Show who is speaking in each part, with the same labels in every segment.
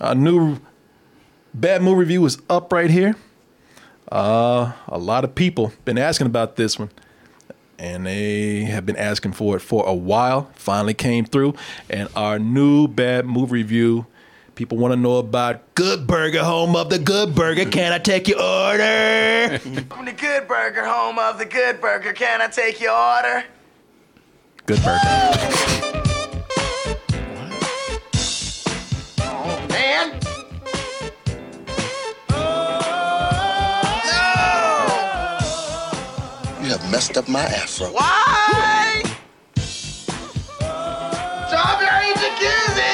Speaker 1: A new bad movie review is up right here. Uh, a lot of people been asking about this one, and they have been asking for it for a while. Finally came through, and our new bad movie review. People want to know about Good Burger, home of the Good Burger. Can I take your order?
Speaker 2: From the Good Burger, home of the Good Burger, can I take your order?
Speaker 1: Good Burger.
Speaker 2: Oh, man.
Speaker 3: Oh!
Speaker 2: No!
Speaker 4: You have messed up my afro.
Speaker 2: Why? Stop your jacuzzi!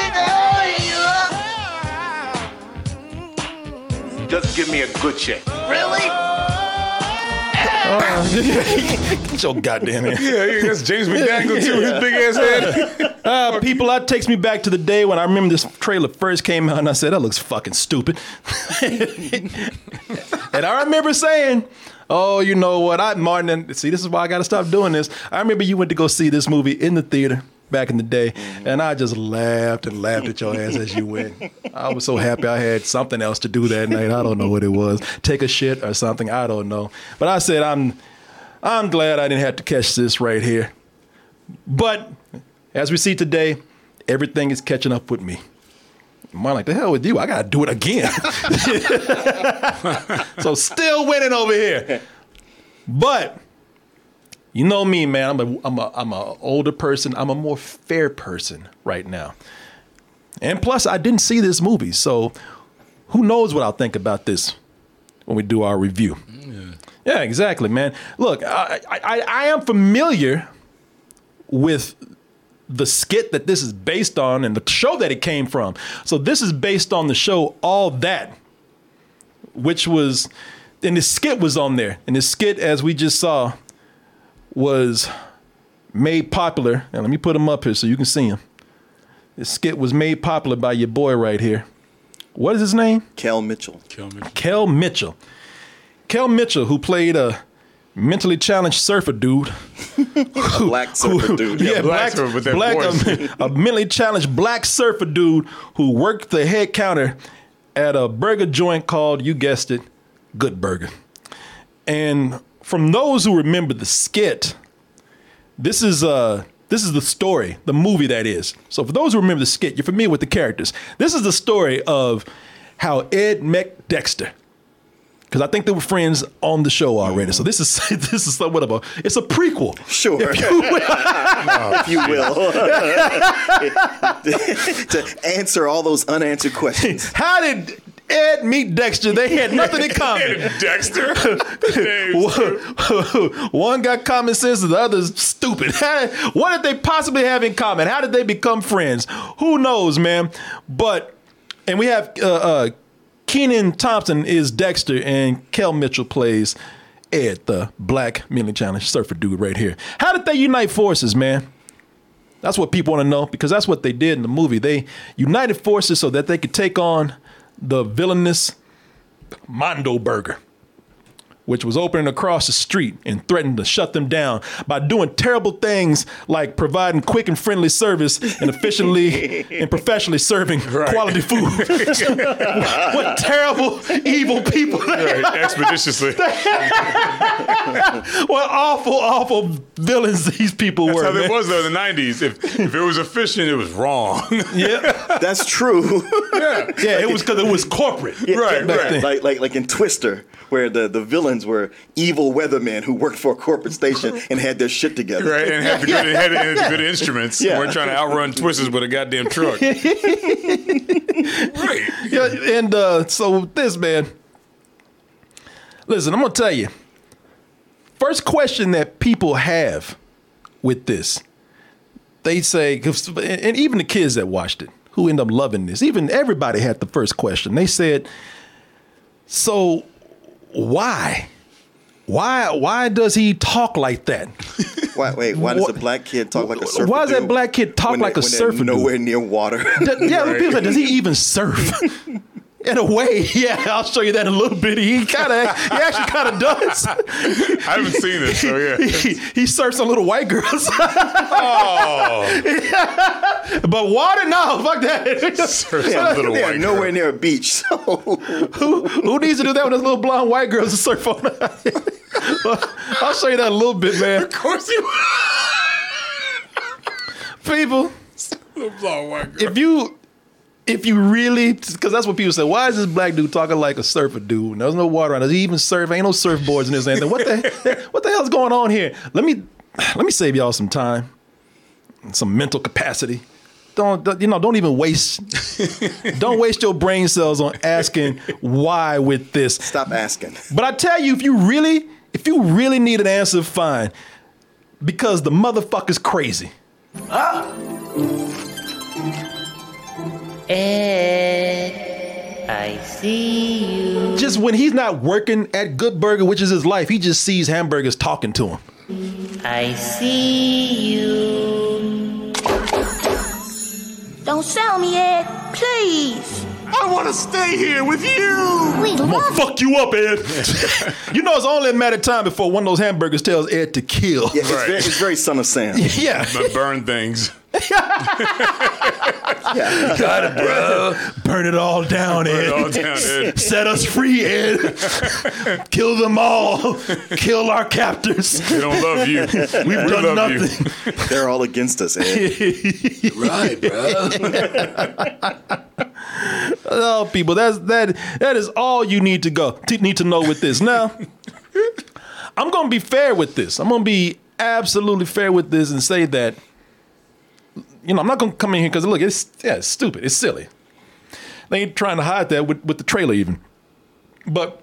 Speaker 3: Just give me a good check.
Speaker 2: Really?
Speaker 1: Get your goddamn it.
Speaker 3: Yeah, yeah, that's James McDaniel too. His big ass head.
Speaker 1: Uh, people, that takes me back to the day when I remember this trailer first came out, and I said, "That looks fucking stupid." and I remember saying, "Oh, you know what? I Martin, and see, this is why I got to stop doing this." I remember you went to go see this movie in the theater back in the day, and I just laughed and laughed at your ass as you went. I was so happy I had something else to do that night. I don't know what it was, take a shit or something. I don't know, but I said, "I'm, I'm glad I didn't have to catch this right here." But as we see today, everything is catching up with me. Mine like the hell with you. I gotta do it again. so still winning over here. But you know me, man. I'm a I'm a I'm a older person. I'm a more fair person right now. And plus, I didn't see this movie, so who knows what I'll think about this when we do our review. Yeah, exactly, man. Look, I, I I- I am familiar with the skit that this is based on and the show that it came from. So this is based on the show All That, which was, and the skit was on there. And the skit, as we just saw, was made popular. And let me put him up here so you can see him. This skit was made popular by your boy right here. What is his name?
Speaker 5: Kel Mitchell.
Speaker 3: Kill me.
Speaker 1: Kel Mitchell. Kel Mitchell, who played a mentally challenged surfer dude.
Speaker 5: A black surfer dude.
Speaker 1: Yeah, black,
Speaker 3: black
Speaker 1: black, um,
Speaker 3: surfer with that
Speaker 5: um,
Speaker 1: a, a mentally challenged black surfer dude who worked the head counter at a burger joint called, you guessed it, Good Burger. And from those who remember the skit, this is uh this is the story, the movie that is. So for those who remember the skit, you're familiar with the characters. This is the story of how Ed met Dexter. Because I think they were friends on the show already. So this is this is somewhat of a it's a prequel.
Speaker 5: Sure.
Speaker 1: If you will. Oh,
Speaker 5: if you will. to answer all those unanswered questions.
Speaker 1: How did Ed meet Dexter? They had nothing in common.
Speaker 3: Dexter.
Speaker 1: One got common sense, the other's stupid. How did- what did they possibly have in common? How did they become friends? Who knows, man? But and we have uh, uh, Keenan Thompson is Dexter, and Kel Mitchell plays Ed, the black mentally challenged surfer dude right here. How did they unite forces, man? That's what people want to know because that's what they did in the movie. They united forces so that they could take on the villainous Mondo Burger which was opening across the street and threatened to shut them down by doing terrible things like providing quick and friendly service and efficiently and professionally serving quality food. what, what terrible, evil people.
Speaker 3: Right, expeditiously. That's
Speaker 1: what awful, awful villains these people were.
Speaker 3: how
Speaker 1: man.
Speaker 3: it was though in the '90s. If if it was efficient, it was wrong.
Speaker 1: Yeah,
Speaker 5: That's true.
Speaker 1: yeah it was because it was corporate.
Speaker 3: right,
Speaker 1: back
Speaker 3: right.
Speaker 1: then.
Speaker 5: like like like in Twister, where the, the villains were evil weathermen who worked for a corporate station and had their shit together.
Speaker 3: Right, and had the good, had the, had the good instruments.
Speaker 5: Yeah.
Speaker 3: We're trying to outrun twisters with a goddamn truck. right.
Speaker 1: Yeah, and uh, so this man. Listen, I'm gonna tell you. First question that people have with this, they say, 'cause- and even the kids that watched it, who end up loving this, even everybody had the first question. They said, "So, why, why, why does he talk like that?"
Speaker 5: Why, wait, why does
Speaker 1: Wha-
Speaker 5: a black kid talk like a surfer?
Speaker 1: Why does that
Speaker 5: dude
Speaker 1: black kid talk
Speaker 5: when
Speaker 1: like
Speaker 5: they-
Speaker 1: a
Speaker 5: when they're
Speaker 1: surfer dude?
Speaker 5: Nowhere near water.
Speaker 1: Th- yeah, people say, does he even surf? In a way, yeah, I'll show you that in a little bit. He kind of, he actually kind of does.
Speaker 3: I haven't seen it, so yeah.
Speaker 1: he, he surfs on little white girls,
Speaker 3: Oh,
Speaker 1: but water, no, fuck that.
Speaker 3: there's a little
Speaker 5: They're
Speaker 3: white
Speaker 5: nowhere
Speaker 3: girl.
Speaker 5: near a beach. So
Speaker 1: who, who needs to do that when those little blonde white girls to surf on? I'll show you that in a little bit, man.
Speaker 3: Of course he was.
Speaker 1: People,
Speaker 3: Little blonde white girl.
Speaker 1: if you if you really because that's what people say why is this black dude talking like a surfer dude there's no water on it. does he even surf ain't no surfboards in this anything what the what the hell's going on here let me let me save y'all some time and some mental capacity don't don't- you know don't even waste don't waste your brain cells on asking why with this
Speaker 5: stop asking.
Speaker 1: but I tell you, if you really, if you really need an answer, fine. Because the motherfucker's crazy.
Speaker 6: Eh, I see you.
Speaker 1: Just when he's not working at Good Burger, which is his life, he just sees hamburgers talking to him.
Speaker 6: I see you.
Speaker 7: Don't sell me, Ed. Please.
Speaker 3: I want to stay here with you.
Speaker 7: We
Speaker 1: I'm
Speaker 7: love
Speaker 1: gonna fuck you up, Ed. you know, it's only a matter of time before one of those hamburgers tells Ed to kill.
Speaker 5: Yeah, it's,
Speaker 3: Right.
Speaker 5: very, it's very Son of Sam. Yeah.
Speaker 1: Yeah.
Speaker 3: But burn things.
Speaker 1: Got it, bro. Burn it all down, Ed.
Speaker 3: It all down, Ed.
Speaker 1: Set us free, Ed. Kill them all. Kill our captors.
Speaker 3: They don't love you.
Speaker 1: We've
Speaker 3: we
Speaker 1: done
Speaker 3: love
Speaker 1: nothing.
Speaker 5: They're all against us, Ed.
Speaker 4: Right, bro.
Speaker 1: Oh, people, that's that. That is all you need to go to, need to know with this. Now, I'm gonna be fair with this. I'm gonna be absolutely fair with this and say that, you know, I'm not gonna come in here because look, it's yeah, it's stupid, it's silly. They ain't trying to hide that with, with the trailer even, but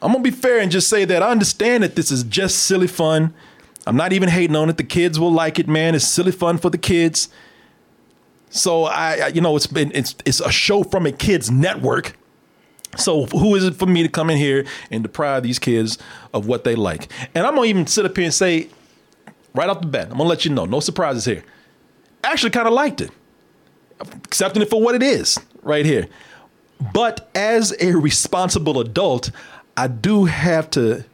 Speaker 1: I'm gonna be fair and just say that I understand that this is just silly fun. I'm not even hating on it. The kids will like it, man. It's silly fun for the kids. So I, I- you know, it's been it's it's a show from a kids network. So who is it for me to come in here and deprive these kids of what they like? And I'm gonna even sit up here and say, right off the bat, I'm gonna let you know, no surprises here. I actually kind of liked it, accepting it for what it is, right here. But as a responsible adult, I do have to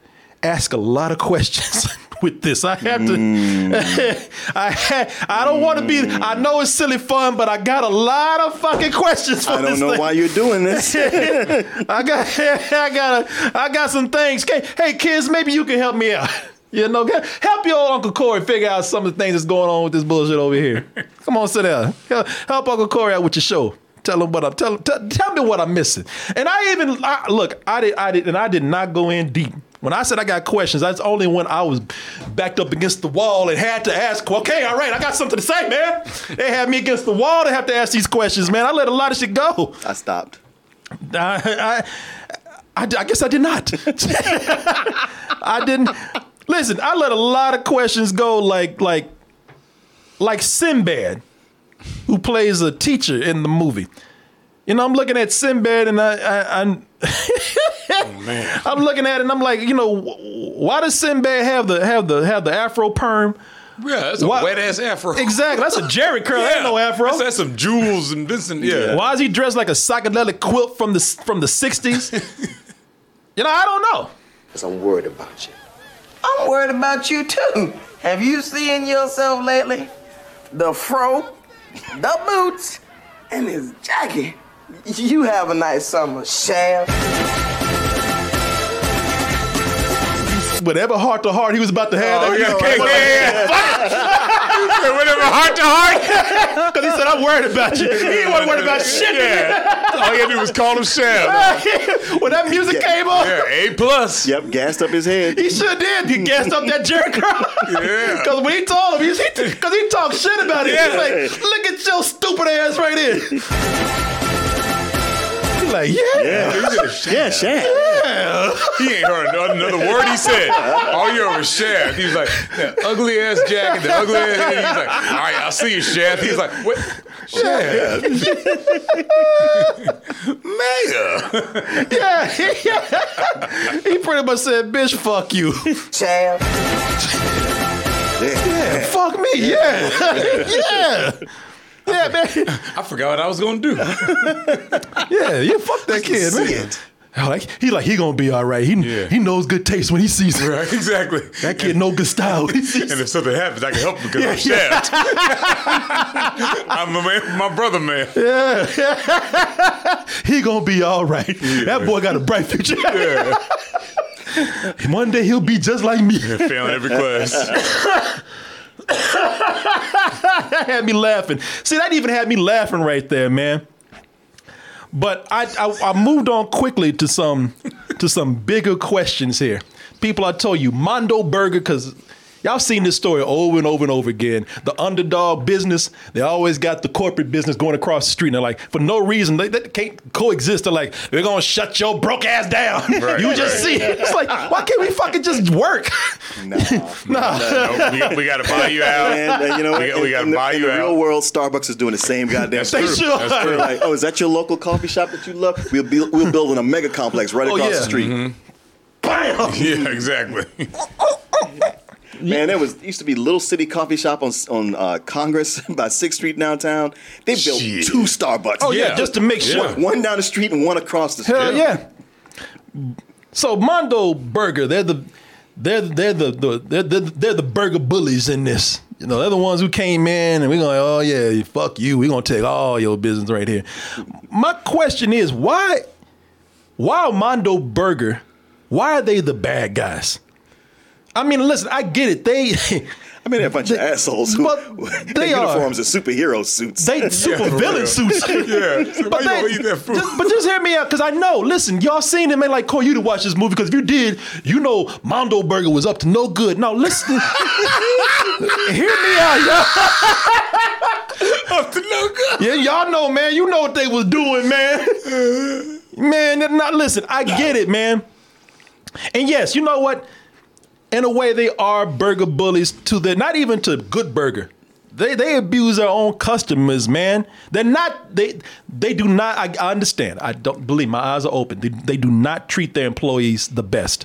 Speaker 1: ask a lot of questions with this. I have to. I ha- I don't want to be. I know it's silly fun, but I got a lot of fucking questions for
Speaker 5: I don't
Speaker 1: this
Speaker 5: know
Speaker 1: thing.
Speaker 5: why you're doing this.
Speaker 1: I got, I got, a, I got some things. Hey, hey, kids, maybe you can help me out. You know, get- help your old Uncle Corey figure out some of the things that's going on with this bullshit over here. Come on, sit down. Hel- Help Uncle Corey out with your show. Tell him what I'm. Tell him. T- tell me what I'm missing. And I even I, look. I did. I did. And I did not go in deep. When I said I got questions, that's only when I was backed up against the wall and had to ask. Okay, all right, I got something to say, man. They had me against the wall to have to ask these questions, man. I let a lot of shit go.
Speaker 5: I stopped.
Speaker 1: I, I, I, I guess I did not. I didn't. Listen, I let a lot of questions go, like like like Sinbad, who plays a teacher in the movie. You know, I'm looking at Sinbad, and I, I I'm, I'm looking at it, and I'm like, you know, wh- why does Sinbad have the have the have the Afro perm?
Speaker 3: Yeah, that's a
Speaker 1: Why-
Speaker 3: wet ass afro.
Speaker 1: Exactly, that's a Jerry curl.
Speaker 3: Yeah.
Speaker 1: That ain't no Afro.
Speaker 3: That's, that's some jewels and Vincent. Yeah.
Speaker 1: Why is he dressed like a psychedelic quilt from the from the '60s? you know, I don't know.
Speaker 4: Because I'm worried about you.
Speaker 2: I'm worried about you too. Have you seen yourself lately? The fro, the boots, and his jacket. You have a nice summer, Sham.
Speaker 1: Whatever heart to heart he was about to have,
Speaker 3: Oh,
Speaker 1: because
Speaker 3: yeah, okay, yeah, yeah, yeah. Fuck it. Whatever, heart to heart.
Speaker 1: he said, "I'm worried about you." He wasn't worried about shit.
Speaker 3: Yeah. All he had to do was call him Shab.
Speaker 1: when that music came on,
Speaker 3: Yeah, A plus.
Speaker 5: Yep, gassed up his head.
Speaker 1: he sure did. He gassed up that Jerry curl.
Speaker 3: Yeah.
Speaker 1: Because when he told him, because he, 'cause he talked shit about it.
Speaker 3: Yeah.
Speaker 1: He's like, "Look at your stupid ass right here." He's like, yeah.
Speaker 5: Yeah, Shaq.
Speaker 3: He ain't heard another, another word he said. All you heard was Shaft. He was like, that ugly ass jacket, the ugly ass. He's like, all right, I'll see you, Shaft. He's like, what? Shaft. Mayor.
Speaker 1: Yeah, he pretty much said, "Bitch, fuck you,
Speaker 2: Sham.
Speaker 1: fuck me, yeah, yeah." Yeah, man.
Speaker 3: I forgot what I was gonna do.
Speaker 1: Yeah, yeah. Fuck that kid,
Speaker 5: see
Speaker 1: man.
Speaker 5: it.
Speaker 1: I Like he like he gonna be all right. He
Speaker 3: Yeah.
Speaker 1: he knows good taste when he sees it.
Speaker 3: right, exactly.
Speaker 1: That kid know good style. when he sees
Speaker 3: And
Speaker 1: it.
Speaker 3: if something happens, I can help him because I'm
Speaker 1: Yeah, yeah.
Speaker 3: Shaft. I'm a man, my brother, man.
Speaker 1: He gonna be all right. That boy got a bright future. One day he'll be just like me.
Speaker 3: Failing every class.
Speaker 1: that had me laughing. See, that even had me laughing right there, man. But I, I, I moved on quickly to some to some bigger questions here. People, I told you, Mondo Burger, because y'all seen this story over and over and over again. The underdog business, they always got the corporate business going across the street, and they're like, for no reason, they, they can't coexist. They're like, we're gonna shut your broke ass down.
Speaker 3: Right,
Speaker 1: you just see
Speaker 3: right.
Speaker 1: it. It's like, why can't we fucking just work?
Speaker 5: No.
Speaker 3: Nope, we, got- we gotta buy you out.
Speaker 5: And uh, you know,
Speaker 3: We-
Speaker 5: in,
Speaker 3: we gotta
Speaker 5: in the,
Speaker 3: buy
Speaker 5: in
Speaker 3: you
Speaker 5: the
Speaker 3: out.
Speaker 5: real world, Starbucks is doing the same goddamn
Speaker 3: That's
Speaker 1: They
Speaker 5: thing.
Speaker 3: true.
Speaker 1: sure
Speaker 3: That's true.
Speaker 5: They're like, oh, is that your local coffee shop that you love? We'll build, we'll building a mega complex right
Speaker 1: Oh,
Speaker 5: across
Speaker 1: yeah.
Speaker 5: the street.
Speaker 3: Mm-hmm. Yeah, exactly.
Speaker 5: Man, there was used to be little city coffee shop on on uh, Congress by Sixth Street downtown. They built
Speaker 3: Shit.
Speaker 5: two Starbucks.
Speaker 1: Oh yeah, just to make sure.
Speaker 3: Yeah.
Speaker 5: one down the street and one across the street.
Speaker 1: Hell yeah. So Mondo Burger, they're the they're they're the, the they're, they're, they're the burger bullies in this. You know, they're the ones who came in and we're going, oh yeah, fuck you. We're gonna take all your business right here. My question is, why why Mondo Burger? Why are they the bad guys? I mean, listen, I get it. They
Speaker 5: I mean, they're a bunch of
Speaker 1: They-
Speaker 5: assholes who
Speaker 1: but
Speaker 5: their
Speaker 1: they are.
Speaker 5: uniforms are superhero suits.
Speaker 1: they super villain
Speaker 3: real.
Speaker 1: suits.
Speaker 3: Yeah. So
Speaker 1: But,
Speaker 3: why
Speaker 1: they-
Speaker 3: you gonna eat that fruit?
Speaker 1: just, but just hear me out, because I know. Listen, y'all seen it, man. Like, call you to watch this movie, because if you did, you know Mondo Burger was up to no good. Now, listen. hear me out, y'all.
Speaker 3: Up to no good.
Speaker 1: Yeah, y'all know, man. You know what they was doing, man. man, they're not listen. I get it, man. And yes, you know what? In a way, they are burger bullies to the not even to Good Burger. They they abuse their own customers, man. They're not they they do not. I, I understand. I don't believe my eyes are open. They, they do not treat their employees the best.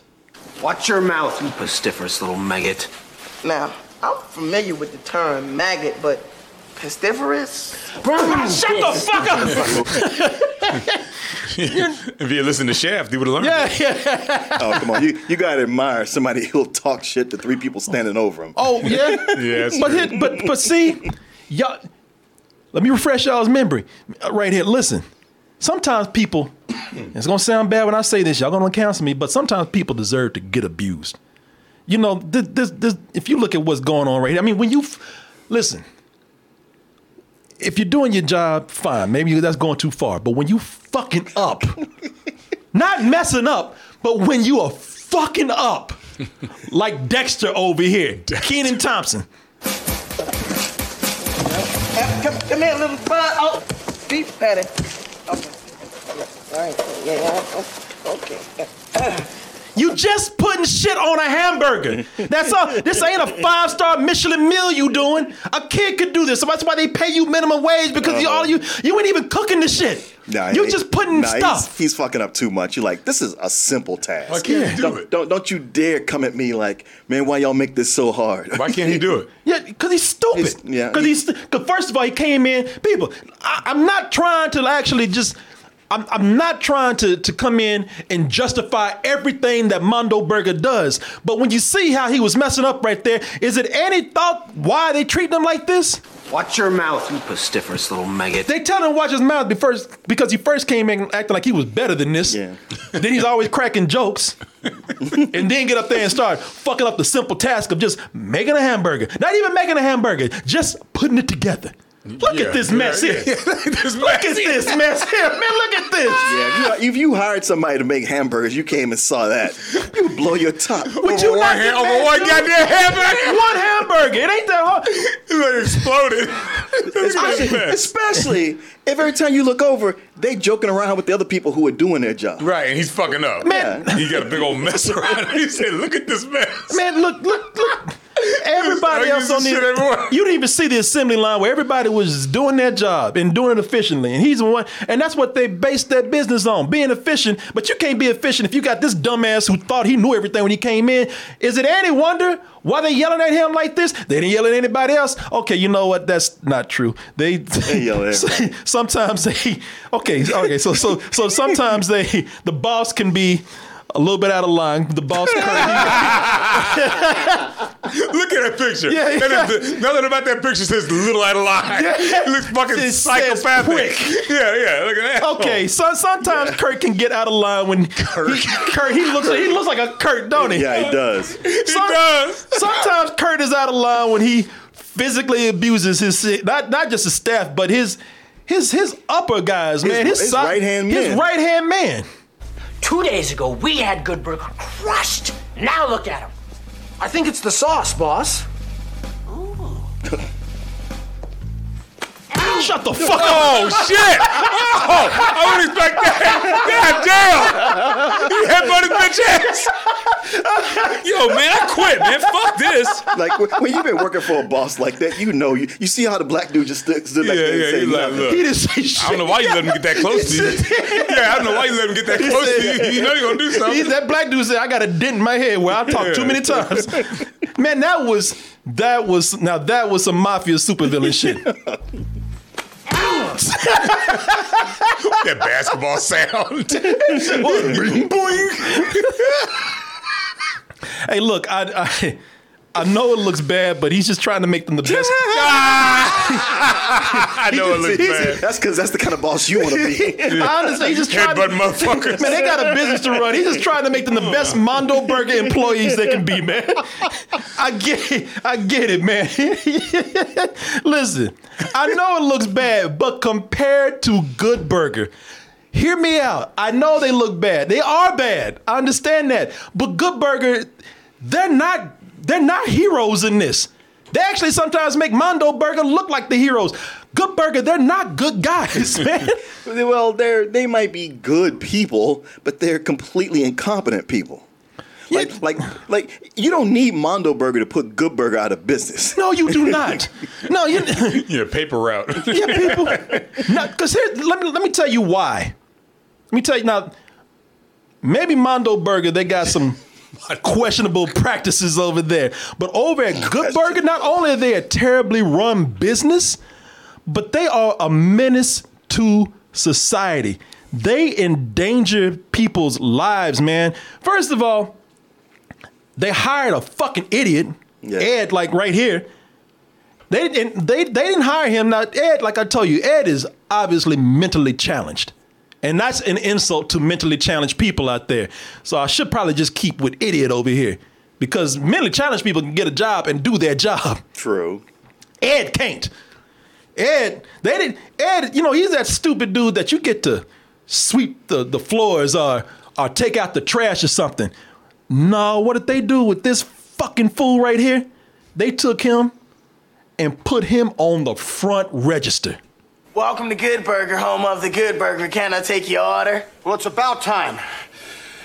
Speaker 8: Watch your mouth, you pestiferous little maggot.
Speaker 2: Now, I'm familiar with the term maggot, but pestiferous?
Speaker 1: Shut the fuck up.
Speaker 3: If you listened to Shaft, you would have learned.
Speaker 1: yeah, yeah.
Speaker 5: oh, come on. You, you got to admire somebody who'll talk shit to three people standing over him.
Speaker 1: Oh yeah.
Speaker 3: Yeah, that's
Speaker 1: but
Speaker 3: true.
Speaker 1: here, but but see, y'all. Let me refresh y'all's memory uh, right here. Listen, sometimes people. It's gonna sound bad when I say this. Y'all gonna cancel me, but sometimes people deserve to get abused. You know, this, this, this, if you look at what's going on right here, I mean, when you f- listen, if you're doing your job, fine. Maybe you- that's going too far. But when you fucking up, not messing up, but when you are fucking up, like Dexter over here, Keenan Thompson.
Speaker 2: Come, come, come here, little bud. Oh, beef patty. Okay. All right. Yeah, yeah. Okay.
Speaker 1: You just putting shit on a hamburger. That's all. This ain't a five star Michelin meal you doing. A kid could do this. So that's why they pay you minimum wage because you all you you ain't even cooking the shit.
Speaker 5: Uh-huh. Nah,
Speaker 1: you
Speaker 5: he-
Speaker 1: just putting
Speaker 5: nah,
Speaker 1: stuff.
Speaker 5: He's, he's fucking up too much. You're like, this is a simple task.
Speaker 3: Why can't he do
Speaker 5: don't,
Speaker 3: it?
Speaker 5: Don't, don't you dare come at me like, man, why y'all make this so hard?
Speaker 3: Why can't he do it?
Speaker 1: Yeah, because he's stupid.
Speaker 5: He's- yeah,
Speaker 1: Because
Speaker 5: he-
Speaker 1: he's because first of all he came in. People, I, I'm not trying to actually just. I'm, I'm not trying to, to come in and justify everything that Mondo Burger does, but when you see how he was messing up right there, is it any thought why they treating him like this?
Speaker 8: Watch your mouth, you pestiferous little maggot.
Speaker 1: They tell him to watch his mouth because because he first came in acting like he was better than this.
Speaker 5: Yeah.
Speaker 1: then he's always cracking jokes, and then get up there and start fucking up the simple task of just making a hamburger. Not even making a hamburger, just putting it together. Look
Speaker 3: Yeah,
Speaker 1: at this
Speaker 3: yeah,
Speaker 1: mess
Speaker 3: yeah.
Speaker 1: here.
Speaker 3: This
Speaker 1: Look at
Speaker 3: mess here.
Speaker 1: this mess here, man. Look at this.
Speaker 5: Yeah, if you, if you hired somebody to make hamburgers, you came and saw that, you would blow your top.
Speaker 1: Would you
Speaker 3: Over
Speaker 1: not get
Speaker 3: one hand, over
Speaker 1: mad,
Speaker 3: one
Speaker 1: dude?
Speaker 3: goddamn hamburger.
Speaker 1: One hamburger. It ain't that hard.
Speaker 3: It like exploded. This man's
Speaker 5: Especially,
Speaker 3: mess.
Speaker 5: especially if every time you look over, they joking around with the other people who are doing their job.
Speaker 3: Right, and he's fucking up.
Speaker 1: Man.
Speaker 3: He got a big old mess around him. He said, look at this mess.
Speaker 1: Man, look, look, look. Everybody
Speaker 3: I
Speaker 1: else
Speaker 3: used
Speaker 1: on
Speaker 3: to shit everywhere.
Speaker 1: the you didn't even see the assembly line where everybody was doing their job and doing it efficiently, and he's the one, and that's what they based their business on being efficient. But you can't be efficient if you got this dumbass who thought he knew everything when he came in. Is it any wonder why they yelling at him like this? They didn't yell at anybody else. Okay, you know what? That's not true. They,
Speaker 5: yell at everybody.
Speaker 1: sometimes they okay okay so so so sometimes they the boss can be. A little bit out of line. The boss,
Speaker 3: Look at that picture.
Speaker 1: Yeah, yeah.
Speaker 3: That is the- nothing about that picture says little out of line. It looks fucking
Speaker 1: It says
Speaker 3: psychopathic.
Speaker 1: quick.
Speaker 3: Yeah, yeah. Look at that.
Speaker 1: Okay, so sometimes Kurt can get out of line when Kurt he, Kurt, he looks he looks like a Kurt, don't he?
Speaker 5: Yeah, he does.
Speaker 3: He does.
Speaker 1: Sometimes Kurt is out of line when he physically abuses his si- not not just his staff, but his his his upper guys, man. His,
Speaker 5: his
Speaker 1: si-
Speaker 5: right-hand
Speaker 1: his
Speaker 5: man.
Speaker 1: right hand man.
Speaker 9: Two days ago, we had good burger crushed. Now look at him. I think it's the sauce, boss.
Speaker 1: Shut the fuck up.
Speaker 3: Oh shit! Oh, I wouldn't expect that. God damn! He headbutted bitch ass. Yo, man, I quit, man. Fuck this.
Speaker 5: Like wh- when you've been working for a boss like that, you know you, you see how the black dude just stood, stood back
Speaker 3: Yeah,
Speaker 5: there and
Speaker 3: yeah,
Speaker 5: said
Speaker 3: he's like,
Speaker 5: nothing.
Speaker 3: look.
Speaker 1: He didn't say shit.
Speaker 3: I don't know why you let him get that close to you. Yeah, I don't know why you let him get that close to you. You know you're gonna do
Speaker 1: He-
Speaker 3: something.
Speaker 1: that black dude said, "I got a dent in my head where I talked too many times." Man, that was that was now that was some mafia supervillain shit.
Speaker 3: That basketball sound.
Speaker 1: Hey, look, I, I I know it looks bad, but he's just trying to make them the best.
Speaker 3: Ah! I know it looks bad.
Speaker 5: That's because that's the kind of boss you want to be.
Speaker 1: Honestly, he's just trying.
Speaker 3: Headbutt
Speaker 1: To,
Speaker 3: motherfuckers.
Speaker 1: man, they got a business to run. He's just trying to make them the best Mondo Burger employees they can be, man. I get it. I get it, man. Listen, I know it looks bad, but compared to Good Burger. Hear me out. I know they look bad. They are bad. I understand that. But Good Burger, they're not they're not heroes in this. They actually sometimes make Mondo Burger look like the heroes. Good Burger, they're not good guys, man.
Speaker 5: well, they're they might be good people, but they're completely incompetent people. Like, like, like, you don't need Mondo Burger to put Good Burger out of business.
Speaker 1: No, you do not. No, you.
Speaker 3: Yeah, paper route.
Speaker 1: Yeah, people. No, because here, let me let me tell you why. Let me tell you now. Maybe Mondo Burger they got some questionable practices over there, but over at Good Burger, not only are they a terribly run business, but they are a menace to society. They endanger people's lives, man. First of all, they hired a fucking idiot,
Speaker 5: Yeah.
Speaker 1: Ed, like right here. They didn't. They they didn't hire him. Now Ed, like I told you, Ed is obviously mentally challenged, and that's an insult to mentally challenged people out there. So I should probably just keep with idiot over here, because mentally challenged people can get a job and do their job.
Speaker 5: True.
Speaker 1: Ed can't. Ed, they didn't. Ed, you know, he's that stupid dude that you get to sweep the, the floors or or take out the trash or something. No, what did they do with this fucking fool right here? They took him and put him on the front register.
Speaker 2: Welcome to Good Burger, home of the Good Burger. Can I take your order?
Speaker 8: Well, it's about time.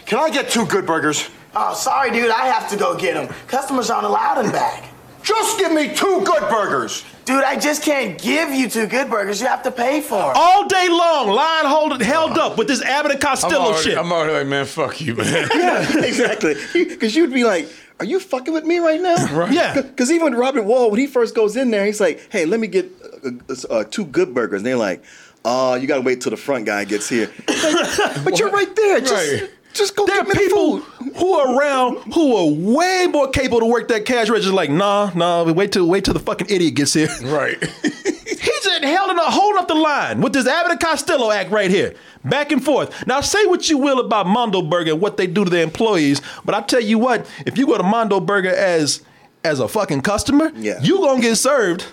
Speaker 8: Can I get two good burgers?
Speaker 2: Oh, sorry, dude. I have to go get them. Customers aren't allowed in back.
Speaker 8: Just give me two good burgers.
Speaker 2: Dude, I just can't give you two Good Burgers. You have to pay for them.
Speaker 1: All day long, line hold, held up with this Abbott and
Speaker 3: I'm
Speaker 1: Costello
Speaker 3: already,
Speaker 1: shit.
Speaker 3: I'm already like, man, fuck you, man.
Speaker 5: exactly. Because you'd be like, "Are you fucking with me right now?" Right.
Speaker 1: Yeah.
Speaker 5: Because even Robert Wall, when he first goes in there, he's like, "Hey, let me get uh, uh, uh, two good burgers." And they're like, "Oh, you gotta wait till the front guy gets here." Like, but you're right there. Just,
Speaker 3: Right.
Speaker 5: just go
Speaker 1: there are
Speaker 5: get me the
Speaker 1: people
Speaker 5: food.
Speaker 1: who are around who are way more capable to work that cash register. Like, nah, nah, wait till wait till the fucking idiot gets here.
Speaker 3: right.
Speaker 1: He's in held in a hold up the line with this Abbott and Costello act right here, back and forth. Now say what you will about Mondo Burger and what they do to their employees, but I tell you what, if you go to Mondo Burger as as a fucking customer,
Speaker 5: Yeah.
Speaker 1: you gonna get served.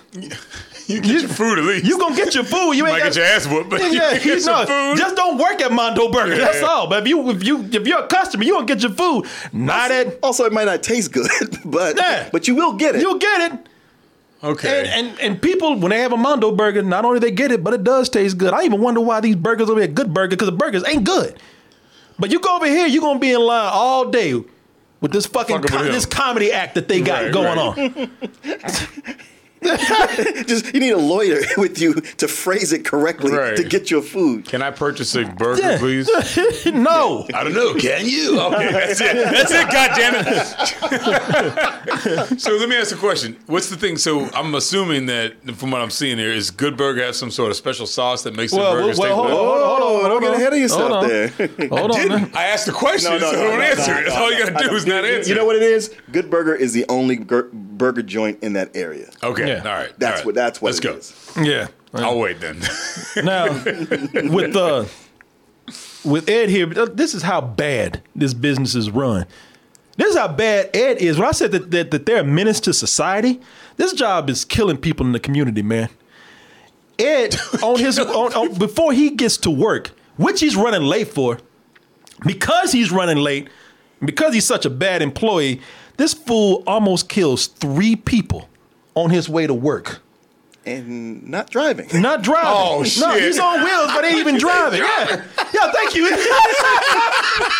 Speaker 3: You get your food at least.
Speaker 1: You gonna get your food. You ain't
Speaker 3: Might
Speaker 1: got
Speaker 3: get your ass whooped, but you get
Speaker 1: you
Speaker 3: some food.
Speaker 1: Just don't work at Mondo Burger.
Speaker 3: Yeah.
Speaker 1: That's all. But if you if you if you're a customer, you gonna get your food. Not at
Speaker 5: Also, it might not taste good, but
Speaker 1: Yeah.
Speaker 5: but you will get it.
Speaker 1: you'll get it.
Speaker 3: okay.
Speaker 1: And, and and people when they have a Mondo burger, not only they get it, but it does taste good. I even wonder why these burgers over here are good burger because the burgers ain't good. But you go over here, you're gonna be in line all day with this fucking
Speaker 3: Fucking with
Speaker 1: co-
Speaker 3: him.
Speaker 1: this comedy act that they got
Speaker 3: Right,
Speaker 1: going
Speaker 3: right.
Speaker 1: on.
Speaker 5: Just you need a lawyer with you to phrase it correctly
Speaker 3: Right.
Speaker 5: to get your food.
Speaker 3: Can I purchase a burger, please?
Speaker 1: no,
Speaker 3: I don't know. Can you? Okay, that's it. That's it. God damn it. so let me ask a question. What's the thing? So I'm assuming that from what I'm seeing here is Good Burger has some sort of special sauce that makes
Speaker 1: Well,
Speaker 3: the burgers
Speaker 1: well,
Speaker 3: taste
Speaker 1: hold
Speaker 3: better?
Speaker 1: on.
Speaker 5: Oh, don't get ahead of
Speaker 1: Hold
Speaker 5: yourself
Speaker 1: on.
Speaker 5: there.
Speaker 1: hold on. man.
Speaker 3: Didn't. I asked the question,
Speaker 5: No, no,
Speaker 3: so
Speaker 5: no,
Speaker 3: don't
Speaker 5: no,
Speaker 3: answer
Speaker 5: no,
Speaker 3: it.
Speaker 5: no,
Speaker 3: All you
Speaker 5: no,
Speaker 3: gotta do
Speaker 5: no.
Speaker 3: is not answer.
Speaker 5: You know what it is? Good Burger is the only gur- burger joint in that area.
Speaker 3: Okay.
Speaker 1: Yeah.
Speaker 3: All right.
Speaker 5: That's
Speaker 3: all right.
Speaker 5: what. That's what.
Speaker 3: Let's
Speaker 5: it
Speaker 3: go.
Speaker 5: is.
Speaker 1: Yeah.
Speaker 3: I'll wait then.
Speaker 1: Now, with the with Ed here, uh, this is how bad this business is run. This is how bad Ed is. When I said that that, that they're a menace to society, this job is killing people in the community, man. Ed on his on, on, before he gets to work, which he's running late for, because he's running late, because he's such a bad employee, this fool almost kills three people on his way to work.
Speaker 5: And not driving.
Speaker 1: Not driving.
Speaker 3: Oh,
Speaker 1: No,
Speaker 3: shit.
Speaker 1: he's on wheels, but ain't even driving. Yeah. Yeah, thank you.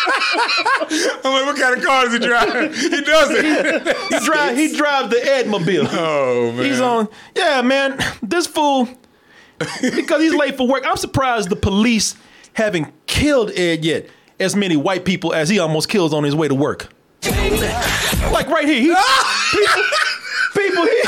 Speaker 3: I'm like, what kind of car is he driving? He doesn't.
Speaker 1: he drive he drive the Edmobile.
Speaker 3: Oh man.
Speaker 1: He's on Yeah, man. This fool because he's late for work. I'm surprised the police haven't killed Ed yet. As many white people as he almost kills on his way to work. Like right here. He, people, people he,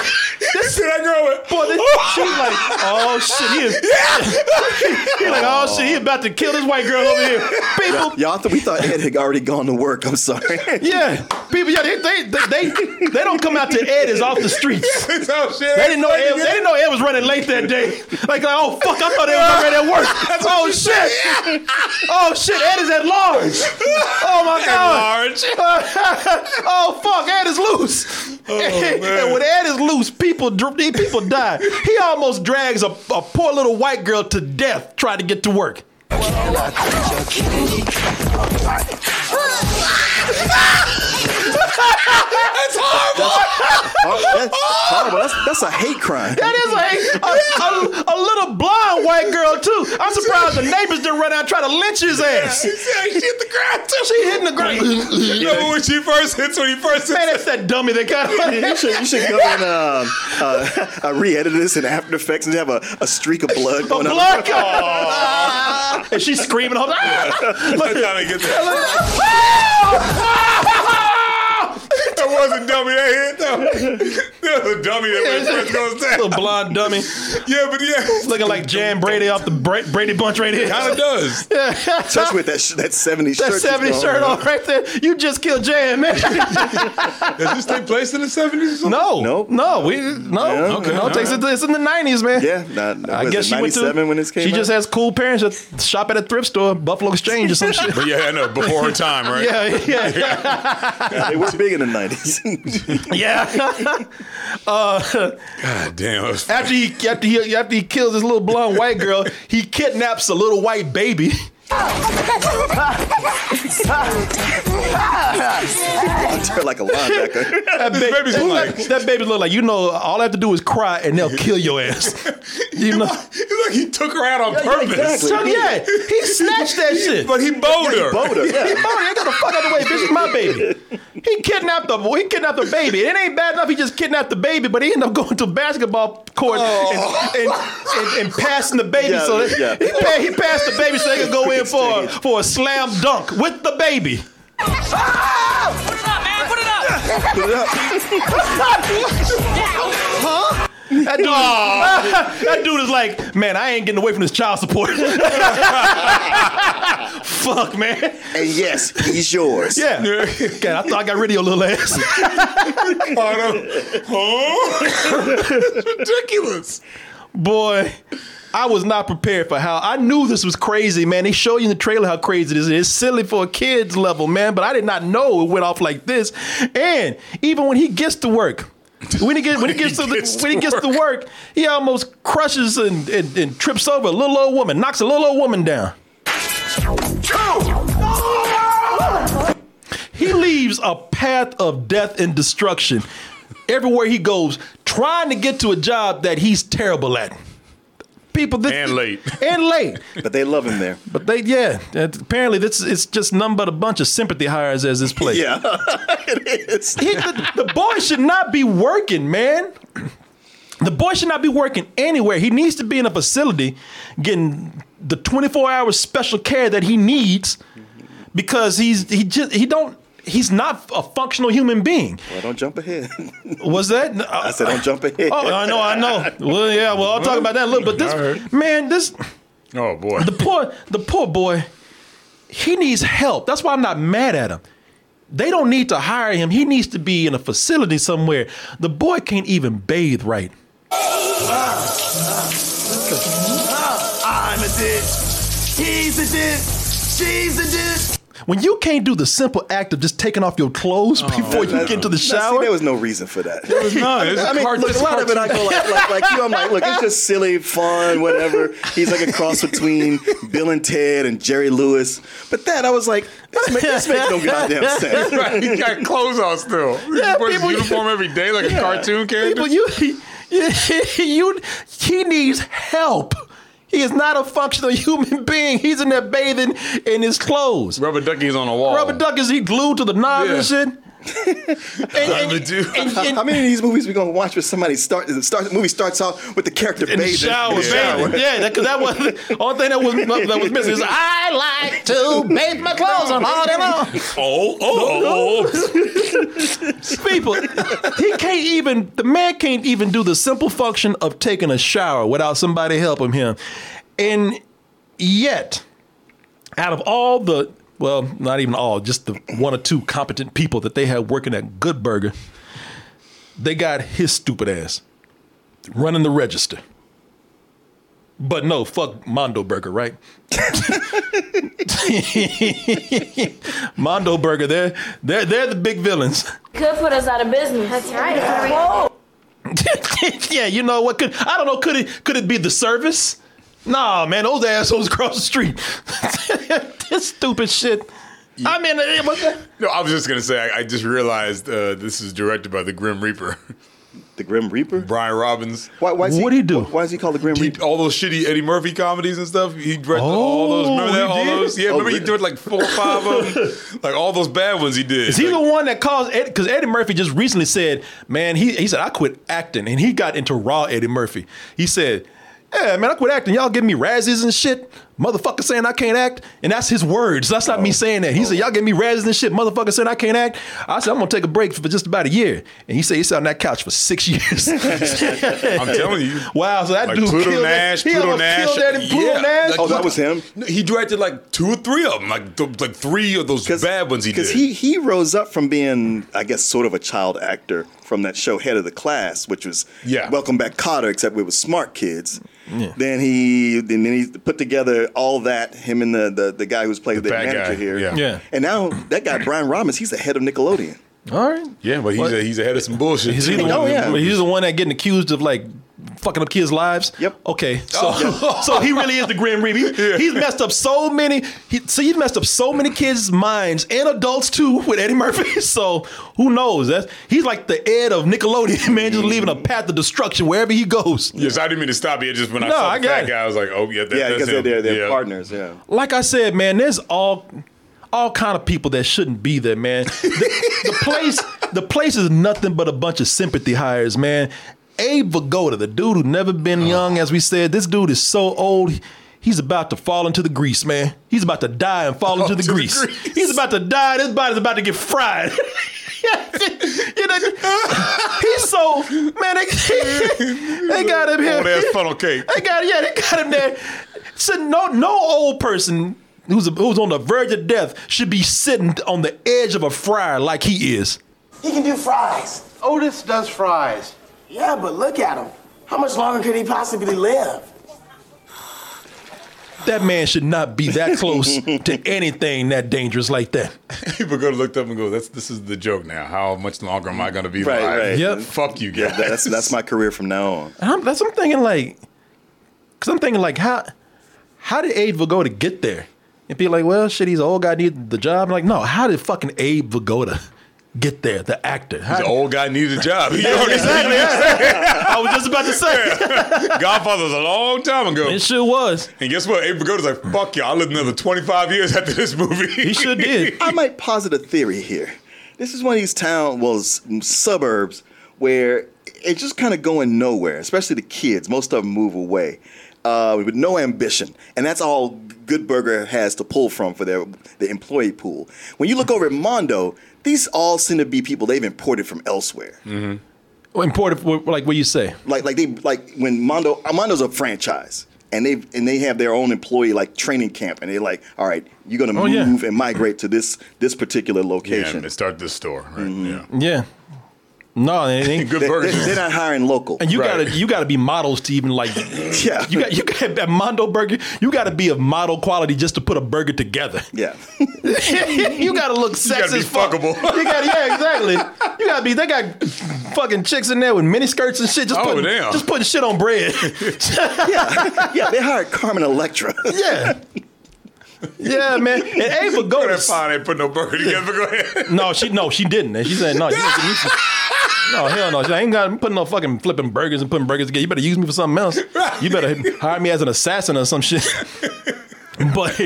Speaker 1: this,
Speaker 3: Did I grow it?
Speaker 1: Boy, this, she's like, oh shit, he is. he like, oh shit, he about to kill this white girl over here. People,
Speaker 5: Y'all thought we thought Ed had already gone to work. I'm sorry.
Speaker 1: yeah, people, yeah, they they, they they they don't come out to Ed is off the streets.
Speaker 3: Oh shit.
Speaker 1: They didn't know Ed, they didn't know Ed was running late that day. Like, like, oh fuck, I thought Ed was already at work. oh shit, oh shit, Ed is at large. Oh my god.
Speaker 3: Large.
Speaker 1: oh fuck, Ed is loose. and,
Speaker 3: Oh, man.
Speaker 1: when Ed is loose, people dr- these people die. He almost drags a, a poor little white girl to death trying to get to work.
Speaker 5: Oh, that's horrible. That's, that's a hate crime.
Speaker 1: That is a, a, a, a little blind white girl too. I'm surprised the neighbors didn't run out and try to lynch his ass.
Speaker 3: She said she hit the ground too.
Speaker 1: She hitting the ground.
Speaker 3: You know when she first hits, when he first
Speaker 1: Man,
Speaker 3: hits.
Speaker 1: that's that dummy that got
Speaker 5: You should, you should go and um, uh, uh, re-edit this in After Effects and have a, a streak of blood going up.
Speaker 1: blood. and she's screaming. "Ah!"
Speaker 3: That's how they get that. That wasn't dummy that hit though. That was a dummy that went first goes
Speaker 1: Little
Speaker 3: down.
Speaker 1: blonde dummy,
Speaker 3: Yeah, but yeah,
Speaker 1: looking like Jan Brady off the Bra- Brady Bunch right here.
Speaker 3: kind of does.
Speaker 5: Especially with that sh- that 70s
Speaker 1: That
Speaker 5: shirt.
Speaker 1: 70 shirt on right there. You just killed Jan, man.
Speaker 3: Does this take place in the seventies?
Speaker 1: No,
Speaker 5: Nope.
Speaker 1: no, we no,
Speaker 5: Yeah,
Speaker 1: okay, no. it Takes it, it's in the nineties, man.
Speaker 5: Yeah, nah,
Speaker 1: I guess she went
Speaker 5: 97
Speaker 1: to.
Speaker 5: when this came
Speaker 1: she
Speaker 5: out?
Speaker 1: just has cool parents that shop at a thrift store, Buffalo Exchange or some shit.
Speaker 3: But yeah, I know. Before her time, right?
Speaker 1: Yeah, yeah,
Speaker 5: They were big in the 90s.
Speaker 1: yeah.
Speaker 3: God damn. That's
Speaker 1: After he after he after he kills this little blonde white girl, he kidnaps a little white baby.
Speaker 5: They're like a linebacker.
Speaker 1: That, ba-
Speaker 3: baby's
Speaker 1: that-
Speaker 3: like-
Speaker 1: that baby look like you know. All I have to do is cry, and they'll kill your ass. You know.
Speaker 3: It's like he took her out on purpose.
Speaker 1: So yeah, he snatched that shit.
Speaker 3: But he bowed her.
Speaker 5: Boda,
Speaker 1: He
Speaker 5: yeah.
Speaker 1: bought it. Get the fuck out the way, bitch. It's my baby. He kidnapped the he kidnapped the baby. It ain't bad enough he just kidnapped the baby, but he ended up going to a basketball court and, and, and, and passing the baby.
Speaker 5: Oh. Yeah,
Speaker 1: so that-
Speaker 5: yeah.
Speaker 1: he, pa- he passed the baby so they could go in for a, for a slam dunk with the baby.
Speaker 9: Put it up, man. Put it up.
Speaker 5: Put it up.
Speaker 1: That dude,
Speaker 5: Oh.
Speaker 1: that dude is like, man, I ain't getting away from this child support. Fuck, man.
Speaker 5: And yes, he's yours.
Speaker 1: Yeah. God, I thought I got rid of your little ass.
Speaker 3: Ridiculous.
Speaker 1: Boy, I was not prepared for how I knew this was crazy, man. They show you in the trailer how crazy this is. It's silly for a kid's level, man, but I did not know it went off like this. And even when he gets to work, when he gets when he gets, to, the,
Speaker 3: gets to
Speaker 1: when he gets to work, he almost crushes and, and, and trips over a little old woman, knocks a little old woman down. He leaves a path of death and destruction everywhere he goes, trying to get to a job that he's terrible at. people that,
Speaker 3: And late.
Speaker 1: and late.
Speaker 5: But they love him there.
Speaker 1: But they, yeah, that- apparently this it's just none but a bunch of sympathy hires as this place.
Speaker 5: Yeah, it is.
Speaker 1: He- the, the boy should not be working, man. The boy should not be working anywhere. He needs to be in a facility getting the 24 hour special care that he needs because he's he just he don't he's not a functional human being.
Speaker 5: Well, don't jump ahead.
Speaker 1: Was that
Speaker 5: I said, don't jump ahead.
Speaker 1: Oh, I know, I know. Well, yeah, well, I'll talk about that a little. But
Speaker 3: All
Speaker 1: this
Speaker 3: right.
Speaker 1: man, this
Speaker 3: Oh boy.
Speaker 1: the poor the poor boy he needs help that's why i'm not mad at him they don't need to hire him he needs to be in a facility somewhere the boy can't even bathe right
Speaker 2: I'm a dish. He's a dish. She's a dish.
Speaker 1: when you can't do the simple act of just taking off your clothes
Speaker 5: Oh,
Speaker 1: before you
Speaker 5: That-
Speaker 1: get into the
Speaker 5: now, See,
Speaker 1: shower
Speaker 5: there was no reason for that.
Speaker 3: no, it's
Speaker 5: I mean,
Speaker 3: cart-
Speaker 5: look,
Speaker 3: it's
Speaker 5: a lot of it I go like, like, like you. I'm like, look, it's just silly, fun, whatever. He's like a cross between Bill and Ted and Jerry Lewis. But that I was like, this, make, this makes no goddamn sense.
Speaker 3: Right, he got clothes on still.
Speaker 1: Yeah,
Speaker 3: he wears
Speaker 1: people-
Speaker 3: his uniform every day like a cartoon character.
Speaker 1: people you you he needs help he is not a functional human being he's in there bathing in his clothes
Speaker 3: Rubber duckies on a wall.
Speaker 1: rubber duck is he glued to the knob
Speaker 3: Yeah.
Speaker 1: and shit and,
Speaker 3: I'm a dude.
Speaker 1: and-
Speaker 5: How,
Speaker 1: and-
Speaker 5: how many of these movies we gonna watch where somebody start, start the movie starts off with the character
Speaker 1: in
Speaker 5: bathing
Speaker 1: the shower, bathing. Yeah, because that, was the only thing that was that was missing. Is I like to bathe my clothes on all day long.
Speaker 3: Oh, oh, oh.
Speaker 1: People, he can't even. The man can't even do the simple function of taking a shower without somebody helping him, and yet, out of all the well, not even all, just the one or two competent people that they had working at Good Burger, they got his stupid ass running the register. But no, fuck Mondo Burger, right? Mondo Burger, they're they're they're the big villains.
Speaker 7: Could put us out of business. That's right. Whoa.
Speaker 1: yeah, you know what? Could I don't know? Could it could it be the service? Nah, man, those assholes across the street. this stupid shit. I mean, it was,
Speaker 3: No, I was just gonna say. I, I just realized uh, this is directed by the Grim Reaper,
Speaker 5: The Grim Reaper.
Speaker 3: Brian Robbins.
Speaker 5: Why, why is he,
Speaker 1: What'd he do?
Speaker 5: Why is he called the Grim
Speaker 3: He,
Speaker 5: Reaper?
Speaker 3: all those shitty Eddie Murphy comedies and stuff. He directed all those. Remember
Speaker 1: Oh, he
Speaker 3: that? All
Speaker 1: did?
Speaker 3: those. Yeah,
Speaker 5: Oh,
Speaker 3: remember
Speaker 5: really?
Speaker 3: he did like four or five of them. like all those bad ones he did.
Speaker 1: is he the
Speaker 3: Like,
Speaker 1: one that caused Eddie? Because Eddie Murphy just recently said, "Man, he he said I quit acting," and he got into raw Eddie Murphy. He said, "Yeah, man, I quit acting. Y'all give me razzies and shit. Motherfucker saying I can't act, and that's his words. That's not me
Speaker 3: Oh.
Speaker 1: saying that. He said, "Y'all give me razzies and shit. Motherfucker saying I can't act." I said, "I'm gonna take a break for just about a year," and he said he sat on that couch for six years.
Speaker 3: I'm telling you.
Speaker 1: Wow, so that
Speaker 3: Like
Speaker 1: dude
Speaker 3: Pluto
Speaker 1: killed
Speaker 3: Nash,
Speaker 1: that. He
Speaker 3: Pluto
Speaker 1: almost
Speaker 3: Nash.
Speaker 1: killed that in Pluto
Speaker 3: Yeah,
Speaker 1: Nash.
Speaker 3: like-
Speaker 5: Oh, that was him.
Speaker 3: No, He directed like two or three of them, like th- like three of those bad ones he did.
Speaker 5: Because he he rose up from being, I guess, sort of a child actor from that show Head of the Class, which was
Speaker 3: Yeah.
Speaker 5: Welcome Back Cotter, except it was smart kids. Then he then he put together all that him and the the, the guy who's played the,
Speaker 3: bad
Speaker 5: manager
Speaker 3: guy,
Speaker 5: here.
Speaker 3: yeah.
Speaker 1: Yeah.
Speaker 5: And now that guy Brian Robbins, he's the head of Nickelodeon.
Speaker 1: All right.
Speaker 3: yeah, but he's
Speaker 1: What?
Speaker 3: a, he's ahead of some bullshit.
Speaker 1: Is he the
Speaker 3: too.
Speaker 1: one?
Speaker 5: Oh, yeah.
Speaker 1: He's the one that getting accused of like fucking up kids' lives.
Speaker 5: Yep. Oh,
Speaker 1: Okay. So, so he really is the Grim Reaper. He- He's messed up so many. He, so he's messed up so many kids' minds and adults too with Eddie Murphy. So who knows? That's he's like the Ed of Nickelodeon, man,
Speaker 5: Mm.
Speaker 1: just leaving a path of destruction wherever he goes.
Speaker 3: Yes, I didn't mean to stop you. Just when I
Speaker 1: No,
Speaker 3: saw
Speaker 1: I
Speaker 3: the
Speaker 1: got
Speaker 3: fat
Speaker 1: it.
Speaker 3: guy, I was like, oh yeah, that,
Speaker 5: Yeah,
Speaker 3: that's
Speaker 5: because
Speaker 3: him.
Speaker 5: they're they're, they're
Speaker 3: Yeah.
Speaker 5: partners. Yeah.
Speaker 1: like I said, man, there's all all kind of people that shouldn't be there, man. The, the place, the place is nothing but a bunch of sympathy hires, man. Abe Vigoda, the dude who never been young, as we said, this dude is so old. He's about to fall into the grease, man. He's about to die and fall into the
Speaker 3: to the
Speaker 1: grease.
Speaker 3: grease.
Speaker 1: He's about to die. His body's about to get fried. you know, he's so man. They, they got him here.
Speaker 3: Old ass funnel cake.
Speaker 1: They got yeah, they got him there. So no no old person who's who's on the verge of death should be sitting on the edge of a fryer like he is.
Speaker 2: He can do fries.
Speaker 8: Otis does fries.
Speaker 2: Yeah, but look at him. How much longer could he possibly live?
Speaker 1: That man should not be that close to anything that dangerous like that.
Speaker 3: People go looked up and go, "That's this is the joke now. How much longer am I going to be
Speaker 5: Right,
Speaker 3: alive?
Speaker 5: right.
Speaker 1: Yep.
Speaker 3: Fuck you
Speaker 5: Yeah,
Speaker 3: guys.
Speaker 5: that's that's my career from now on.
Speaker 1: And I'm, that's what I'm thinking like, cause I'm thinking like how how did Abe Vigoda get there? And be like, well, shit, he's an old guy, need the job. I'm like, no, how did fucking Abe Vigoda get there. The actor. How-
Speaker 3: The old guy needed a job. You already
Speaker 1: Exactly. I was just about to say.
Speaker 3: said Godfather was a long time ago.
Speaker 1: It sure was.
Speaker 3: And guess what? Abe Pagoda's like, fuck y'all. I lived another 25 years after this movie.
Speaker 1: He sure did.
Speaker 5: I might posit a theory here. This is one of these town, well, s- suburbs where it's just kind of going nowhere, especially the kids. Most of them move away uh, with no ambition, and that's all Good Burger has to pull from for their the employee pool. When you look over at Mondo, these all seem to be people they've imported from elsewhere.
Speaker 1: Mm. Important, like what you say.
Speaker 5: Like like they like when Mondo uh, Mondo's a franchise. And they and they have their own employee like training camp, and they're like, "All right, you're gonna
Speaker 1: Oh, yeah.
Speaker 5: move and migrate to this this particular
Speaker 3: Yeah,
Speaker 5: location."
Speaker 3: and they start this store, right? Yeah.
Speaker 1: Yeah. No, it ain't.
Speaker 5: Mm-hmm.
Speaker 3: Good
Speaker 5: They-
Speaker 3: burger.
Speaker 5: They're, they're not hiring local.
Speaker 1: And you
Speaker 3: Right.
Speaker 1: gotta you gotta be models to even like
Speaker 5: Yeah.
Speaker 1: you got you got at Mondo Burger you gotta be of model quality just to put a burger together.
Speaker 5: yeah.
Speaker 1: you gotta look sexy
Speaker 3: gotta be
Speaker 1: as fuck.
Speaker 3: fuckable.
Speaker 1: You gotta yeah exactly. You gotta be they got fucking chicks in there with mini skirts and shit just
Speaker 3: Oh,
Speaker 1: putting
Speaker 3: damn.
Speaker 1: just putting shit on bread.
Speaker 5: yeah. Yeah, they hired Carmen Electra.
Speaker 1: yeah. Yeah, man. And Abe would go
Speaker 3: That
Speaker 1: to
Speaker 3: fine ain't put no burger together. Go ahead.
Speaker 1: No, she no, she didn't. And she said, no, you didn't get me for- No, hell no. She ain't got I'm putting no fucking flipping burgers and putting burgers together. You better use me for something else. You better hire me as an assassin or some shit. but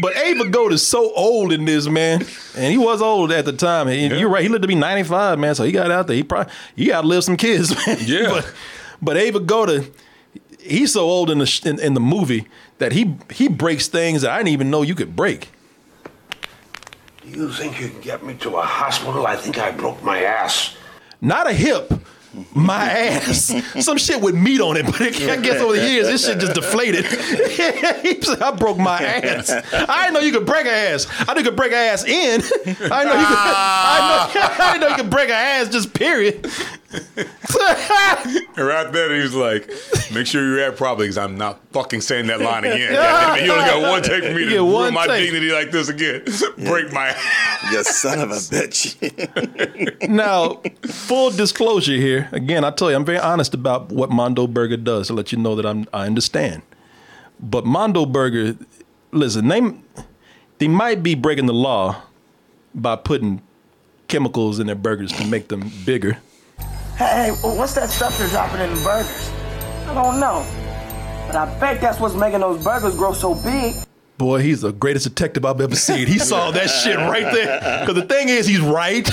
Speaker 1: but Ava Gold is so old in this, man. And he was old at the time. And You're right, he lived to be 95, man. So he got out there. He probably he outlived some kids, man.
Speaker 3: Yeah.
Speaker 1: But but Ava Goda, he's so old in the sh- in, in the movie that he he breaks things that I didn't even know you could break.
Speaker 8: Do you think you can get me to a hospital? I think I broke my ass.
Speaker 1: not a hip, my ass. Some shit with meat on it, but it, I guess over the years, this shit just deflated. he said, I broke my ass. I didn't know you could break a ass. I knew you could break a ass in. I didn't know you could, I didn't know, I didn't know you could break a ass just period.
Speaker 3: And right there, he was like, make sure you react properly because I'm not fucking saying that line again. Goddamn it, you only got one take for me
Speaker 1: get
Speaker 3: to ruin
Speaker 1: one
Speaker 3: my
Speaker 1: take.
Speaker 3: dignity like this again. Break my
Speaker 5: you son of a bitch.
Speaker 1: now, full disclosure here. Again, I tell you, I'm very honest about what Mondo Burger does to let you know that I'm I understand. But Mondo Burger, listen, they they might be breaking the law by putting chemicals in their burgers to make them bigger.
Speaker 2: Hey, hey, what's that stuff you're dropping in the burgers? I don't know. But I bet that's what's making those burgers grow so big.
Speaker 1: Boy, he's the greatest detective I've ever seen. He saw that shit right there. Because the thing is, he's right.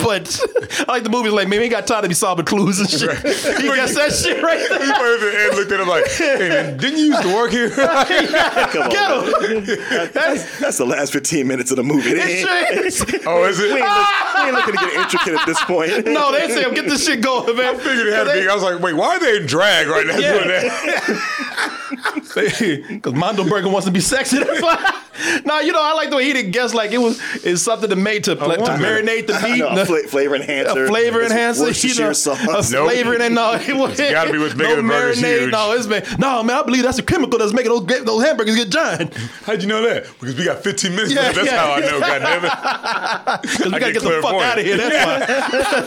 Speaker 1: but I like the movies like, man, he got tired of me solving clues and shit. He gets that shit right there.
Speaker 3: He pointed at the end, looked at him like, hey man, didn't you used to work here?
Speaker 5: Come on.
Speaker 1: Get
Speaker 5: man.
Speaker 1: him.
Speaker 5: That's, that's the last 15 minutes of the movie. It ain't-
Speaker 1: It sure is.
Speaker 3: oh, is it?
Speaker 5: we, ain't look- we ain't looking to get intricate at this point.
Speaker 1: No, they say, get this shit going, man.
Speaker 3: I figured it had to be. I was like, wait, why are they in drag right now
Speaker 1: Yeah.
Speaker 3: doing that?
Speaker 1: Because Mondo Burger wants to be sexy. That's why. no, you know, I like the way he didn't guess like it was it's something to made to, like, to
Speaker 3: wonder.
Speaker 1: marinate the meat.
Speaker 5: No,
Speaker 1: and the-
Speaker 5: a fla- flavor enhancer.
Speaker 1: A flavor
Speaker 5: It's
Speaker 1: enhancer.
Speaker 5: Worcestershire
Speaker 1: you know,
Speaker 5: sauce.
Speaker 1: A
Speaker 3: Nope.
Speaker 1: flavor and no, it was, it's
Speaker 3: gotta be what's making the burgers huge.
Speaker 1: No, it's made, no, man, I believe that's a chemical that's making those gra- those hamburgers get giant.
Speaker 3: How'd you know that? Because we got 15 minutes.
Speaker 1: Yeah,
Speaker 3: left. That's
Speaker 1: yeah.
Speaker 3: how I know. goddammit.
Speaker 1: Because we
Speaker 3: I
Speaker 1: gotta
Speaker 3: get
Speaker 1: get the fuck
Speaker 3: clairvoyant.
Speaker 1: out of here. That's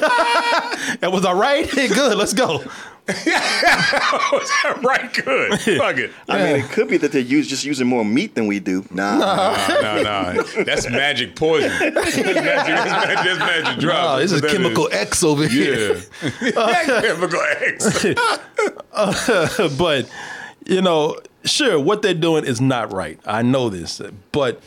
Speaker 1: why. that was all right. Good, let's go.
Speaker 3: Was that right? Good. Fuck it.
Speaker 5: I mean, it could be that they're use, just using more meat than we do. Nah.
Speaker 3: No, no, that's magic poison. That's magic, that's magic, that's magic drugs.
Speaker 1: Oh, this is
Speaker 3: That's what that
Speaker 1: chemical X over here.
Speaker 3: Yeah. chemical X.
Speaker 1: but you know, sure, what they're doing is not right. I know this, but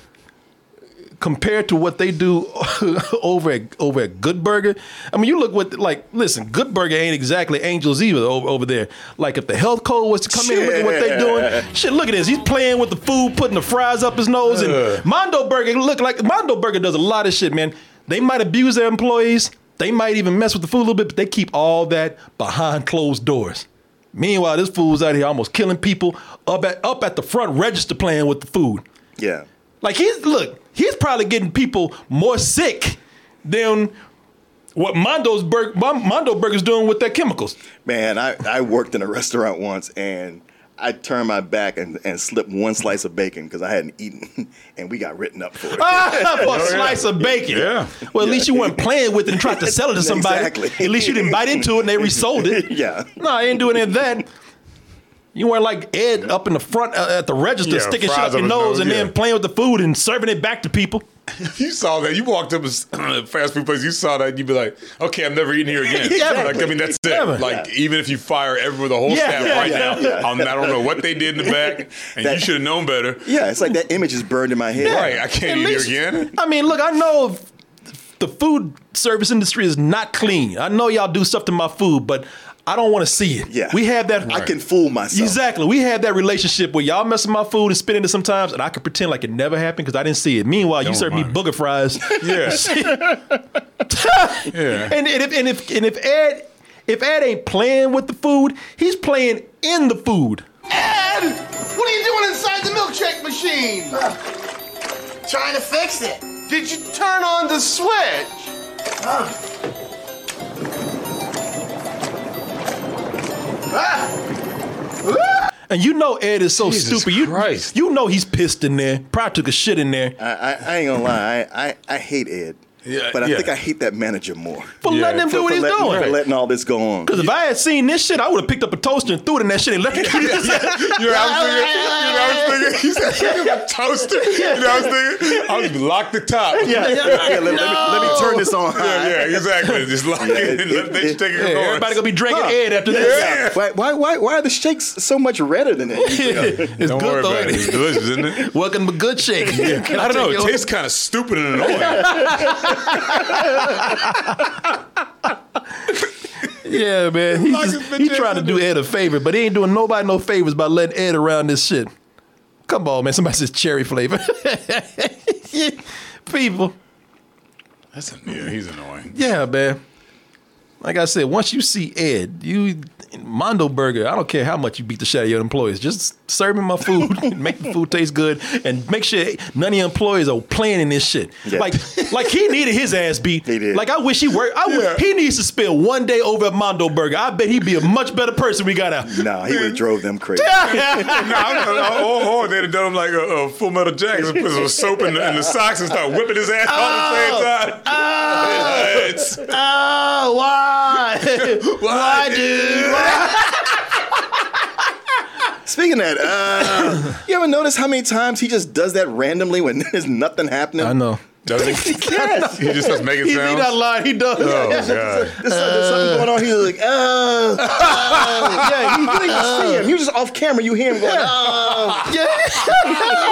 Speaker 1: compared to what they do over at over at Good Burger, I mean, you look what like listen, Good Burger ain't exactly angels either over, over there. Like if the health code was to come in, and look at what they're doing. Shit, look at this. He's playing with the food, putting the fries up his nose, and Mondo Burger look like Mondo Burger does a lot of shit, man. They might abuse their employees. They might even mess with the food a little bit, but they keep all that behind closed doors. Meanwhile, this fool's out here almost killing people up at up at the front register playing with the food.
Speaker 5: Yeah.
Speaker 1: Like he's look, he's probably getting people more sick than what Mondo's Bur- Mon- Mondo Burger's doing with their chemicals.
Speaker 5: Man, I, I worked in a restaurant once and I turned my back and, and slipped one slice of bacon because I hadn't eaten and we got written up for it.
Speaker 1: Ah! for a slice of bacon.
Speaker 3: Yeah.
Speaker 1: Well, at least you weren't playing with it and tried to sell it to somebody.
Speaker 5: Exactly.
Speaker 1: At least you didn't bite into it and they resold it.
Speaker 5: Yeah.
Speaker 1: No, I ain't doing any of that. You weren't like Ed up in the front uh, at the register,
Speaker 3: Yeah,
Speaker 1: sticking shit up
Speaker 3: fries up
Speaker 1: your
Speaker 3: his
Speaker 1: nose
Speaker 3: nose,
Speaker 1: and
Speaker 3: yeah.
Speaker 1: then playing with the food and serving it back to people.
Speaker 3: You saw that. You walked up a s- fast food place. You saw that. You'd be like, okay, I'm never eating here again.
Speaker 1: Exactly.
Speaker 3: Like, I mean, that's it.
Speaker 1: Never.
Speaker 3: Like, even if you fire everyone, the whole
Speaker 1: Yeah,
Speaker 3: staff
Speaker 1: yeah,
Speaker 3: right
Speaker 1: yeah,
Speaker 3: now, I'm- I don't know what they did in the back, and you
Speaker 5: That-
Speaker 3: should have known better.
Speaker 5: Yeah, it's like that image is burned in my head.
Speaker 3: Right. I can't
Speaker 1: At
Speaker 3: eat
Speaker 1: least-
Speaker 3: here again.
Speaker 1: I mean, look, I know the food service industry is not clean. I know y'all do stuff to my food, but I don't want to see it.
Speaker 5: Yeah.
Speaker 1: We have that.
Speaker 5: I can fool myself.
Speaker 1: Exactly. We have that relationship where y'all mess with my food and spit in it sometimes, and I can pretend like it never happened because I didn't see it. Meanwhile, you
Speaker 3: Don't
Speaker 1: serve me
Speaker 3: remind me.
Speaker 1: booger fries.
Speaker 3: Yeah. yeah.
Speaker 1: And, and if and if and if Ed if Ed ain't playing with the food, he's playing in the food.
Speaker 2: Ed! What are you doing inside the milkshake machine? trying to fix it. Did you turn on the switch?
Speaker 1: And you know Ed is so
Speaker 3: Jesus
Speaker 1: stupid. You-
Speaker 3: Christ.
Speaker 1: You, know he's pissed in there. Probably took a shit in there
Speaker 5: I, I, I ain't gonna lie. I, I, I hate Ed.
Speaker 3: Yeah,
Speaker 5: but I
Speaker 3: yeah.
Speaker 5: think I hate that manager more.
Speaker 1: for
Speaker 3: Yeah.
Speaker 1: letting him
Speaker 5: For-
Speaker 1: do what
Speaker 5: for
Speaker 1: he's
Speaker 5: letting,
Speaker 1: doing.
Speaker 5: For letting all this go on.
Speaker 1: Because if I had seen this shit, I would have picked up a toaster and threw it in that shit and left it.
Speaker 3: You know, I was thinking, you know, I was thinking, he said, "Pick up a toaster. You know, I was thinking, I was lock the top. Yeah,
Speaker 5: yeah, let, let me, let me turn this on high.
Speaker 3: yeah, exactly. Just lock it. and let- They should take it.
Speaker 1: Yeah,
Speaker 3: going.
Speaker 1: everybody gonna be drinking Ed after this.
Speaker 3: Yeah.
Speaker 5: Why, why, why, why are the shakes so much redder than that?
Speaker 1: it's
Speaker 3: Don't worry
Speaker 1: good
Speaker 3: about it. It's
Speaker 1: though.
Speaker 3: delicious, isn't it?
Speaker 1: Welcome to Good Shake.
Speaker 3: I don't know. It tastes kind of stupid and annoying.
Speaker 1: Yeah, man. He's, just,
Speaker 3: Fucking
Speaker 1: he
Speaker 3: bitch
Speaker 1: trying to do Ed a favor, but he ain't doing nobody no favors by letting Ed around this shit. Come on, man. Somebody says cherry flavor. People.
Speaker 3: That's an- yeah, he's annoying.
Speaker 1: Yeah, man. Like I said, once you see Ed, you Mondo Burger, I don't care how much you beat the shit out of your employees. Just serve me my food, make the food taste good, and make sure none of your employees are playing in this shit.
Speaker 5: Yeah.
Speaker 1: Like, like he needed his ass beat.
Speaker 5: He did.
Speaker 1: Like I wish he worked. I
Speaker 3: Yeah.
Speaker 1: wish, he needs to spend one day over at Mondo Burger. I bet he'd be a much better person. We got out.
Speaker 5: nah, he would have drove them crazy.
Speaker 3: no, I'm, not- oh, oh, they'd have done him like a, a Full Metal Jacket, put some soap in the, in the socks and start whipping his ass all at the same time. It's-
Speaker 1: Oh, why? why, dude?
Speaker 5: Speaking of that, uh, you ever notice how many times he just does that randomly when there's nothing happening?
Speaker 1: I know.
Speaker 3: Does he?
Speaker 5: Yes.
Speaker 3: He just starts making
Speaker 1: He's he
Speaker 3: sounds.
Speaker 1: not lying. He does.
Speaker 3: oh god.
Speaker 5: There's some- there's something going on. He's like, oh, oh. yeah. You, you didn't see him. You just off camera. You hear him going, oh.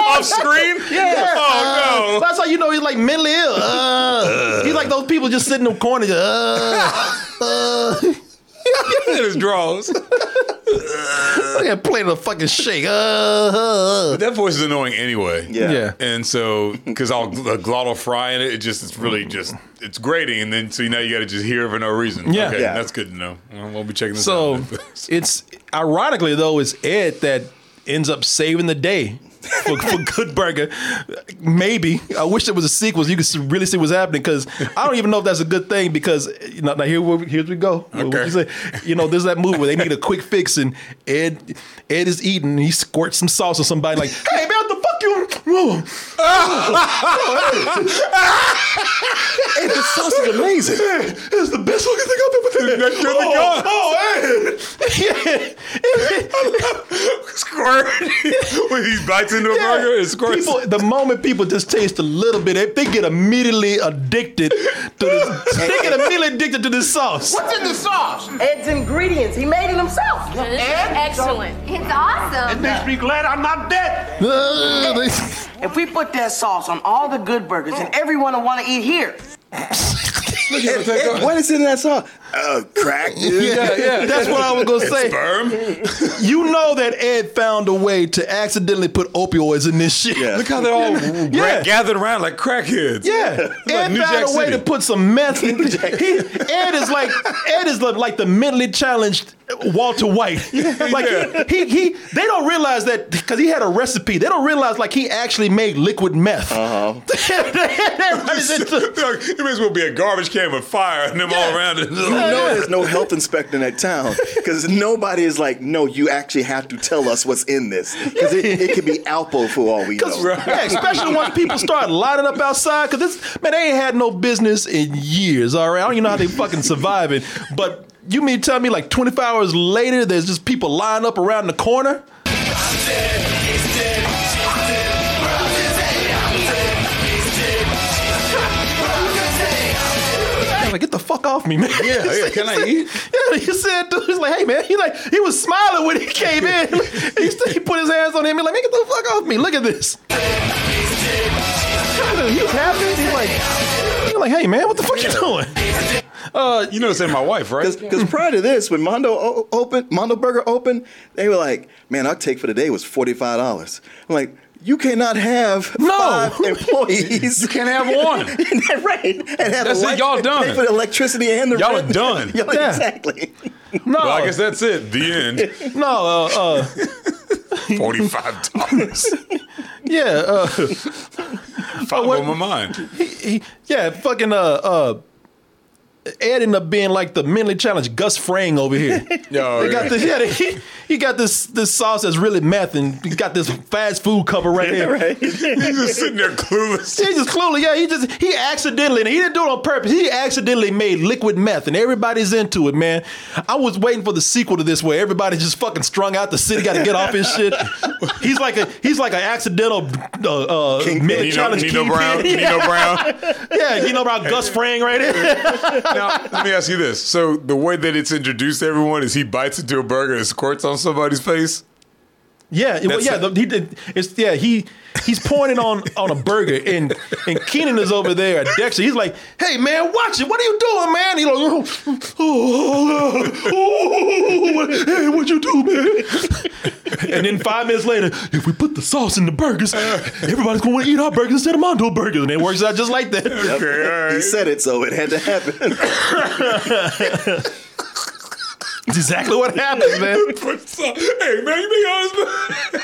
Speaker 3: Off screen? Yeah. Oh
Speaker 1: That's how you know he's like mentally ill. Uh, he's like those people just sitting in the corner. Just, uh,
Speaker 3: no. Look at his drawers.
Speaker 1: look at playing a fucking shake. Uh, uh.
Speaker 3: That voice is annoying anyway.
Speaker 5: Yeah.
Speaker 1: Yeah.
Speaker 3: And so, because all the glottal fry in it, it just it's really just it's grating, and then so now you got to just hear it for no reason.
Speaker 1: Yeah.
Speaker 3: okay,
Speaker 5: Yeah.
Speaker 3: that's good to know. Well, we'll be checking this
Speaker 1: So
Speaker 3: out.
Speaker 1: it's ironically though, it's Ed that ends up saving the day. for, for Good Burger, maybe I wish there was a sequel. So you could really see what's happening because I don't even know if that's a good thing. Because you know, now here we, here we go. What
Speaker 3: Okay.
Speaker 1: you, say? You know, there's that movie where they need a quick fix, and Ed Ed is eating. And he squirts some sauce on somebody. Like, hey man, what the fuck you? Whoa.
Speaker 5: Hey, this sauce is amazing.
Speaker 1: It's the best fucking thing I've ever tasted.
Speaker 3: That's good to
Speaker 1: oh,
Speaker 3: go.
Speaker 1: oh, hey.
Speaker 3: squirt when he bites into a burger, it squirts.
Speaker 1: People, the moment people just taste a little bit, they, they get immediately addicted to this. they get immediately addicted to this sauce.
Speaker 2: What's in the sauce?
Speaker 9: Ed's ingredients. He made it himself.
Speaker 7: This is excellent.
Speaker 6: It's awesome.
Speaker 8: Makes me glad I'm not dead.
Speaker 1: Uh, they-
Speaker 9: If we put that sauce on all the good burgers, and everyone will want to eat here.
Speaker 5: Hey, hey, what is in that sauce? Uh, crack, dude.
Speaker 1: That's what I was gonna say.
Speaker 3: Sperm.
Speaker 1: You know that Ed found a way to accidentally put opioids in this shit.
Speaker 5: Yeah.
Speaker 3: Look how they're all gra- gathered around like crackheads.
Speaker 1: Yeah, Ed
Speaker 3: New
Speaker 1: found
Speaker 3: Jack
Speaker 1: a way
Speaker 3: City.
Speaker 1: to put some meth. In. He, Ed is like Ed is like, like the mentally challenged Walter White. Like
Speaker 3: Yeah.
Speaker 1: he, he he- they don't realize that because he had a recipe. They don't realize like he actually made liquid meth. Uh-huh.
Speaker 3: Like, it may as well be a garbage can with fire and them all around it.
Speaker 5: You know there's no health inspector in that town because nobody is like, no, you actually have to tell us what's in this because it, it could be Alpo for all we know.
Speaker 1: yeah, especially once people start lining up outside because this man they ain't had no business in years. All right, I don't even know how they fucking surviving. But you mean to tell me like 25 hours later, there's just people lining up around the corner? fuck off me, man.
Speaker 3: Yeah, yeah,
Speaker 1: He
Speaker 3: can I
Speaker 1: said-
Speaker 3: eat?
Speaker 1: Yeah, he said, dude, he's like, hey, man. He like, he was smiling when he came in. he, st- he put his hands on him. He like, man, get the fuck off me. Look at this. he was happy. He like, he like, hey, man, what the fuck you doing?
Speaker 3: You know, it's in my wife, right?
Speaker 5: Because prior to this, when Mondo o- opened, Mondo Burger opened, they were like, "Man, our take for the day was forty five dollars." I'm like, "You cannot have
Speaker 1: No.
Speaker 5: five employees.
Speaker 3: You can't have one.
Speaker 5: right? And have
Speaker 3: That's it, y'all done.
Speaker 5: Pay for the electricity and the
Speaker 3: Y'all
Speaker 5: rent.
Speaker 3: are done.
Speaker 5: Y'all-
Speaker 1: Yeah.
Speaker 5: Exactly.
Speaker 1: No,
Speaker 3: Well, I guess that's it. The end.
Speaker 1: no, uh, uh,
Speaker 3: Forty-five dollars.
Speaker 1: yeah, uh,
Speaker 3: Five
Speaker 1: Oh, what-
Speaker 3: on my mind.
Speaker 1: he, yeah, fucking, uh, uh, Ed ended up being like the mentally challenged Gus Frang over here.
Speaker 3: Yo,
Speaker 1: They got this. Yeah, they- he, he got this this sauce that's really meth, and he got this fast food cover right here.
Speaker 3: He's just sitting there clueless.
Speaker 1: He just clueless. Yeah, he just he accidentally, and he didn't do it on purpose. He accidentally made liquid meth, and everybody's into it, man. I was waiting for the sequel to this, where everybody's just fucking strung out. The city got to get off his shit. He's like a he's like an accidental uh, uh, mentally
Speaker 3: Nino,
Speaker 1: challenged
Speaker 3: Nino
Speaker 1: kingpin.
Speaker 3: Brown.
Speaker 1: Yeah,
Speaker 3: Nino Brown.
Speaker 1: yeah, Nino Brown, Gus Fring, right here.
Speaker 3: Now, let me ask you this. So, the way that it's introduced to everyone is he bites into a burger and squirts on somebody's face.
Speaker 1: Yeah, well,
Speaker 3: That's
Speaker 1: yeah,
Speaker 3: it.
Speaker 1: the, he did. It's yeah, he he's pointing on on a burger, and and Keenan is over there at Dexter. He's like, "Hey man, watch it! What are you doing, man?" He like, "Oh, oh, oh, oh, oh, what- hey, what you do, man?" and then five minutes later, if we put the sauce in the burgers, everybody's gonna want to eat our burgers instead of Mondo burgers, and it works out just like that.
Speaker 3: Okay, all
Speaker 5: He
Speaker 3: right.
Speaker 5: said it, so it had to happen.
Speaker 1: It's exactly what happens, man.
Speaker 3: But so- hey, man, you make husband.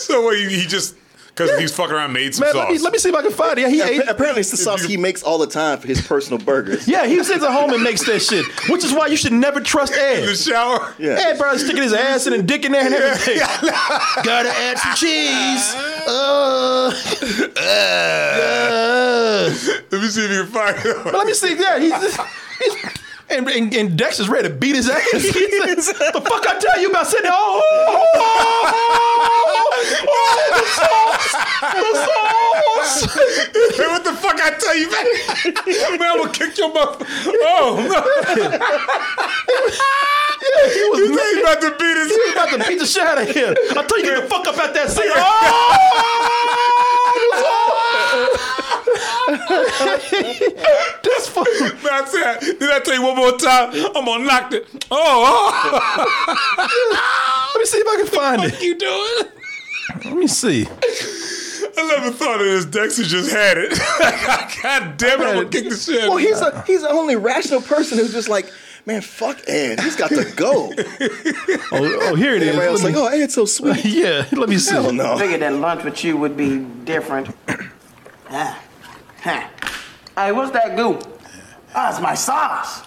Speaker 3: so, what, he, he just, because he's fucking around, made some
Speaker 1: Man,
Speaker 3: sauce.
Speaker 1: let me let me see if I can find it. Yeah, he ate.
Speaker 5: Apparently, it's the sauce he makes all the time for his personal burgers.
Speaker 1: Yeah, he sits at home and makes that shit, which is why you should never trust Ed.
Speaker 3: in the shower.
Speaker 5: Yeah.
Speaker 1: Ed Brown sticking his ass in and dick in there and everything. Gotta add some cheese. Uh,
Speaker 5: Uh-huh.
Speaker 1: uh.
Speaker 3: Let me see if you can find
Speaker 1: But
Speaker 3: it.
Speaker 1: let me see. Yeah, he's, he's- and, and and Dex is ready to beat his ass. He's like, the fuck I tell you about sitting there? Oh, oh, oh, oh, the sauce, the sauce.
Speaker 3: Hey, what the fuck I tell you, man? man, I'm going to kick your mother. Oh, no.
Speaker 1: He was
Speaker 3: You think he's about to beat his
Speaker 1: He oh, about to beat the shit out of him. I tell you, get the fuck up out that seat. Oh! That's fucking.
Speaker 3: Man, I said, did I tell you one more time? I'm gonna knock the. Oh,
Speaker 1: Let me see if I can find
Speaker 3: oh.
Speaker 1: it.
Speaker 3: you doing?
Speaker 1: Let me see.
Speaker 3: I never thought of this. Dexter just had it. God damn it! I'm gonna kick the shit.
Speaker 5: Well, he's a, he's the only rational person who's just like, man, fuck Ed. He's got to go.
Speaker 1: Oh, oh here it is.
Speaker 5: Everybody else
Speaker 1: Let
Speaker 5: like,
Speaker 1: me-
Speaker 5: oh, Ed's so sweet.
Speaker 1: Yeah, let me see.
Speaker 5: Hell no.
Speaker 2: Figured that lunch with you would be different. ah. Huh. Hey, what's that goo? Ah, it's my sauce.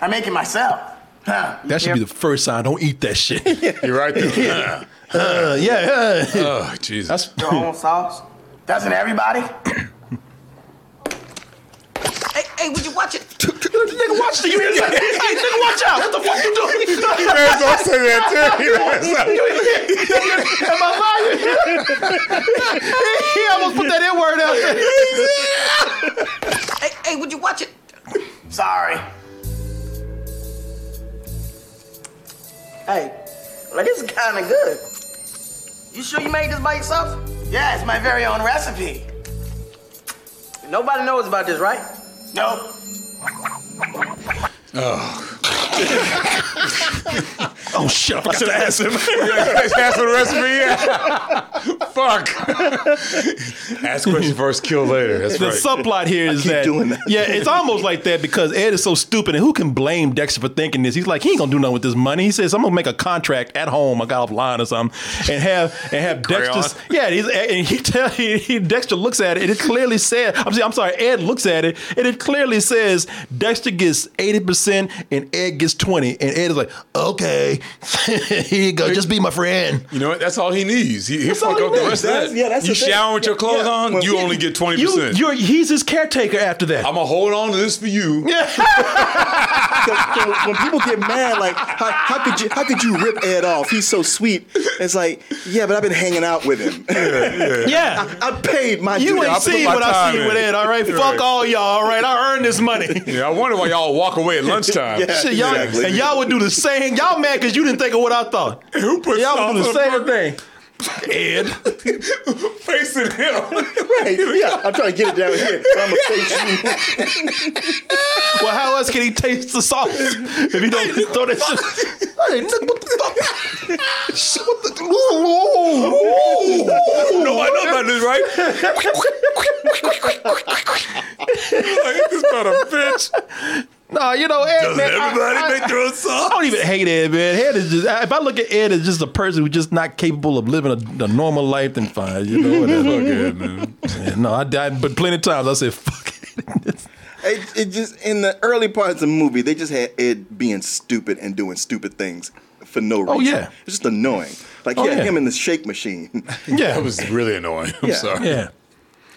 Speaker 2: I make it myself. Huh.
Speaker 1: That should be the first sign. Don't eat that shit.
Speaker 3: You're right there.
Speaker 1: Uh, yeah, yeah.
Speaker 3: oh, Jesus.
Speaker 1: That's
Speaker 2: Your own sauce? Doesn't everybody?
Speaker 9: Hey, hey, would you watch it?
Speaker 1: nigga. Watch the. Hey, nigga, watch out! What the fuck you doing?
Speaker 3: You guys all say that too. You guys all-
Speaker 1: Am I lying? he almost put that N word out there.
Speaker 9: Hey, hey, would you watch it?
Speaker 2: Sorry. Hey, well, this is kind of good. You sure you made this by yourself? Yeah, it's my very own recipe. Nobody knows about this, right? Nope.
Speaker 1: Oh shit! I should have asked him.
Speaker 3: You guys ask for the recipe. Yeah. Fuck. Ask question first, kill later. That's
Speaker 1: The
Speaker 3: right.
Speaker 1: subplot here is
Speaker 5: keep
Speaker 1: that,
Speaker 5: doing that.
Speaker 1: yeah, it's almost like that because Ed is so stupid, and who can blame Dexter for thinking this? He's like, he ain't gonna do nothing with this money. He says, I'm gonna make a contract at home, I got offline or something, and have and have
Speaker 3: Crayon.
Speaker 1: Dexter. Yeah, he's, and he tell he, he Dexter looks at it, and it clearly says, I'm sorry, I'm sorry, Ed looks at it, and it clearly says Dexter gets eighty percent and Ed gets twenty, and Ed is like, okay, here you go, just be my friend.
Speaker 3: You know what? That's all he needs. He, he
Speaker 1: all
Speaker 3: fuck
Speaker 1: he
Speaker 3: up the
Speaker 1: needs.
Speaker 3: rest of
Speaker 5: That's-
Speaker 3: that.
Speaker 5: yeah, that's
Speaker 3: you
Speaker 5: the thing.
Speaker 3: shower with your clothes
Speaker 5: Yeah.
Speaker 3: on,
Speaker 5: Well,
Speaker 3: you only get twenty
Speaker 1: You,
Speaker 3: percent.
Speaker 1: you're he's his caretaker after that.
Speaker 3: I'm gonna hold on to this for you.
Speaker 1: Yeah.
Speaker 5: 'Cause- 'cause when people get mad, like how, how could you how could you rip Ed off? He's so sweet. It's like yeah, but I've been hanging out with him.
Speaker 1: Yeah.
Speaker 5: I paid my.
Speaker 1: You
Speaker 5: dues.
Speaker 3: I
Speaker 1: ain't
Speaker 3: put
Speaker 1: seen
Speaker 3: my
Speaker 1: what I
Speaker 3: time
Speaker 1: seen
Speaker 3: in.
Speaker 1: with Ed, all right? Fuck
Speaker 3: Right.
Speaker 1: all y'all, all right? I earned this money.
Speaker 3: Yeah, I wonder why y'all walk away at lunchtime.
Speaker 5: Yeah.
Speaker 1: Shit, y'all,
Speaker 5: Exactly.
Speaker 1: and y'all would do the same. Y'all mad because you didn't think of what I thought.
Speaker 3: Who puts
Speaker 1: Y'all would do the
Speaker 3: sauce
Speaker 1: same
Speaker 3: on
Speaker 1: thing. Ed.
Speaker 3: Facing him.
Speaker 5: Right, yeah, I'm trying to get it down here. So I'm gonna face you.
Speaker 1: Well, how else can he taste the sauce if he don't throw that shit? Hey, nigga, what the fuck? Shit, what the? Ooh, ooh, ooh.
Speaker 3: No, I know about this, right? like, this about a bitch.
Speaker 1: Nah, you know, Ed,
Speaker 3: Does
Speaker 1: man, I-
Speaker 3: everybody
Speaker 1: I-
Speaker 3: make their own
Speaker 1: I
Speaker 3: sauce?
Speaker 1: don't even hate Ed, man. Ed is just. If I look at Ed as just a person who's just not capable of living a, a normal life, then fine. You know, whatever.
Speaker 3: Yeah, man.
Speaker 1: Yeah, no, I died, but plenty of times I said, "Fuck it."
Speaker 5: It, it just in the early parts of the movie, they just had Ed being stupid and doing stupid things for no reason.
Speaker 1: Oh, yeah.
Speaker 5: it's just annoying. Like
Speaker 1: Oh,
Speaker 5: yeah,
Speaker 1: yeah.
Speaker 5: him and the shake machine.
Speaker 1: yeah,
Speaker 3: That was really annoying. I'm
Speaker 5: Yeah.
Speaker 3: sorry.
Speaker 1: yeah,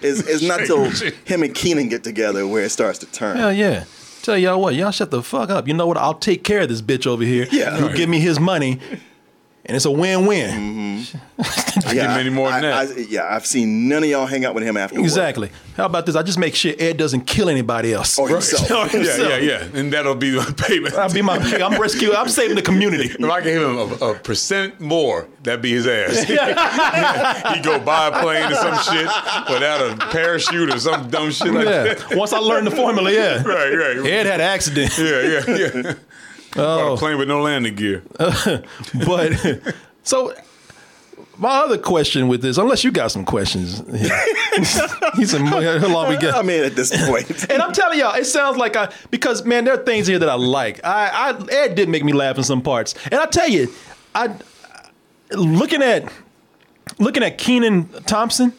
Speaker 5: It's, it's not
Speaker 3: Shake
Speaker 5: till
Speaker 3: machine.
Speaker 5: him and Keenan get together where it starts to turn.
Speaker 1: hell yeah. Tell y'all what, y'all shut the fuck up. You know what? I'll take care of this bitch over here.
Speaker 5: Yeah.
Speaker 1: you give me his money, and it's a win-win.
Speaker 3: Mm,
Speaker 5: yeah,
Speaker 3: get many more than
Speaker 5: I-
Speaker 3: that.
Speaker 5: I- yeah, I've seen none of y'all hang out with him after. work.
Speaker 1: Exactly. How about this? I just make sure Ed doesn't kill anybody else.
Speaker 5: Or himself.
Speaker 1: Or
Speaker 3: Oh, Yeah,
Speaker 1: himself.
Speaker 3: yeah, yeah. And that'll be my payment.
Speaker 1: I'll be my. I'm rescuing. I'm saving the community.
Speaker 3: If I gave him a, a percent more, that'd be his ass. He'd go buy a plane or some shit without a parachute or some dumb shit like
Speaker 1: Yeah.
Speaker 3: that.
Speaker 1: Once I learned the formula, yeah.
Speaker 3: Right, right.
Speaker 1: Ed had an accident.
Speaker 3: Yeah, yeah, yeah. Bought a plane with no landing gear.
Speaker 1: But so my other question with this, unless you got some questions, he said, "How long we got?"
Speaker 5: I mean, at this point,
Speaker 1: And I'm telling y'all, it sounds like I because man, there are things here that I like. I, I Ed did make me laugh in some parts, and I tell you, I looking at looking at Keenan Thompson,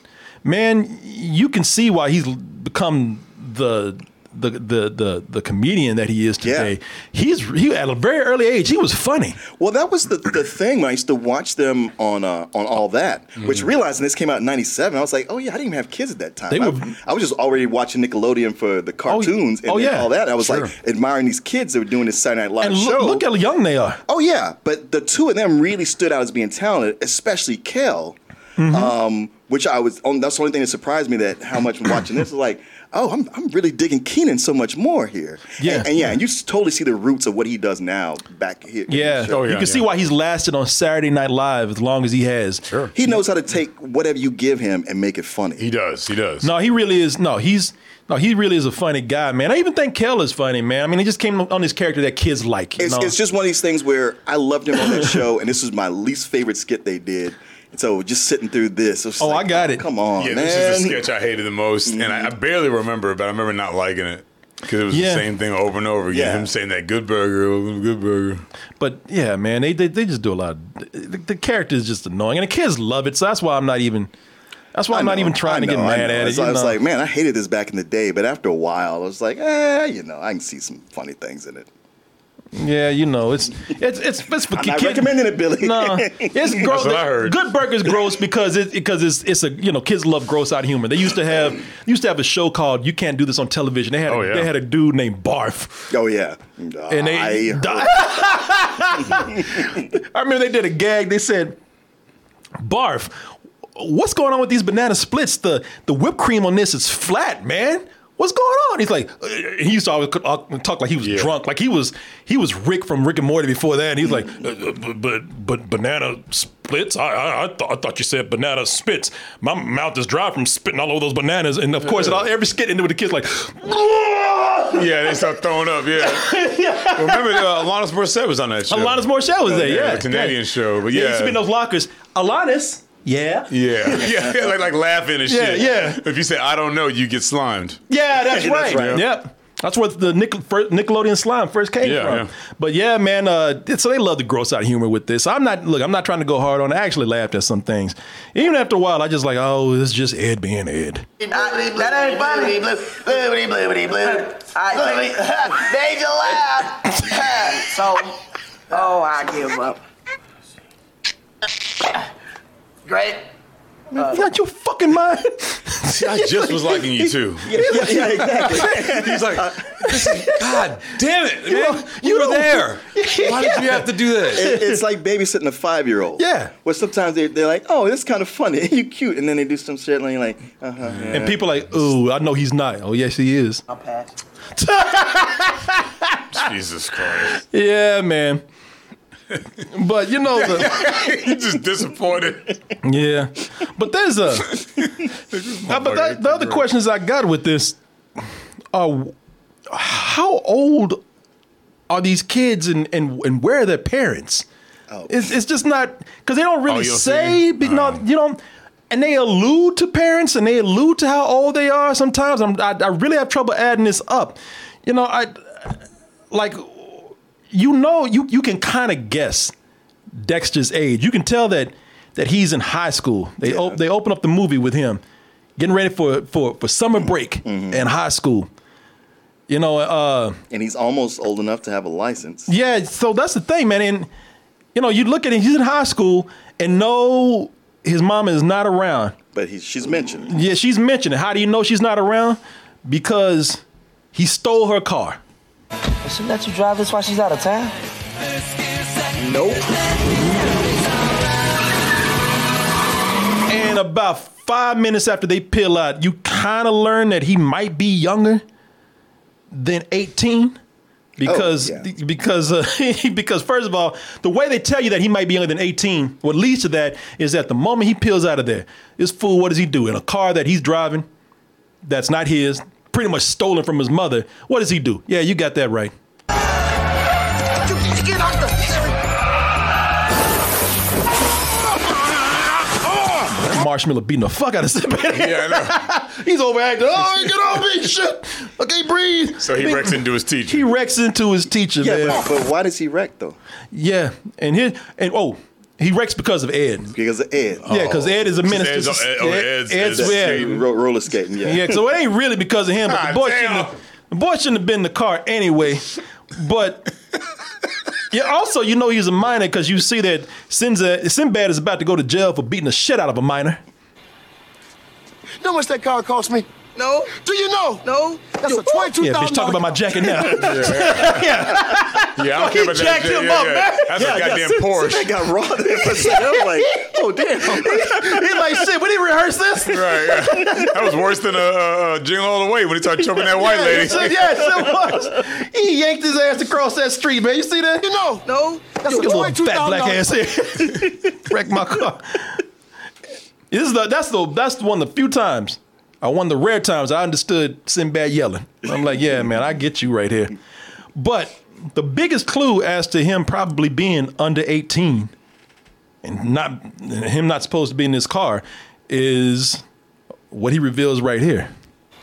Speaker 1: man, you can see why he's become the. The, the the the comedian that he is today, he's he at a very early age he was funny.
Speaker 5: well, that was the, the thing when I used to watch them on uh, on all that. Which realizing this came out in '97, I was like, oh yeah, I didn't even have kids at that time.
Speaker 1: Mm-hmm. They
Speaker 5: I,
Speaker 1: were-
Speaker 5: I was just already watching Nickelodeon for the cartoons and
Speaker 1: oh,
Speaker 5: then
Speaker 1: yeah.
Speaker 5: all that. I was
Speaker 1: Sure.
Speaker 5: like admiring these kids that were doing this Saturday Night Live
Speaker 1: And look,
Speaker 5: show.
Speaker 1: look how young they are.
Speaker 5: Oh yeah, but the two of them really stood out as being talented, especially Kel,
Speaker 1: Mm-hmm.
Speaker 5: um, which I was. On, that's the only thing that surprised me that how much watching this is like. Oh, I'm, I'm really digging Keenan so much more here.
Speaker 1: Yeah.
Speaker 5: and, and yeah, and you s- totally see the roots of what he does now back here. in the
Speaker 1: Yeah,
Speaker 5: show.
Speaker 3: Oh, yeah,
Speaker 1: you can see
Speaker 3: yeah.
Speaker 1: why he's lasted on Saturday Night Live as long as he has. Sure.
Speaker 5: he knows how to take whatever you give him and make it funny.
Speaker 3: He does. He does.
Speaker 1: No, he really is. No, he's no, he really is a funny guy, man. I even think Kel is funny, man. I mean, he just came on this character that kids like. You
Speaker 5: it's,
Speaker 1: know?
Speaker 5: it's just one of these things where I loved him on that show, and this was my least favorite skit they did. And so just sitting through this, was
Speaker 1: Oh,
Speaker 5: like,
Speaker 1: I got it.
Speaker 5: Come on,
Speaker 3: yeah,
Speaker 5: man.
Speaker 3: this is a sketch I hated the most, and I, I barely remember, but I remember not liking it because it was
Speaker 1: Yeah.
Speaker 3: the same thing over and over again.
Speaker 5: Yeah.
Speaker 3: Him saying that good burger, good burger.
Speaker 1: but yeah, man, they, they they just do a lot. Of, the, the character is just annoying, and the kids love it. So that's why I'm not even. That's why
Speaker 5: I
Speaker 1: I'm not
Speaker 5: know,
Speaker 1: even trying
Speaker 5: I
Speaker 1: to get
Speaker 5: know, I
Speaker 1: mad
Speaker 5: know.
Speaker 1: at it.
Speaker 5: So
Speaker 1: you
Speaker 5: I was
Speaker 1: know?
Speaker 5: like, man, I hated this back in the day, but after a while, I was like, eh, you know, I can see some funny things in it.
Speaker 1: yeah, you know, it's it's it's, it's for
Speaker 5: I'm not
Speaker 1: kid-
Speaker 5: recommending it, Billy.
Speaker 1: No, it's gross.
Speaker 3: That's what I heard.
Speaker 1: Good Burger's gross because it because it's it's a you know kids love gross out humor. They used to have used to have a show called You Can't Do This on Television. They had a,
Speaker 3: Oh, yeah.
Speaker 1: they had a dude named Barf,
Speaker 5: oh yeah,
Speaker 1: and they
Speaker 5: I,
Speaker 1: di- I remember they did a gag. They said, "Barf, what's going on with these banana splits? The the whipped cream on this is flat, man." What's going on? He's like, uh, he used to always c- uh, talk like he was
Speaker 3: Yeah.
Speaker 1: drunk, like he was he was Rick from Rick and Morty before that. And he was like, uh, uh, but, but but banana splits. I I, I, th- I thought you said banana spits. My mouth is dry from spitting all over those bananas. And of course, it all, every skit ended with the kids like,
Speaker 3: Yeah, they start throwing up. Yeah, remember uh, Alanis Morissette was on that show.
Speaker 1: Alanis Morissette was there,
Speaker 3: yeah,
Speaker 1: yeah,
Speaker 3: the Canadian
Speaker 1: yeah.
Speaker 3: show, but
Speaker 1: it used to
Speaker 3: yeah.
Speaker 1: be in those lockers. Alanis, yeah,
Speaker 3: Yeah, yeah, yeah, like like laughing and
Speaker 1: Yeah,
Speaker 3: shit.
Speaker 1: yeah.
Speaker 3: If you say I don't know, you get slimed.
Speaker 1: Yeah, that's right.
Speaker 5: right.
Speaker 1: Yep. That's where the Nic- fir- Nickelodeon slime first came
Speaker 3: Yeah,
Speaker 1: from.
Speaker 3: yeah.
Speaker 1: But yeah, man, uh, so they love the gross out humor with this. I'm not, look, I'm not trying to go hard on it. I actually laughed at some things. Even after a while, I just like, oh, it's just Ed being Ed.
Speaker 2: I, that ain't funny. Blibbity, blibbity, blibbity. I, Deja laugh. so, oh, I give up. Great.
Speaker 1: It's not your fucking mind.
Speaker 3: See, I just was liking you too.
Speaker 5: yeah, yeah, exactly.
Speaker 3: He's like, this is, God damn it, man.
Speaker 1: don't-
Speaker 3: you,
Speaker 1: you
Speaker 3: were
Speaker 1: don't-
Speaker 3: there. Why did you have to do that?
Speaker 5: It- it's like babysitting a five year old.
Speaker 1: Yeah.
Speaker 5: Where sometimes they, they're like, oh, that's kind of funny. you cute. And then they do some shit and you're like, uh huh.
Speaker 1: And people like, ooh, I know he's not. Oh yes, he is.
Speaker 2: I'll pass.
Speaker 3: Jesus Christ.
Speaker 1: Yeah, man. But you know the
Speaker 3: you just disappointed.
Speaker 1: yeah. But there's a. Now, Uh, but that, the other questions I got with this are how old are these kids and and, and where are their parents? It's, it's just not because they don't really
Speaker 3: you're
Speaker 1: say,
Speaker 3: saying-
Speaker 1: but no, you know, and they allude to parents and they allude to how old they are. Sometimes I'm, I, I really have trouble adding this up. You know, I like you know you you can kind of guess Dexter's age. You can tell that that he's in high school. They op- they open up the movie with him getting ready for for for summer break in high school. You know, uh,
Speaker 5: And he's almost old enough to have a license.
Speaker 1: yeah. So that's the thing, man. And you know, you look at him. He's in high school, and no, his mama is not around.
Speaker 5: But he's, she's mentioned.
Speaker 1: Yeah, she's mentioned. it. How do you know she's not around? Because he stole her car.
Speaker 9: She let you drive this while she's out of town?
Speaker 5: Nope.
Speaker 1: And about five minutes after they peel out, you kind of learn that he might be younger than 18. Because
Speaker 5: Oh, yeah.
Speaker 1: because uh, because first of all, the way they tell you that he might be younger than 18, what leads to that is that the moment he peels out of there, this fool, what does he do? In a car that he's driving, that's not his, pretty much stolen from his mother, what does he do? Yeah, you got that right.
Speaker 9: You get out the
Speaker 1: Marshmallow beating the fuck out of somebody.
Speaker 3: Yeah, I
Speaker 1: he's overacting. Oh, get off me, shit. I can't breathe.
Speaker 3: know. So he wrecks into his teacher.
Speaker 1: He wrecks into his teacher, man.
Speaker 5: Yeah, but, but why does he wreck though?
Speaker 1: Yeah, and his and oh, he wrecks because of Ed.
Speaker 5: Because of Ed.
Speaker 1: Yeah, Oh. because Ed is a minister.
Speaker 3: Ed's-
Speaker 1: to-
Speaker 3: oh, Ed's-
Speaker 1: Ed's-
Speaker 3: Ed's
Speaker 1: yeah,
Speaker 3: skating.
Speaker 5: Ro- roller skating. Yeah.
Speaker 1: yeah. So it ain't really because of him, but the
Speaker 3: God
Speaker 1: boy
Speaker 3: damn.
Speaker 1: shouldn't have, the boy shouldn't have been in the car anyway. But yeah, also you know he's a minor because you see that Sinza, Sinbad is about to go to jail for beating the shit out of a minor.
Speaker 9: You know how much that car cost me?
Speaker 2: No,
Speaker 9: Do you know?
Speaker 2: no.
Speaker 9: That's a twenty-two
Speaker 1: Yeah, bitch,
Speaker 9: thousand
Speaker 1: talk about my jacket now.
Speaker 3: yeah, I
Speaker 1: He
Speaker 3: don't care about that.
Speaker 1: jacked
Speaker 3: shit.
Speaker 1: him
Speaker 3: yeah,
Speaker 1: up,
Speaker 3: yeah.
Speaker 1: man.
Speaker 3: That's a goddamn
Speaker 5: That
Speaker 3: Porsche.
Speaker 5: got raw there for a second. I was like, oh damn.
Speaker 1: He's like, shit, we didn't rehearse this.
Speaker 3: Right, yeah. That was worse than a uh, uh, jingle all the way when he started choking that white lady.
Speaker 1: Yes, it was. He yanked his ass across that street, man. You see that?
Speaker 9: You know?
Speaker 2: No,
Speaker 9: That's a
Speaker 1: Your little
Speaker 9: twenty-two
Speaker 1: fat
Speaker 9: thousand
Speaker 1: black
Speaker 9: dollars.
Speaker 1: ass here. Wreck my car. This is the that's the that's one of the few times. I one of the rare times I understood Sinbad yelling. I'm like, yeah, man, I get you right here. But the biggest clue as to him probably being under 18 and not him not supposed to be in this car is what he reveals right here.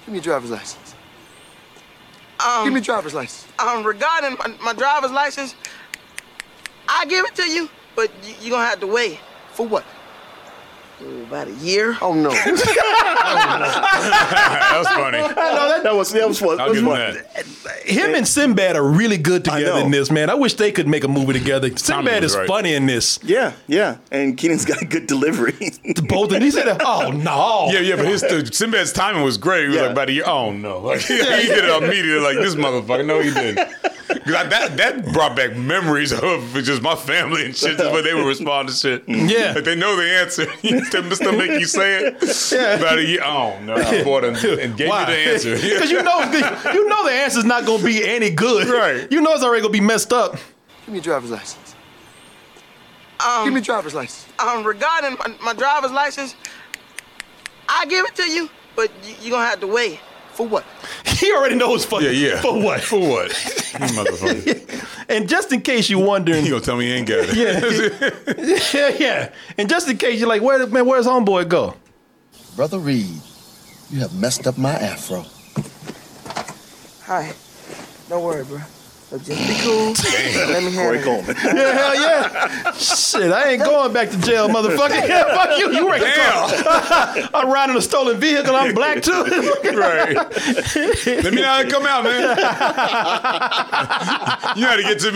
Speaker 9: Give me your driver's license. Give me your driver's license.
Speaker 2: um, regarding my, my driver's license, I give it to you, but you, you're gonna have to wait
Speaker 9: For what?
Speaker 2: oh, about a year.
Speaker 9: Oh no.
Speaker 3: that was funny.
Speaker 5: That was that was fun.
Speaker 3: I'll give him
Speaker 5: fun.
Speaker 3: that.
Speaker 1: Him and Sinbad are really good together
Speaker 5: know.
Speaker 1: in this, man. I wish they could make a movie together. Sinbad
Speaker 3: was
Speaker 1: is
Speaker 3: right.
Speaker 1: funny in this.
Speaker 5: Yeah, yeah. And Keenan's got good delivery.
Speaker 1: Both and he said, "Oh no,
Speaker 3: Yeah, yeah, but his the, Sinbad's timing was great. He was
Speaker 5: Yeah.
Speaker 3: like, about a year. Oh no, like, he did it immediately. Like this motherfucker. No, he didn't. 'Cause I- that that brought back memories of just my family and shit, just when they would respond to shit.
Speaker 1: Yeah.
Speaker 3: like they know the answer. They still make you say it. Yeah, about a year. Oh no, I bought him and gave
Speaker 1: Why?
Speaker 3: you the answer.
Speaker 1: Because you know, you know the answer's not gonna be any good.
Speaker 3: Right.
Speaker 1: You know it's already gonna be messed up.
Speaker 9: Give me your driver's license. Give me your driver's license.
Speaker 2: Um, regarding my, my driver's license, I give it to you, but you, you're gonna have to wait.
Speaker 9: For what?
Speaker 1: He already knows for
Speaker 3: yeah, yeah.
Speaker 1: for what.
Speaker 3: For what? Motherfucker.
Speaker 1: And just in case you're wondering,
Speaker 3: You gonna tell me you ain't got it?
Speaker 1: yeah, yeah, yeah. And just in case you're like, where man, where's homeboy go?
Speaker 10: Brother Reed, you have messed up my afro.
Speaker 2: Hi, don't worry, bro. So just be cool. Let me
Speaker 5: Corey
Speaker 2: handle it.
Speaker 5: Coleman.
Speaker 1: Yeah, hell yeah. Shit, I ain't going back to jail, motherfucker. Yeah, fuck you. You wrecked the car. I'm riding a stolen vehicle. I'm black too.
Speaker 3: right. Let me know how it come out, man. you know how to get to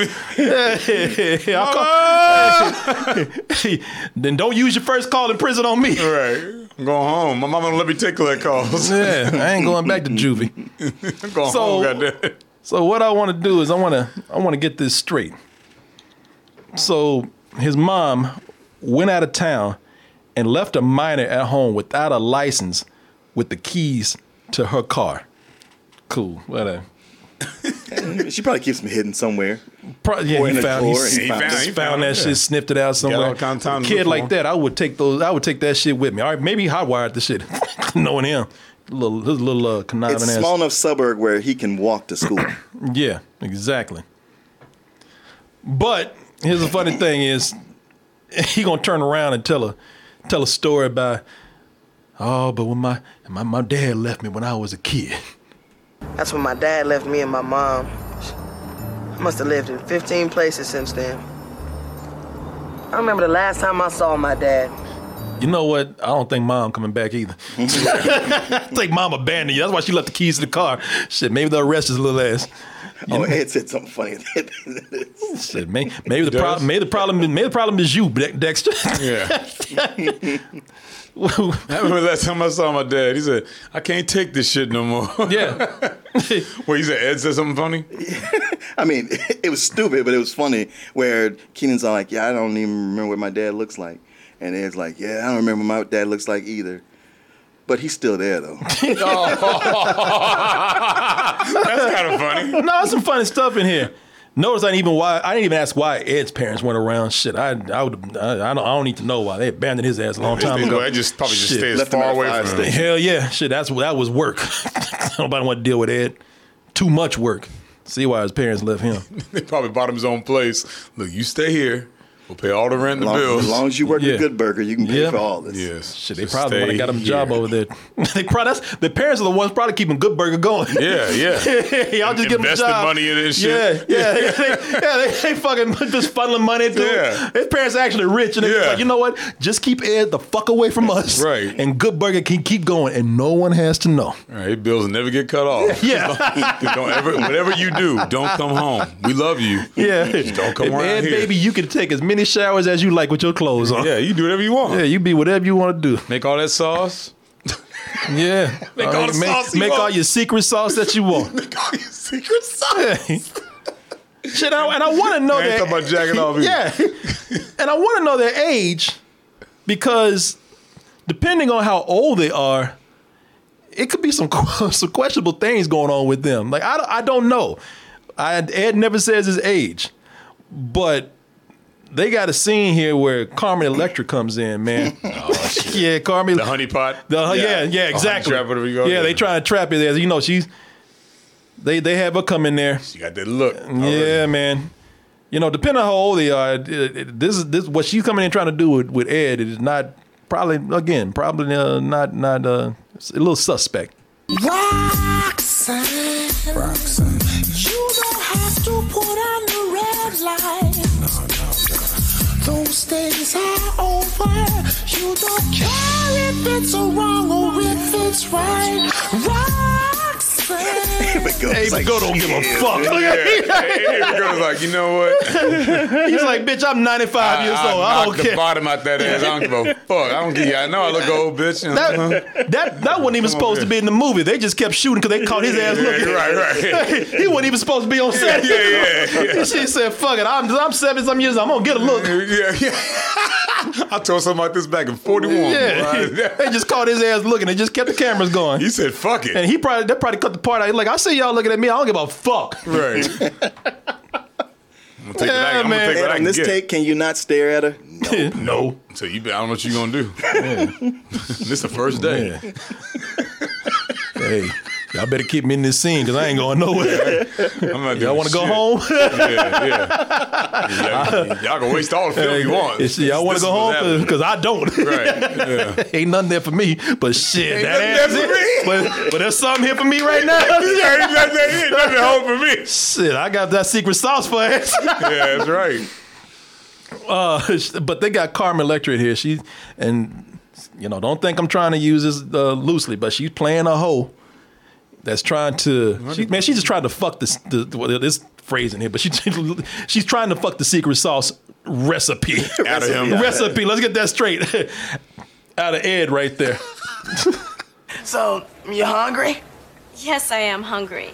Speaker 3: me.
Speaker 1: I'll call- then don't use your first call in prison on me.
Speaker 3: Right. I'm going home. My mama don't let me take collect calls.
Speaker 1: Yeah, I ain't going back to juvie.
Speaker 3: I'm going
Speaker 1: So-
Speaker 3: home. Goddamn.
Speaker 1: So what I want to do is I want to I want to get this straight. So his mom went out of town and left a minor at home without a license with the keys to her car. Cool, whatever.
Speaker 5: she probably keeps them hidden somewhere.
Speaker 1: Pro- yeah,
Speaker 5: Or in
Speaker 1: he
Speaker 5: a
Speaker 1: found,
Speaker 5: drawer,
Speaker 1: he,
Speaker 5: he
Speaker 1: found,
Speaker 5: found-
Speaker 1: just
Speaker 5: he
Speaker 1: found
Speaker 5: found
Speaker 1: that
Speaker 5: it,
Speaker 1: shit, sniffed it out somewhere.
Speaker 3: all kinds of time to
Speaker 1: Kid
Speaker 3: look
Speaker 1: like
Speaker 3: for 'em.
Speaker 1: that, I would take those. I would take that shit with me. All right, maybe he hotwired the shit, knowing him. Little, his little uh, conniving
Speaker 5: It's
Speaker 1: ass.
Speaker 5: small enough suburb where he can walk to school.
Speaker 1: Yeah, exactly. But here's the funny thing is he gonna turn around and tell a tell a story about oh, but when my my, my dad left me when I was a kid.
Speaker 2: That's when my dad left me and my mom. I must have lived in 15 places since then. I remember the last time I saw my dad.
Speaker 1: You know what? I don't think mom coming back either. I think mom abandoned you. That's why she left the keys to the car. Shit, maybe they'll arrest his little ass.
Speaker 5: oh, Ed said something funny.
Speaker 1: Shit, may, maybe the
Speaker 3: does?
Speaker 1: problem maybe the problem maybe the problem is you, De- Dexter.
Speaker 3: Yeah. I remember the last time I saw my dad. He said, I can't take this shit no more.
Speaker 1: yeah.
Speaker 3: Wait, he said Ed said something funny?
Speaker 5: I mean, it was stupid, but it was funny. Where Keenan's all like, "Yeah, I don't even remember what my dad looks like," and Ed's like, "Yeah, I don't remember what my dad looks like either." But he's still there though.
Speaker 3: That's kind of funny.
Speaker 1: no, there's some funny stuff in here. Notice I didn't even why I didn't even ask why Ed's parents went around. Shit, I I would I, I don't I don't need to know why they abandoned his ass a long time ago.
Speaker 3: Anyway, I just probably just
Speaker 1: Shit.
Speaker 3: stay as
Speaker 5: Left him
Speaker 3: far
Speaker 5: at a
Speaker 3: away
Speaker 5: fire
Speaker 3: from him.
Speaker 1: Hell yeah, shit. That's that was work. Nobody want to deal with Ed. Too much work. See why his parents left him.
Speaker 3: They probably bought him his own place. Look, you stay here. We'll pay all the rent and the
Speaker 5: Long-
Speaker 3: bills.
Speaker 5: as long as you work
Speaker 1: Yeah.
Speaker 5: at Good Burger, you can pay
Speaker 1: Yeah.
Speaker 5: for all this.
Speaker 3: yes.
Speaker 1: Shit, they
Speaker 3: Just
Speaker 1: probably would have
Speaker 3: stay
Speaker 1: got him a job
Speaker 3: here.
Speaker 1: over there. they probably that's, the parents are the ones probably keeping Good Burger going.
Speaker 3: Yeah, yeah.
Speaker 1: Y'all just give him a
Speaker 3: Invested
Speaker 1: job.
Speaker 3: money in this
Speaker 1: yeah,
Speaker 3: shit.
Speaker 1: Yeah, yeah, they, yeah. They, they fucking just funneling money into
Speaker 3: Yeah.
Speaker 1: it. His parents actually rich, and they're
Speaker 3: Yeah.
Speaker 1: like, you know what? Just keep Ed the fuck away from us,
Speaker 3: Right.
Speaker 1: And Good Burger can keep going, and no one has to know.
Speaker 3: All right, bills never get cut off.
Speaker 1: Yeah.
Speaker 3: don't ever, whatever you do, don't come home. We love you.
Speaker 1: Yeah,
Speaker 3: Just don't come
Speaker 1: And
Speaker 3: around
Speaker 1: Ed,
Speaker 3: here.
Speaker 1: baby, you can take as many showers as you like with your clothes on.
Speaker 3: Yeah, you do whatever you want.
Speaker 1: Yeah, you be whatever you want to do.
Speaker 3: Make all that sauce.
Speaker 1: Yeah,
Speaker 3: Make all the
Speaker 1: make,
Speaker 3: sauce you
Speaker 1: make
Speaker 3: want.
Speaker 1: all your secret sauce that you want.
Speaker 3: Make all your secret sauce.
Speaker 1: Hey. Shit, I, and I want to know
Speaker 3: I ain't
Speaker 1: that.
Speaker 3: talking about jacking off either.
Speaker 1: yeah, and I want to know their age because depending on how old they are, it could be some que- some questionable things going on with them. Like I, don't- I don't know. I, Ed never says his age, but they got a scene here where Carmen Electra comes in, man. yeah, Carmen.
Speaker 3: Oh, The honey pot.
Speaker 1: The, yeah. yeah,
Speaker 5: Yeah.
Speaker 1: exactly.
Speaker 3: trap, whatever you call it,
Speaker 1: yeah, they
Speaker 3: yeah.
Speaker 1: trying to trap it. You know, she's they they have her come in there.
Speaker 3: You got that look. Oh,
Speaker 1: Yeah, man. You know, depending on how old they are, it- it- this is this what she's coming in trying to do with, with Ed. It is not probably again probably uh, not not uh, it's a little suspect.
Speaker 11: Roxanne. Roxanne. You don't have to put on the red light. No, no, no. Those days are over. You don't care if it's wrong or if it's right. Roxanne.
Speaker 5: But Goat's
Speaker 1: Hey,
Speaker 5: like,
Speaker 1: go don't give a
Speaker 5: "Yeah."
Speaker 1: fuck. Look
Speaker 3: Yeah.
Speaker 1: at
Speaker 3: Hey, hey, the girl's like, you know what?
Speaker 1: He's like, bitch, I'm 95 years
Speaker 3: I,
Speaker 1: old.
Speaker 3: I,
Speaker 1: I
Speaker 3: knocked
Speaker 1: don't
Speaker 3: the
Speaker 1: care.
Speaker 3: bottom out that ass. I don't give a fuck. I don't give you. I know I look old, bitch. You know, uh-huh.
Speaker 1: That, that that wasn't even
Speaker 3: Come on,
Speaker 1: supposed to
Speaker 3: man.
Speaker 1: be in the movie. They just kept shooting because they caught his ass
Speaker 3: Yeah,
Speaker 1: looking.
Speaker 3: right, right.
Speaker 1: he wasn't even supposed to be on set.
Speaker 3: Yeah, yeah, yeah.
Speaker 1: she said, "Fuck it, I'm I'm seven some years. old. I'm gonna get a look."
Speaker 3: yeah, yeah. I told something about this back in '41.
Speaker 1: Yeah,
Speaker 3: right?
Speaker 1: they just caught his ass looking. They just kept the cameras going.
Speaker 3: He said, "Fuck it."
Speaker 1: And he probably they probably cut the part out. Like I see y'all looking at me. I don't give a fuck.
Speaker 3: right. I'm gonna take what
Speaker 1: Yeah,
Speaker 3: I- I'm
Speaker 1: man.
Speaker 3: gonna take
Speaker 5: Ed,
Speaker 3: what I
Speaker 5: on
Speaker 3: can
Speaker 5: this
Speaker 3: get.
Speaker 5: take, can you not stare at her?
Speaker 1: no.
Speaker 3: So you, I don't know what you're gonna do. this is the first day.
Speaker 1: Hey, y'all better keep me in this scene because I ain't going nowhere.
Speaker 3: I'm
Speaker 1: y'all
Speaker 3: not doing
Speaker 1: want to go home?
Speaker 3: shit. Yeah, yeah. y'all, y'all can waste all the film you want.
Speaker 1: It's- y'all want to go
Speaker 3: This is what's
Speaker 1: home
Speaker 3: happening.
Speaker 1: because I don't.
Speaker 3: Right. Yeah.
Speaker 1: ain't nothing there for me. But shit, that ass
Speaker 3: nothing there
Speaker 1: is- But, but there's something here for me right now.
Speaker 3: yeah, that's, that's, it. That's the home for me.
Speaker 1: shit, I got that secret sauce for ass.
Speaker 3: Yeah, that's right.
Speaker 1: Uh, but they got Carmen Electra in here. She and you know, don't think I'm trying to use this uh, loosely, but she's playing a hoe that's trying to. She, man, she just trying to fuck this the, well, this phrase in here, but she she's trying to fuck the secret sauce recipe
Speaker 3: Out of him.
Speaker 1: recipe. Let's get that straight. out of Ed right there.
Speaker 2: So, you hungry?
Speaker 7: Yes, I am hungry,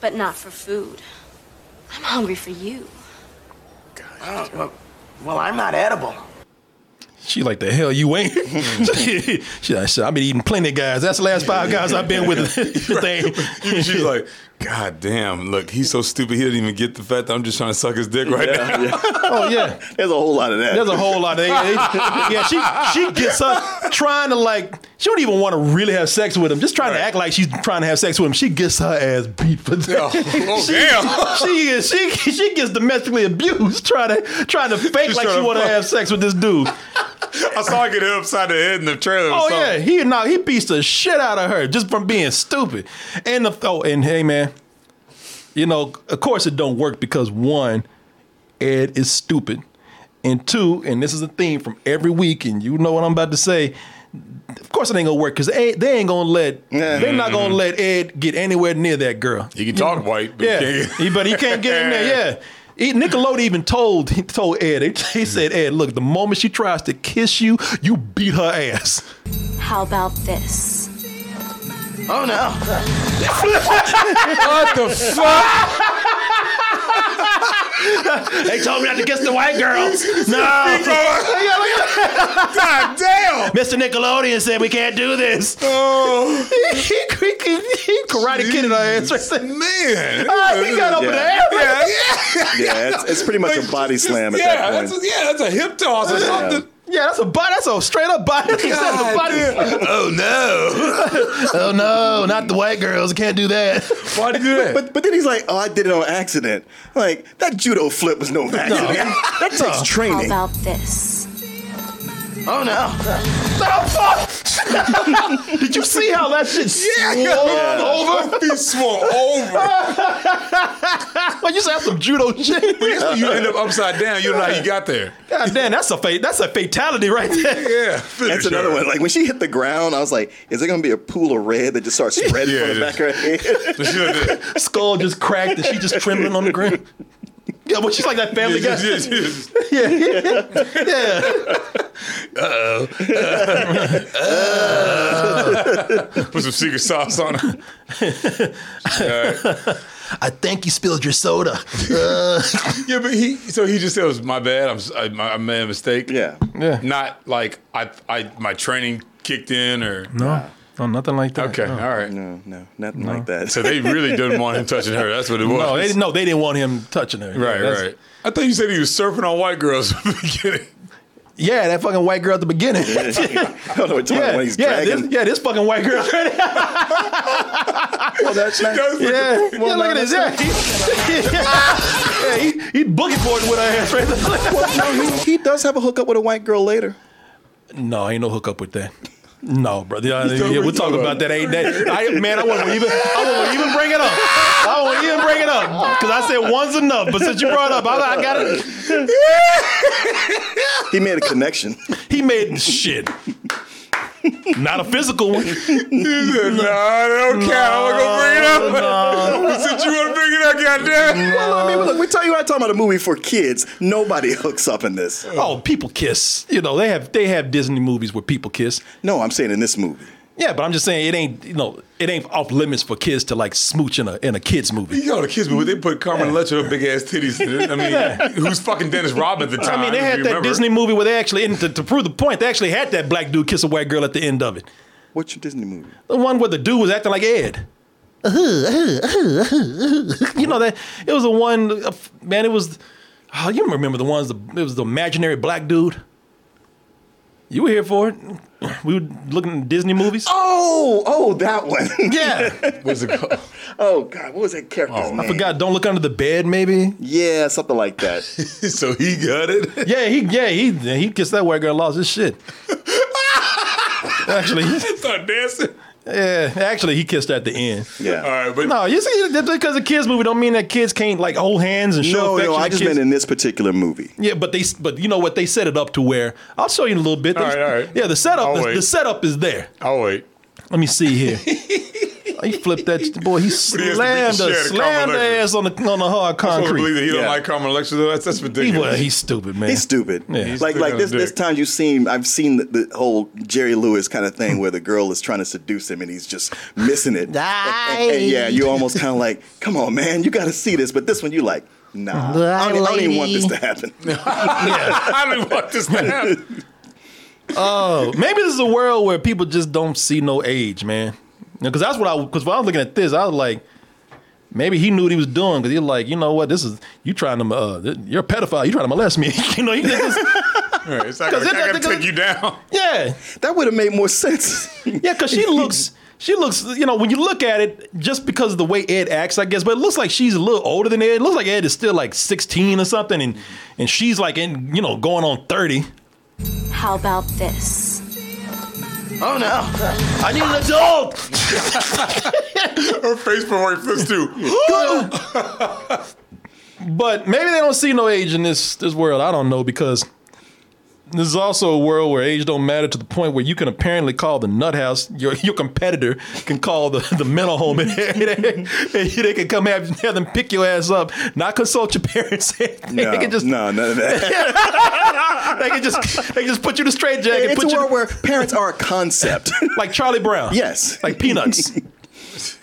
Speaker 7: but not for food. I'm hungry for you.
Speaker 2: Oh, well, well, I'm not edible.
Speaker 1: She like the hell you ain't.
Speaker 3: Hmm.
Speaker 1: she like, "Shit, I've been eating plenty of guys. That's the last five guys I've been with. thing.
Speaker 3: She's like, God damn, look, he's so stupid. He didn't even get the fact that I'm just trying to suck his dick right
Speaker 5: Yeah,
Speaker 3: now.
Speaker 1: Oh yeah,
Speaker 5: There's a whole lot of that.
Speaker 1: there's a whole lot of they, they- yeah. She she gets up trying to like she don't even want to really have sex with him. Just trying to act like she's trying to have sex with him. She gets her ass beat for that.
Speaker 3: oh,
Speaker 1: she,
Speaker 3: damn.
Speaker 1: She is she she gets domestically abused trying to trying to fake
Speaker 3: Just
Speaker 1: like she
Speaker 3: trying to
Speaker 1: want to
Speaker 3: fuck.
Speaker 1: have sex with this dude.
Speaker 3: I saw her get hit upside the head in the trailer.
Speaker 1: Oh
Speaker 3: or something.
Speaker 1: yeah, he knocked, he beats the shit out of her just from being stupid. And the oh, and hey man, you know, of course it don't work because one, Ed is stupid, and two, and this is a theme from every week, and you know what I'm about to say. Of course it ain't gonna work because they, they ain't gonna let they're not gonna let Ed get anywhere near that girl.
Speaker 3: He can talk white, but
Speaker 1: Yeah,
Speaker 3: he
Speaker 1: he,
Speaker 3: can't.
Speaker 1: but he can't get in there. Yeah. He, Nickelodeon even told he told Ed. He said, "Ed, look, the moment she tries to kiss you, you beat her ass."
Speaker 7: How about this?
Speaker 2: Oh, no.
Speaker 3: what the fuck?
Speaker 1: They told me not to kiss the white girls. No.
Speaker 3: God damn.
Speaker 1: Mr. Nickelodeon said we can't do this.
Speaker 3: Oh,
Speaker 1: he, he, he uh, karate kidded our ass. right there.
Speaker 3: man.
Speaker 1: Ah, he got up in the air.
Speaker 3: Yeah,
Speaker 5: Yeah, it's, it's pretty much a body slam at
Speaker 3: yeah,
Speaker 5: that point.
Speaker 3: That's a, yeah, that's a hip toss or something.
Speaker 1: Yeah, that's a body. That's a straight up body. That's a body.
Speaker 3: Oh no!
Speaker 1: Oh no, not the white girls. Can't do that.
Speaker 3: Why do you do that?
Speaker 5: But but then he's like, oh, I did it on accident. Like that judo flip was no accident. that takes
Speaker 7: How
Speaker 5: training.
Speaker 7: about this?
Speaker 2: Oh, no.
Speaker 1: Did you see how that shit swung over?
Speaker 3: He swung
Speaker 1: Oh,
Speaker 3: over.
Speaker 1: Well, you used to have some judo shit.
Speaker 3: you end up upside down. You don't know how you got there.
Speaker 1: God damn, that's a fa- that's a fatality right there.
Speaker 3: Yeah,
Speaker 5: That's another one. Like when she hit the ground, I was like, is there gonna be a pool of red that just starts spreading from
Speaker 3: Yeah,
Speaker 5: the
Speaker 3: it
Speaker 5: back of her head?
Speaker 1: Skull just cracked and she just trembling on the ground. Yeah, well, she's like that family guy.
Speaker 3: Put some secret sauce on her.
Speaker 1: I think you spilled your soda. Uh,
Speaker 3: Yeah, but he. So he just says, "My bad. I'm. s- I, my- I made a mistake."
Speaker 5: yeah.
Speaker 1: yeah.
Speaker 3: Not like I. I. My training kicked in, or
Speaker 1: No, no, nothing like that.
Speaker 3: okay.
Speaker 1: No.
Speaker 3: All right.
Speaker 5: No, no, nothing like that.
Speaker 3: So they really didn't want him touching her. That's what it was.
Speaker 1: No, Oh, they no, they didn't want him touching her.
Speaker 3: right,
Speaker 1: That's-
Speaker 3: right. I thought you said he was surfing on white girls from the beginning.
Speaker 1: Yeah, that fucking white girl at the beginning. yeah,
Speaker 5: I don't know what you're talking about
Speaker 1: yeah,
Speaker 5: when he's dragging.
Speaker 1: this, yeah, this fucking white girl. yeah,
Speaker 5: Oh, that's nice.
Speaker 3: That's what-
Speaker 1: yeah, look at this. Yeah, he, yeah, he, he boogie boarding with her ass right there.
Speaker 5: Well, he, he does have a hookup with a white girl later.
Speaker 1: no, ain't no hookup with that. No, brother. Yeah,
Speaker 3: talking
Speaker 1: yeah, we're
Speaker 3: about-
Speaker 1: talking about that. Ain't that? I, man, I won't even. I won't even bring it up. I won't even bring it up because I said one's enough. But since you brought it up, I, I got it.
Speaker 5: He made a connection.
Speaker 1: He made shit. Not a physical one.
Speaker 3: He said, "Nah, I don't care. I'm gonna bring it up." Since you want to bring it up, goddamn.
Speaker 5: well, I mean, look, we tell you, I talking about a movie for kids. Nobody hooks up in this.
Speaker 1: Oh, people kiss. You know, they have they have Disney movies where people kiss.
Speaker 5: No, I'm saying in this movie.
Speaker 1: Yeah, but I'm just saying it ain't you know it ain't off limits for kids to like smooch in a in a kids movie.
Speaker 3: You know the kids, but they put Carmen Electra with big ass titties. in it. I mean, who's fucking Dennis Rodman at the time?
Speaker 1: I mean, they
Speaker 3: if
Speaker 1: had
Speaker 3: you
Speaker 1: that
Speaker 3: remember.
Speaker 1: Disney movie where they actually and to, to prove the point, they actually had that black dude kiss a white girl at the end of it.
Speaker 5: What's your Disney movie?
Speaker 1: The one where the dude was acting like Ed. you know that it was the one uh, man. It was oh, you remember the ones. The, it was the imaginary black dude. You were here for it. We were looking at Disney movies.
Speaker 5: Oh, oh, that one.
Speaker 1: Yeah,
Speaker 3: What's it called?
Speaker 5: oh God, what was that character's
Speaker 3: Oh, I
Speaker 5: name?
Speaker 1: I forgot. Don't look under the bed, maybe.
Speaker 5: Yeah, something like that.
Speaker 3: so he got it.
Speaker 1: Yeah, he yeah he he kissed that white girl, lost his shit. actually, he-
Speaker 3: Start dancing.
Speaker 1: yeah, actually he kissed her at the end.
Speaker 5: Yeah.
Speaker 3: All right, but
Speaker 1: No, you see, that's because a kids movie don't mean that kids can't like hold hands and show
Speaker 5: No,
Speaker 1: affection.
Speaker 5: no, I
Speaker 1: to
Speaker 5: just
Speaker 1: kids.
Speaker 5: meant in this particular movie.
Speaker 1: Yeah, but they but you know what they set it up to where I'll show you in a little bit.
Speaker 3: All
Speaker 1: They-
Speaker 3: right, all right.
Speaker 1: Yeah, the setup
Speaker 3: I'll
Speaker 1: is,
Speaker 3: wait.
Speaker 1: the setup is there.
Speaker 3: I'll wait.
Speaker 1: Let me see here. He flipped that boy. He
Speaker 3: But he has to beat the
Speaker 1: slammed
Speaker 3: shit out
Speaker 1: her,
Speaker 3: of
Speaker 1: slammed
Speaker 3: Carmella.
Speaker 1: her ass on the on the hard
Speaker 3: I'm supposed to believe
Speaker 1: concrete.
Speaker 3: that he don't
Speaker 5: Yeah.
Speaker 3: like Carmen Electra. though. That's, that's ridiculous.
Speaker 1: well, he's stupid, man.
Speaker 5: He's stupid.
Speaker 1: Yeah. He's
Speaker 5: like
Speaker 3: big
Speaker 5: like
Speaker 3: on a
Speaker 5: this this
Speaker 3: dick.
Speaker 5: time you've seen I've seen the, the whole Jerry Lewis kind of thing where the girl is trying to seduce him and he's just missing it. And, and- and yeah, you're almost kind of like, come on, man, you got to see this. But this one, you like, nah, I don't, I don't even want this to happen.
Speaker 3: I don't even want this to happen.
Speaker 1: Oh, maybe this is a world where people just don't see no age, man. Because that's what I because when I was looking at this, I was like, maybe he knew what he was doing because he's like, you know what, this is you trying to uh, th- you're a pedophile, you trying to molest me, you know? You just,
Speaker 3: Right, it's not
Speaker 1: 'Cause
Speaker 3: gonna,
Speaker 1: it-
Speaker 3: not
Speaker 1: it-
Speaker 3: gonna take you down.
Speaker 1: yeah,
Speaker 5: That would have made more sense.
Speaker 1: yeah, because she looks. She looks, you know, when you look at it, just because of the way Ed acts, I guess, but it looks like she's a little older than Ed. It looks like Ed is still like 16 or something, and and she's like in, you know, going on 30.
Speaker 7: How about this?
Speaker 2: Oh no.
Speaker 1: I need an adult.
Speaker 3: Her face from right flips too.
Speaker 1: But maybe they don't see no age in this this world. I don't know because this is also a world where age don't matter to the point where you can apparently call the nut house your your competitor can call the, the mental home and, and they can come have, have them pick your ass up, not consult your parents.
Speaker 5: No,
Speaker 1: they can just
Speaker 5: no, none of that.
Speaker 1: they can just they can just put you to straight jacket,
Speaker 5: it's a
Speaker 1: put you
Speaker 5: world where parents are a concept.
Speaker 1: like Charlie Brown.
Speaker 5: Yes.
Speaker 1: like peanuts.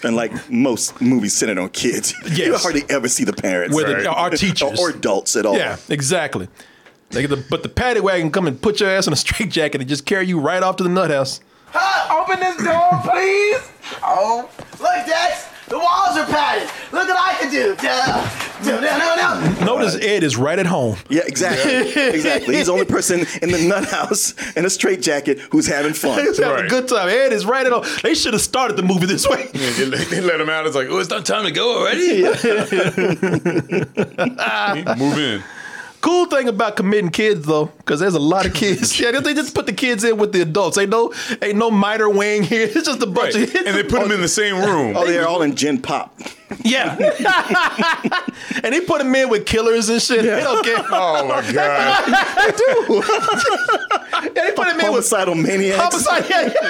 Speaker 5: And like most movies centered on kids, you
Speaker 1: Yes.
Speaker 5: hardly ever see the parents.
Speaker 1: Where the- our teachers.
Speaker 5: Or, adults at all.
Speaker 1: Yeah, exactly. They get the, but the paddy wagon come and put your ass in a straight jacket and just carry you right off to the nut house.
Speaker 2: Huh? Open this door, please. Oh, look, Dex. The walls are padded. Look what I can do. Duh. Duh, duh, duh, duh.
Speaker 1: Notice Ed is right at home.
Speaker 5: Yeah, exactly. exactly. He's the only person in the nut house in a straight jacket who's having fun.
Speaker 1: He's having
Speaker 3: Right.
Speaker 1: a good time. Ed is right at home. They should have started the movie this way.
Speaker 3: Yeah, they, let- they let him out. It's like, oh, it's not time to go already. Move in.
Speaker 1: Cool thing about committing kids though, because there's a lot of kids. yeah, they just put the kids in with the adults. Ain't no, ain't no minor wing here. It's just a bunch
Speaker 3: Right.
Speaker 1: of kids.
Speaker 3: And they put him in the same room.
Speaker 5: Oh, they're all in gin pop.
Speaker 1: yeah, and they put them in with killers and shit. They don't care.
Speaker 3: Oh my god!
Speaker 1: Yeah, they put them in with
Speaker 5: Homicidal maniacs.
Speaker 1: homicide.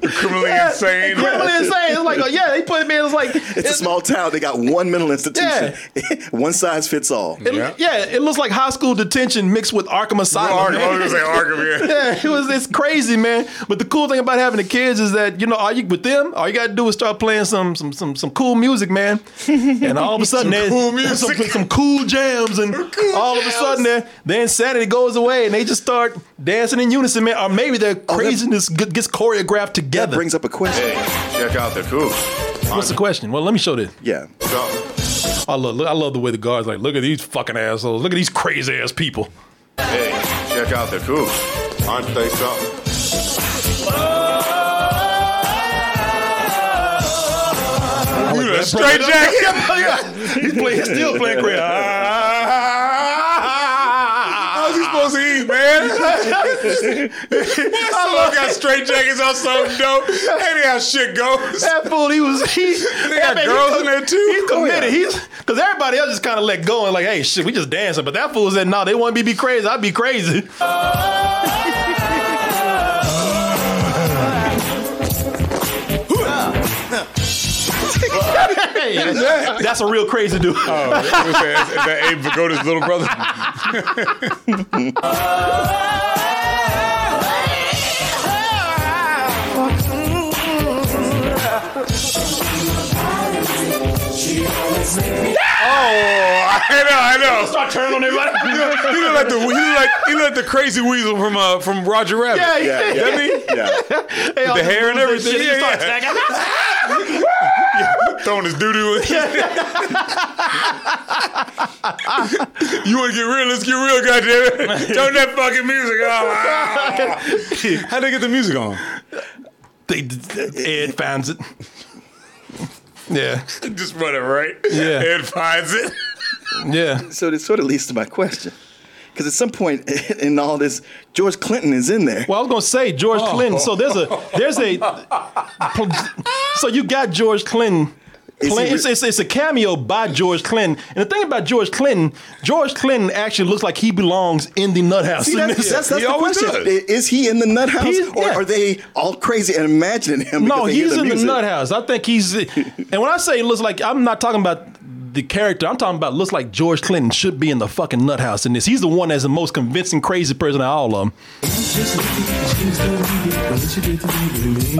Speaker 1: Yeah, yeah.
Speaker 3: Criminally
Speaker 1: yeah.
Speaker 3: insane.
Speaker 1: Criminally insane. It's like, oh, yeah, they put him in. It's like,
Speaker 5: It's a small town. They got one mental institution. one size fits all.
Speaker 1: it-
Speaker 3: Yeah.
Speaker 1: yeah. it looks like high school detention mixed with Arkham Asylum.
Speaker 3: Arkham,
Speaker 1: man.
Speaker 3: I was gonna say Arkham. Yeah.
Speaker 1: Yeah, it was it's crazy, man. But the cool thing about having the kids is that you know, all you with them, all you gotta do is start playing some some some some cool music, man. And all of a sudden, there's
Speaker 3: cool music.
Speaker 1: some, some cool jams, and
Speaker 3: cool
Speaker 1: all of a sudden, their their insanity goes away, and they just start dancing in unison, man. Or maybe their craziness g- gets choreographed
Speaker 5: That
Speaker 1: together.
Speaker 5: brings up a question.
Speaker 3: Check out the cool.
Speaker 1: What's the question? Well, let me show this.
Speaker 5: Yeah.
Speaker 1: I love look, I love the way the guards like look at these fucking assholes, look at these crazy ass people.
Speaker 3: Hey, check out the cool. Aren't they something? Dude, a straight jacket.
Speaker 1: He's playing, he's still playing crazy.
Speaker 3: How's he supposed to eat, man? That song got straight jackets on so dope. Ain't how shit goes.
Speaker 1: That fool, he was he.
Speaker 3: They got
Speaker 1: that man,
Speaker 3: girls
Speaker 1: he-
Speaker 3: in there too? Oh,
Speaker 1: He's committed. He's because everybody else just kind of let go and like, hey, shit, we just dancing. But that fool said, no, they want me to be crazy. I'd be crazy. Hey, that's, that's a real crazy dude.
Speaker 3: Oh, that was that, that Abe Vigoda's little brother. Oh, Oh, I know, I know.
Speaker 1: Start turning on
Speaker 3: He
Speaker 1: everybody.
Speaker 3: looked, he looked like the he looked like he looked like the crazy weasel from uh, from Roger Rabbit.
Speaker 1: Yeah, he
Speaker 5: Yeah.
Speaker 1: did.
Speaker 5: Yeah. yeah.
Speaker 1: Hey, all
Speaker 3: the hair and
Speaker 1: moves
Speaker 3: everything.
Speaker 1: shit, he
Speaker 3: Yeah,
Speaker 1: starts
Speaker 3: yeah.
Speaker 1: smacking.
Speaker 3: Throwing his doo doo. you want to get real? Let's get real, goddamn it! Turn that fucking music on. How'd they get the music on?
Speaker 1: They, Ed finds it. Yeah,
Speaker 3: Just whatever, right?
Speaker 1: Yeah.
Speaker 3: Ed finds it.
Speaker 1: yeah.
Speaker 5: So this sort of leads to my question. Because at some point in all this, George Clinton is in there.
Speaker 1: Well, I was gonna say George
Speaker 5: Oh.
Speaker 1: Clinton. So there's a there's a so you got George Clinton Clinton, it's, it's, it's a cameo by George Clinton. And the thing about George Clinton, George Clinton actually looks like he belongs in the nut house.
Speaker 5: See, that's, that's, that's the question. I- Is he in the nut house,
Speaker 1: He's-
Speaker 5: or
Speaker 1: yeah.
Speaker 5: are they all crazy and imagining him?
Speaker 1: No,
Speaker 5: because they hear
Speaker 1: he's in
Speaker 5: music?
Speaker 1: the nut house. I think he's. and when I say looks like, I'm not talking about the character. I'm talking about looks like George Clinton should be in the fucking nut house in this. He's the one that's the most convincing crazy person out of all of them.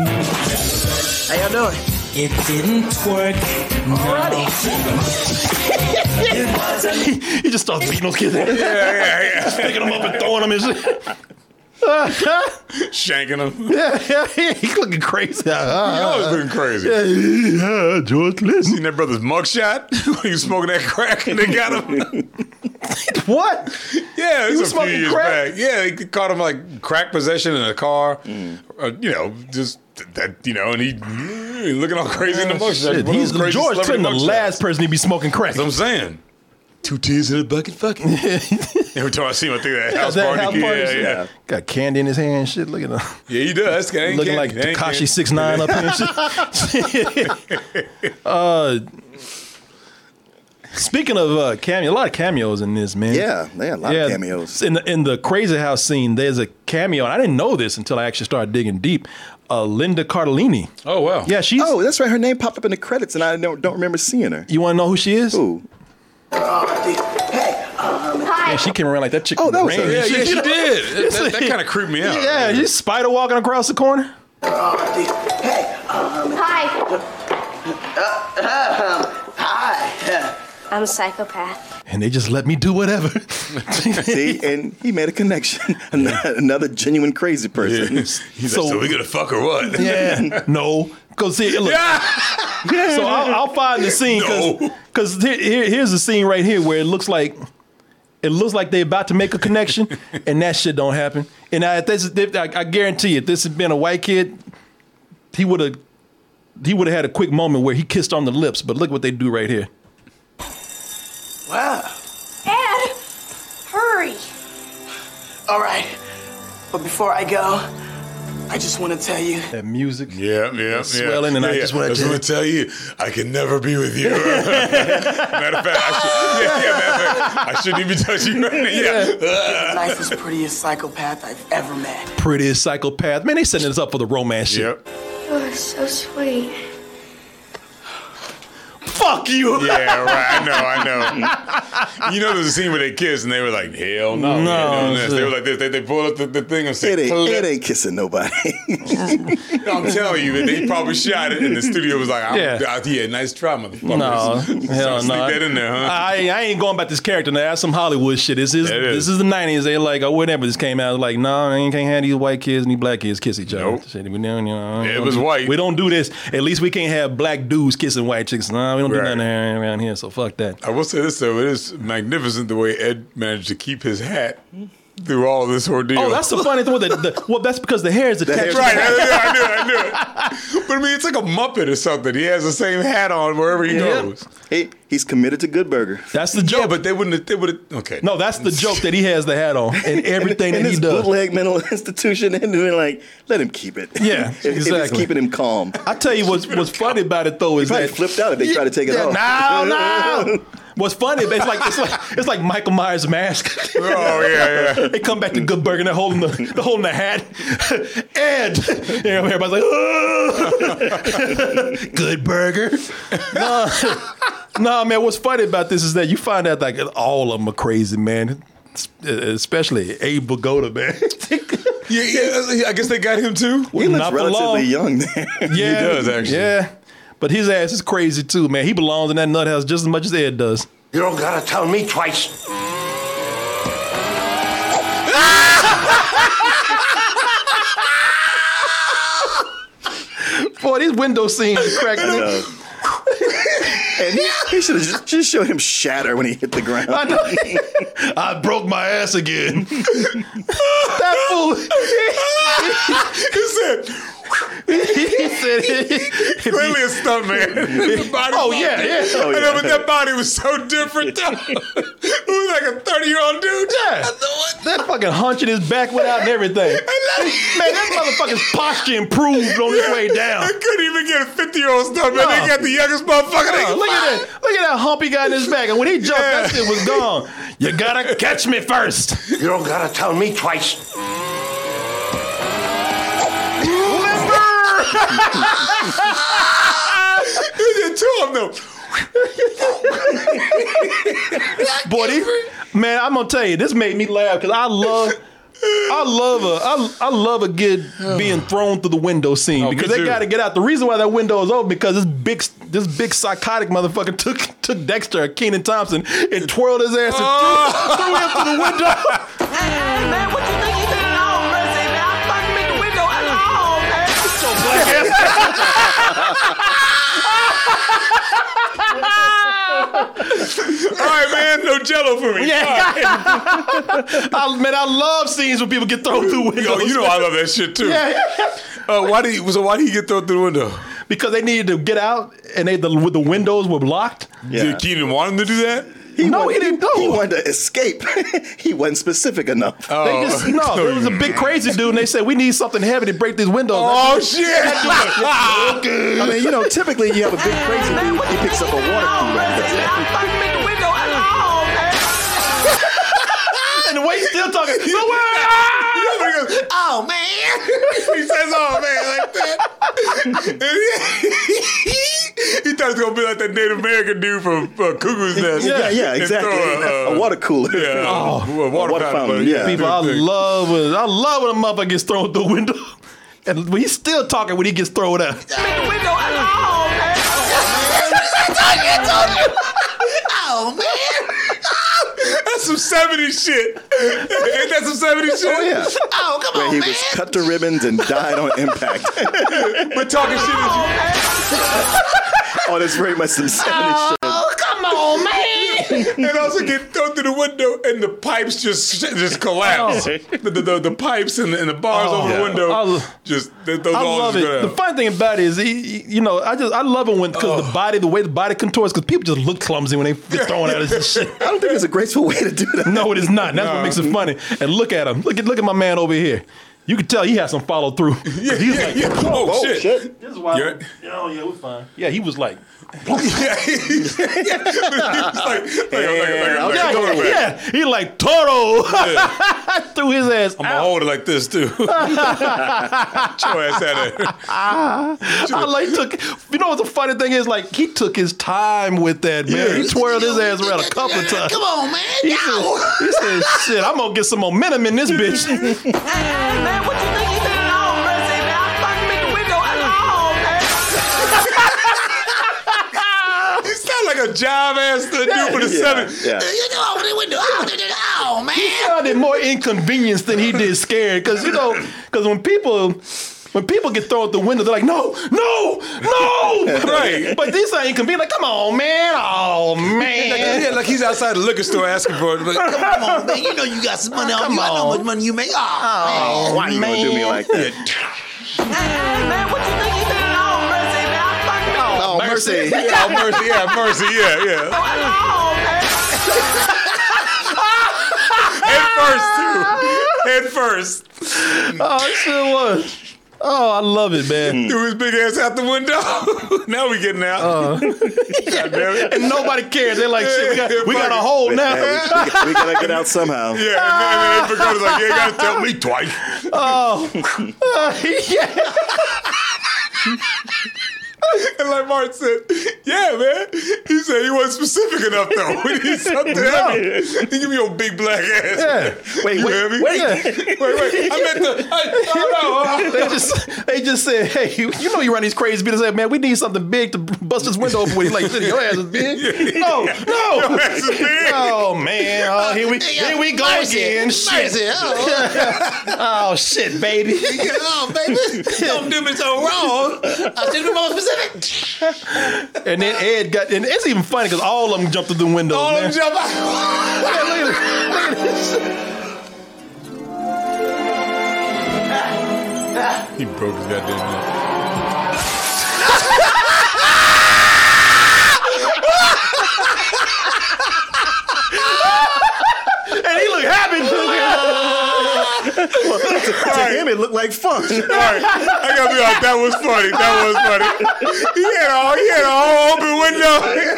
Speaker 9: How y'all doing? It didn't work. Alrighty.
Speaker 1: he just starts beating those kids. yeah,
Speaker 3: yeah, yeah.
Speaker 1: Just picking them up and throwing them. And shit.
Speaker 3: Shanking them.
Speaker 1: yeah, yeah, yeah. He's looking crazy. He
Speaker 3: always looking crazy.
Speaker 1: Yeah, yeah, George Clinton.
Speaker 3: Seen that brother's mugshot? he was smoking that crack and they got him.
Speaker 1: what?
Speaker 3: Yeah, it
Speaker 1: He was
Speaker 3: was, a few
Speaker 1: smoking
Speaker 3: years
Speaker 1: crack?
Speaker 3: back. Yeah, they caught him like crack possession in a car.
Speaker 1: Mm.
Speaker 3: Uh, you know, just th- that. You know, and he, he looking all crazy in the
Speaker 1: Oh,
Speaker 3: mugshot.
Speaker 1: shit.
Speaker 3: One of
Speaker 1: He's
Speaker 3: those crazy
Speaker 1: George
Speaker 3: celebrity
Speaker 1: Clinton, the
Speaker 3: mugshots.
Speaker 1: last person he'd be smoking crack.
Speaker 3: That's what I'm saying. Two tears in a bucket, fucking. Every time I see him, I think of that house
Speaker 1: That
Speaker 3: party.
Speaker 1: house
Speaker 3: kid.
Speaker 1: party
Speaker 3: yeah,
Speaker 1: shit.
Speaker 3: yeah,
Speaker 1: Got candy in his hand, and shit. Look at him.
Speaker 3: yeah. He does. That ain't
Speaker 1: Looking
Speaker 3: candy.
Speaker 1: like
Speaker 3: That ain't
Speaker 1: Takashi
Speaker 3: candy.
Speaker 1: six nine up here. and shit. uh, speaking of uh, cameo, a lot of cameos in this man.
Speaker 5: Yeah, yeah, a lot of cameos.
Speaker 1: In the in the crazy house scene, there's a cameo, and I didn't know this until I actually started digging deep. Uh, Linda Cardellini.
Speaker 3: Oh wow.
Speaker 1: Yeah, she's.
Speaker 5: Oh, that's right. Her name popped up in the credits, and I don't, don't remember seeing her.
Speaker 1: You want to know who she is?
Speaker 5: Who?
Speaker 1: Yeah, she came around like that chick.
Speaker 5: Oh,
Speaker 1: with
Speaker 5: that
Speaker 1: the
Speaker 5: was her.
Speaker 1: ring.
Speaker 5: Yeah,
Speaker 3: yeah, she did. That- that kinda creeped me out.
Speaker 1: Yeah, you spider walking across the corner.
Speaker 7: Hi.
Speaker 2: Hi.
Speaker 7: I'm a psychopath.
Speaker 1: And they just let me do whatever.
Speaker 5: See, and he made a connection. An- Another genuine crazy person.
Speaker 3: He's like, so we gonna fuck or what?
Speaker 1: Yeah. no. Cause see, look. So I'll, I'll find the scene because here's the scene right here where it looks like it looks like they're about to make a connection and that shit don't happen. And I, if this, is- if, I, I guarantee if this had been a white kid, he would have he would have had a quick moment where he kissed on the lips. But look what they do right here.
Speaker 2: Wow.
Speaker 7: Ed, hurry.
Speaker 2: All right. But before I go, I just want to tell you.
Speaker 1: That music.
Speaker 3: Yeah, yeah, yeah.
Speaker 1: swelling, and I just wanna
Speaker 3: I just
Speaker 1: tell-
Speaker 3: want to tell you, I can never be with you. matter of fact, I, should, yeah, yeah, matter of fact, I shouldn't even touch you right now. Yeah.
Speaker 2: the nicest, prettiest psychopath I've ever met.
Speaker 1: Prettiest psychopath. Man, they setting this up for the romance shit.
Speaker 7: You're so sweet.
Speaker 1: Fuck you.
Speaker 3: Yeah, right. I know, I know. You know, there's a scene where they kiss and they were like, hell no. we ain't
Speaker 1: No,
Speaker 3: doing this. They
Speaker 1: shit.
Speaker 3: were like, this. they, they pulled up the, the thing and said,
Speaker 5: It
Speaker 3: pull
Speaker 5: ain't,
Speaker 3: it
Speaker 5: it ain't kissing nobody.
Speaker 3: up. I'm telling you, they probably shot it in the studio. Was like, I'm,
Speaker 1: Yeah.
Speaker 3: yeah. yeah, nice try, motherfucker.
Speaker 1: No,
Speaker 3: So
Speaker 1: hell no.
Speaker 3: sneak that in there, huh?
Speaker 1: I, I ain't going about this character. Now that's some Hollywood shit. This is,
Speaker 3: It is.
Speaker 1: this is the nineties. They like or whatever. This came out like, no, nah, you can't have these white kids and these black kids kiss each other.
Speaker 3: Nope.
Speaker 1: Shit, we don't, you know,
Speaker 3: It was white.
Speaker 1: We don't do this. At least we can't have black dudes kissing white chicks. Nah, we don't
Speaker 3: Right.
Speaker 1: do nothing here- around here. So fuck that.
Speaker 3: I will say this though, it is magnificent the way Ed managed to keep his hat through all this ordeal.
Speaker 1: Oh, that's the funny thing. With the, the, well, that's because the hair is attached.
Speaker 3: That's right. I knew, it, I knew it. I knew it. But I mean, it's like a Muppet or something. He has the same hat on wherever he
Speaker 1: Yeah.
Speaker 3: goes.
Speaker 5: He- he's committed to Good Burger.
Speaker 1: That's the joke.
Speaker 3: Yeah, but they wouldn't. have- They would have. Okay.
Speaker 1: no, that's the joke that he has the hat on and everything
Speaker 5: in
Speaker 1: that he
Speaker 5: this
Speaker 1: does.
Speaker 5: bootleg mental institution, and doing like, let him keep it.
Speaker 1: Yeah,
Speaker 5: If- if, it's
Speaker 1: exactly.
Speaker 5: keeping him calm.
Speaker 1: I tell you what's what's funny about it though is
Speaker 5: probably
Speaker 1: that
Speaker 5: flipped out if they
Speaker 1: Yeah,
Speaker 5: tried to take it
Speaker 1: yeah,
Speaker 5: off.
Speaker 1: No, no. What's funny? It's like it's like it's like Michael Myers mask.
Speaker 3: Oh yeah, yeah.
Speaker 1: they come back to Good Burger and they're holding the they're holding the hat. Ed, you know, everybody's like, "Ugh." Good Burger. No, no, man. What's funny about this is that you find out like all of them are crazy, man. Especially Abe Vigoda, man.
Speaker 3: Yeah, yeah, I guess they got him too.
Speaker 5: He looks
Speaker 1: Not for long.
Speaker 5: relatively young there.
Speaker 1: Yeah,
Speaker 3: He does, actually.
Speaker 1: Yeah, but his ass is crazy too, man. He belongs in that nut house just as much as Ed does.
Speaker 8: You don't gotta tell me twice.
Speaker 1: Boy, these window scenes are cracking me up.
Speaker 5: No. and he, he should have just, just showed him shatter when he hit the ground.
Speaker 1: I know. I broke my ass again. that fool.
Speaker 3: He said,
Speaker 1: he said
Speaker 3: Clearly a stunt man.
Speaker 1: Oh, yeah, yeah. Oh,
Speaker 3: and
Speaker 1: yeah.
Speaker 3: then, but that body was so different. though. it was like a thirty-year-old dude.
Speaker 1: Yeah. That fucking hunching his back without and everything. Man, that motherfucker's posture improved on his way down.
Speaker 3: I couldn't even get a 50 year old stuff, man. They got the youngest motherfucker. they
Speaker 1: No,
Speaker 3: can
Speaker 1: look at
Speaker 3: find.
Speaker 1: that. Look at that hump he got in his back. And when he jumped,
Speaker 3: Yeah.
Speaker 1: that shit was gone. You gotta catch me first.
Speaker 8: You don't gotta tell me twice.
Speaker 3: There's two of them,
Speaker 1: Boy, these- man, I'm gonna tell you, this made me laugh because I love. I love a I, I love a good being thrown through the window scene
Speaker 3: Oh, me
Speaker 1: because they
Speaker 3: too.
Speaker 1: got to get out. The reason why that window is open because this big this big psychotic motherfucker took took Dexter Keenan Thompson and twirled his
Speaker 3: Oh,
Speaker 1: ass and threw, threw him through the window.
Speaker 11: Man, what you think you did at all, Mercy? Man, I fucking made the window at all, man. Get your black
Speaker 3: though. All right, man. No jello for me. All right.
Speaker 1: I, man, I love scenes when people get thrown through windows.
Speaker 3: Yo, you know I love that shit too.
Speaker 1: Yeah, yeah.
Speaker 3: Uh, why did he, so why did he get thrown through the window?
Speaker 1: because they needed to get out and they the, the windows were locked.
Speaker 3: Did Keenan want him to do that?
Speaker 1: no, he didn't go.
Speaker 5: He wanted to escape. he wasn't specific enough.
Speaker 3: Oh.
Speaker 1: They just no, there was a big crazy dude, and they said we need something heavy to break these windows.
Speaker 3: Oh
Speaker 1: That
Speaker 3: shit!
Speaker 5: I mean, you know, typically you have a big crazy dude. He picks up a water cooler. and does that.
Speaker 1: dude- And the way he's still talking, no way!
Speaker 11: Oh, man.
Speaker 3: he says, "Oh man, like that." he thought it was gonna be like that Native American dude from uh, Cuckoo's Nest.
Speaker 5: Yeah, yeah,
Speaker 3: And
Speaker 5: exactly.
Speaker 3: throw uh,
Speaker 5: a water cooler. Oh,
Speaker 3: Yeah, a water,
Speaker 5: water
Speaker 3: fountain.
Speaker 5: fountain, yeah.
Speaker 1: People, I love when I love when a motherfucker gets thrown through the window, and when he's still talking when he gets thrown out.
Speaker 11: Oh, man.
Speaker 3: That's some '70s shit. Ain't that some '70s shit?
Speaker 5: Oh, yeah.
Speaker 11: Oh, come
Speaker 5: Where
Speaker 11: on,
Speaker 5: he
Speaker 11: man.
Speaker 5: was cut to ribbons and died on impact.
Speaker 3: We're talking shit. That
Speaker 5: oh, that's very much some 70s shit.
Speaker 11: Oh, come on, man.
Speaker 3: you, and also get thrown through the window, and the pipes just just collapse. The, the, the, the pipes and the, and the bars
Speaker 1: Oh.
Speaker 3: over the
Speaker 1: Yeah.
Speaker 3: window
Speaker 1: I lo-
Speaker 3: just they, those
Speaker 1: I
Speaker 3: all
Speaker 1: love
Speaker 3: just
Speaker 1: it.
Speaker 3: go down.
Speaker 1: The fun thing about it is, he, he- you know, I just I love it when because the body, the way the body contours, because people just look clumsy when they get thrown out of this shit.
Speaker 5: I don't think it's a graceful way to do that.
Speaker 1: No, it is not. That's what makes it funny. And look at him. Look at look at my man over here. You can tell he had some follow through.
Speaker 3: yeah,
Speaker 1: he's
Speaker 3: yeah,
Speaker 1: like,
Speaker 3: yeah. Oh, shit.
Speaker 1: This is why.
Speaker 3: You're-
Speaker 1: Oh yeah, we're fine. Yeah, he was like,
Speaker 3: Yeah, it's like, like, like, like,
Speaker 1: yeah,
Speaker 3: like, like,
Speaker 1: yeah, He like Toro through his ass.
Speaker 3: I'm gonna
Speaker 1: out.
Speaker 3: hold it like this too. Get your ass out of here.
Speaker 1: I like took. You know what the funny thing is? Like he took his time with that man. He twirled his ass around a couple of times.
Speaker 11: Come on, man.
Speaker 1: He said, he said, "Shit, I'm gonna get some momentum in this bitch."
Speaker 11: Man, what you think you did at all, Mercy? Man, I fucking made the window at all, man.
Speaker 3: You sound like a job ass dude for the
Speaker 5: Yeah,
Speaker 3: seven.
Speaker 5: yeah.
Speaker 11: You know, over the window. Oh, did it all, man.
Speaker 1: He sounded more inconvenienced than he did scared. Cause you know, cause when people when people get thrown out the window, they're like, no, no, no.
Speaker 3: Right.
Speaker 1: But these are inconvenient. Like, come on, man. Oh man.
Speaker 3: Yeah, like he's outside the liquor store asking for it. Like,
Speaker 11: Come on, man. You know you got some money on you. I know how much money you make. Oh,
Speaker 5: Why you gonna do me like that?
Speaker 11: man. Man, what you think you did at all, Mercy? Man, I fucking made
Speaker 5: Oh, mercy.
Speaker 3: yeah, mercy, yeah, mercy, yeah, yeah.
Speaker 11: the window at all, man.
Speaker 3: Head first too. Head first.
Speaker 1: Oh, it sure was. Oh, I love it, man.
Speaker 3: Threw his big ass out the window. now we getting out. God damn it.
Speaker 1: And nobody cares. They're like, shit, we got, we got a hole
Speaker 3: oh,
Speaker 5: But,
Speaker 1: now.
Speaker 5: uh, we, we gotta get out somehow.
Speaker 3: Yeah, and then, and then Pagoda's like, you ain't gotta tell me twice.
Speaker 1: yeah.
Speaker 3: And like Martin said, yeah, man. He said he wasn't specific enough though. We need something heavy. You give me your big black ass.
Speaker 1: Yeah.
Speaker 3: Wait, you hear me?
Speaker 1: yeah.
Speaker 3: wait, wait. I meant the. I, oh, no.
Speaker 1: They just, they just said, hey, you, you know you run these crazy bitches. Like, man, we need something big to bust this window open with. He's like, shit, your ass is big. No, no.
Speaker 3: Your ass is big.
Speaker 1: Oh man! Oh, here we here we go
Speaker 11: Mercy.
Speaker 1: again! Shit.
Speaker 11: Mercy. Oh,
Speaker 1: Oh shit, baby!
Speaker 11: oh, baby. Don't do me so wrong. I should be more specific.
Speaker 1: And then Ed got, and it's even funny because all of them jumped through the window.
Speaker 3: All
Speaker 1: man.
Speaker 3: them jump out.
Speaker 1: Look at- look at- look at this.
Speaker 3: He broke his goddamn neck.
Speaker 5: it looked like fun.
Speaker 3: Right. I gotta be honest, that was funny. That was funny. He had all he had a whole open window.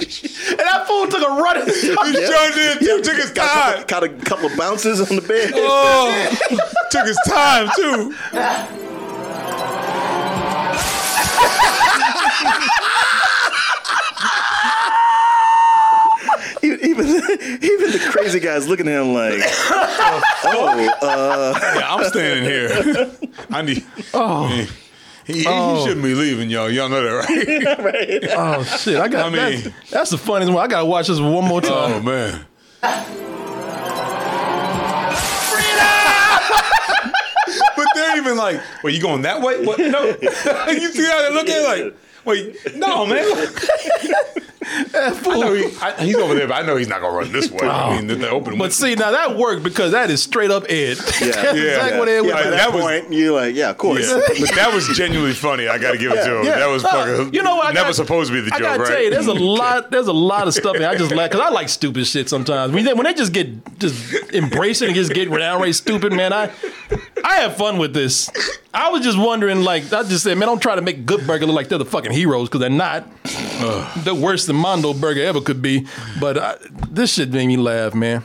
Speaker 3: That fucking
Speaker 1: And that fool took a run. He
Speaker 3: sure did. He took his time.
Speaker 5: Got a couple of bounces on the bed.
Speaker 3: Oh, took his time too.
Speaker 5: even even even the crazy guys looking at him like, oh, uh,
Speaker 3: Yeah, I'm standing here. I need. Oh. He, he
Speaker 1: Oh.
Speaker 3: shouldn't be leaving, y'all. Y'all know that, right?
Speaker 1: Oh shit! I got.
Speaker 3: I mean-
Speaker 1: that's, that's the funniest one. I gotta watch this one more time.
Speaker 3: Oh man. but they're even like, "Wait, you going that way? What? No." you see how they look at it like, "Wait, no, man." I know he- I- he's over there, but I know he's not gonna run this way. I mean, the, the open.
Speaker 1: But see, now that worked because that is straight up Ed.
Speaker 5: Yeah.
Speaker 1: That's
Speaker 3: Yeah.
Speaker 1: exactly what Ed
Speaker 5: yeah,
Speaker 1: was.
Speaker 5: by that,
Speaker 3: that was-
Speaker 5: point, you're like, yeah, of course.
Speaker 3: Yeah, but that was genuinely funny. I got to give it to him.
Speaker 1: Yeah.
Speaker 3: That was
Speaker 1: No,
Speaker 3: fucking.
Speaker 1: you know what? I
Speaker 3: that
Speaker 1: gotta-
Speaker 3: was supposed to be the
Speaker 1: I
Speaker 3: joke,
Speaker 1: gotta
Speaker 3: right?
Speaker 1: tell you, there's a lot. There's a lot of stuff. that I just laugh because I like stupid shit sometimes. When they, when they just get just embrace it and just get downright stupid, man. I I have fun with this. I was just wondering, like I just said, man, don't try to make Good Burger look like they're the fucking heroes because they're not. They're worse than Mondo Burger ever could be. But I, this shit made me laugh, man.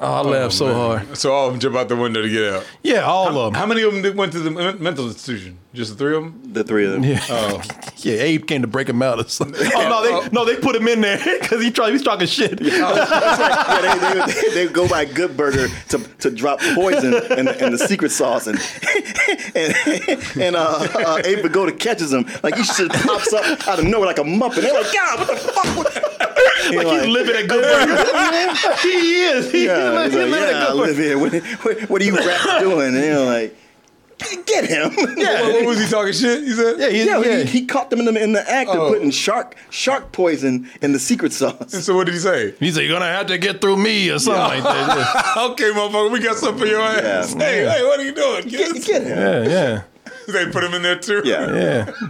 Speaker 1: Oh, I laughed so hard.
Speaker 3: So all of them jump out the window to get out.
Speaker 1: Yeah, all of them.
Speaker 3: How many of them did- went to the men- mental institution? Just the three of them?
Speaker 5: The three of them.
Speaker 1: Yeah.
Speaker 3: Oh,
Speaker 1: Yeah, Abe came to break him out or something. Oh no, they no, they put him in there because he tried. He's talking shit.
Speaker 5: Yeah, they, they, they go by Good Burger to, to drop poison and, and the secret sauce, and and, and uh, uh, Abe Vigoda catches him like he just pops up out of nowhere like a muppet. They're like, God, what the fuck? What the-"
Speaker 1: Like,
Speaker 5: You're
Speaker 1: he's living at Good Burger. he is. He,
Speaker 5: Yeah,
Speaker 1: li-
Speaker 5: he's
Speaker 1: he
Speaker 5: like,
Speaker 1: living
Speaker 5: yeah,
Speaker 1: at
Speaker 5: I
Speaker 1: Good Burger.
Speaker 5: live here. What, what, what are you rats doing? And you're like, get him.
Speaker 1: Yeah.
Speaker 3: what, what was he talking shit? He said,
Speaker 1: Yeah, he,
Speaker 5: Yeah,
Speaker 1: yeah,
Speaker 5: he- He, caught them in the, in the act
Speaker 3: Oh.
Speaker 5: of putting shark shark poison in the secret sauce.
Speaker 3: So what did he say?
Speaker 1: He's like, you're gonna have to get through me or something like that.
Speaker 3: okay, motherfucker, we got something for your ass.
Speaker 5: Yeah.
Speaker 3: Hey, hey, what are you doing?
Speaker 5: Get,
Speaker 3: kids?
Speaker 5: get him.
Speaker 1: Yeah, yeah,
Speaker 3: They put him in there too.
Speaker 5: Yeah.
Speaker 1: yeah,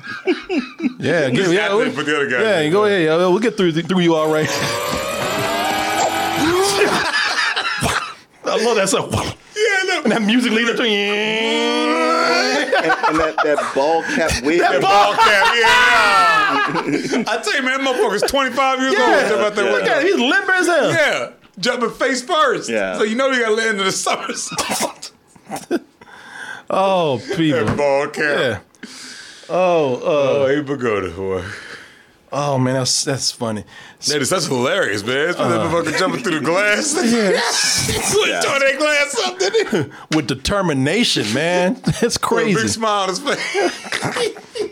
Speaker 1: yeah. Get,
Speaker 3: Just
Speaker 1: yeah,
Speaker 3: after
Speaker 1: we-
Speaker 3: they put the other guy.
Speaker 1: yeah,
Speaker 3: in.
Speaker 1: go ahead. Yeah, we'll get through through you all right. I love that stuff.
Speaker 3: Yeah, no.
Speaker 1: And that music leader thing.
Speaker 5: And, and that, that ball cap wig.
Speaker 3: That ball cap, yeah. I tell you, man, that motherfucker's 25 years old. Jump out that
Speaker 1: Look
Speaker 3: window.
Speaker 1: at him. He's limber as hell.
Speaker 3: Yeah. Jumping face first.
Speaker 5: Yeah.
Speaker 3: So you know you gotta land in the somersault.
Speaker 1: Oh, people.
Speaker 3: that ball cap.
Speaker 1: Yeah. Oh, uh,
Speaker 3: Oh, he pagoda, boy.
Speaker 1: oh man, that's that's funny.
Speaker 3: That is, that's hilarious, man. It's been
Speaker 5: Uh.
Speaker 3: that motherfucker jumping through the glass. Yeah. Tore that glass up, didn't he?
Speaker 1: With determination, man, that's
Speaker 3: With a big
Speaker 1: crazy.
Speaker 3: smile on his face.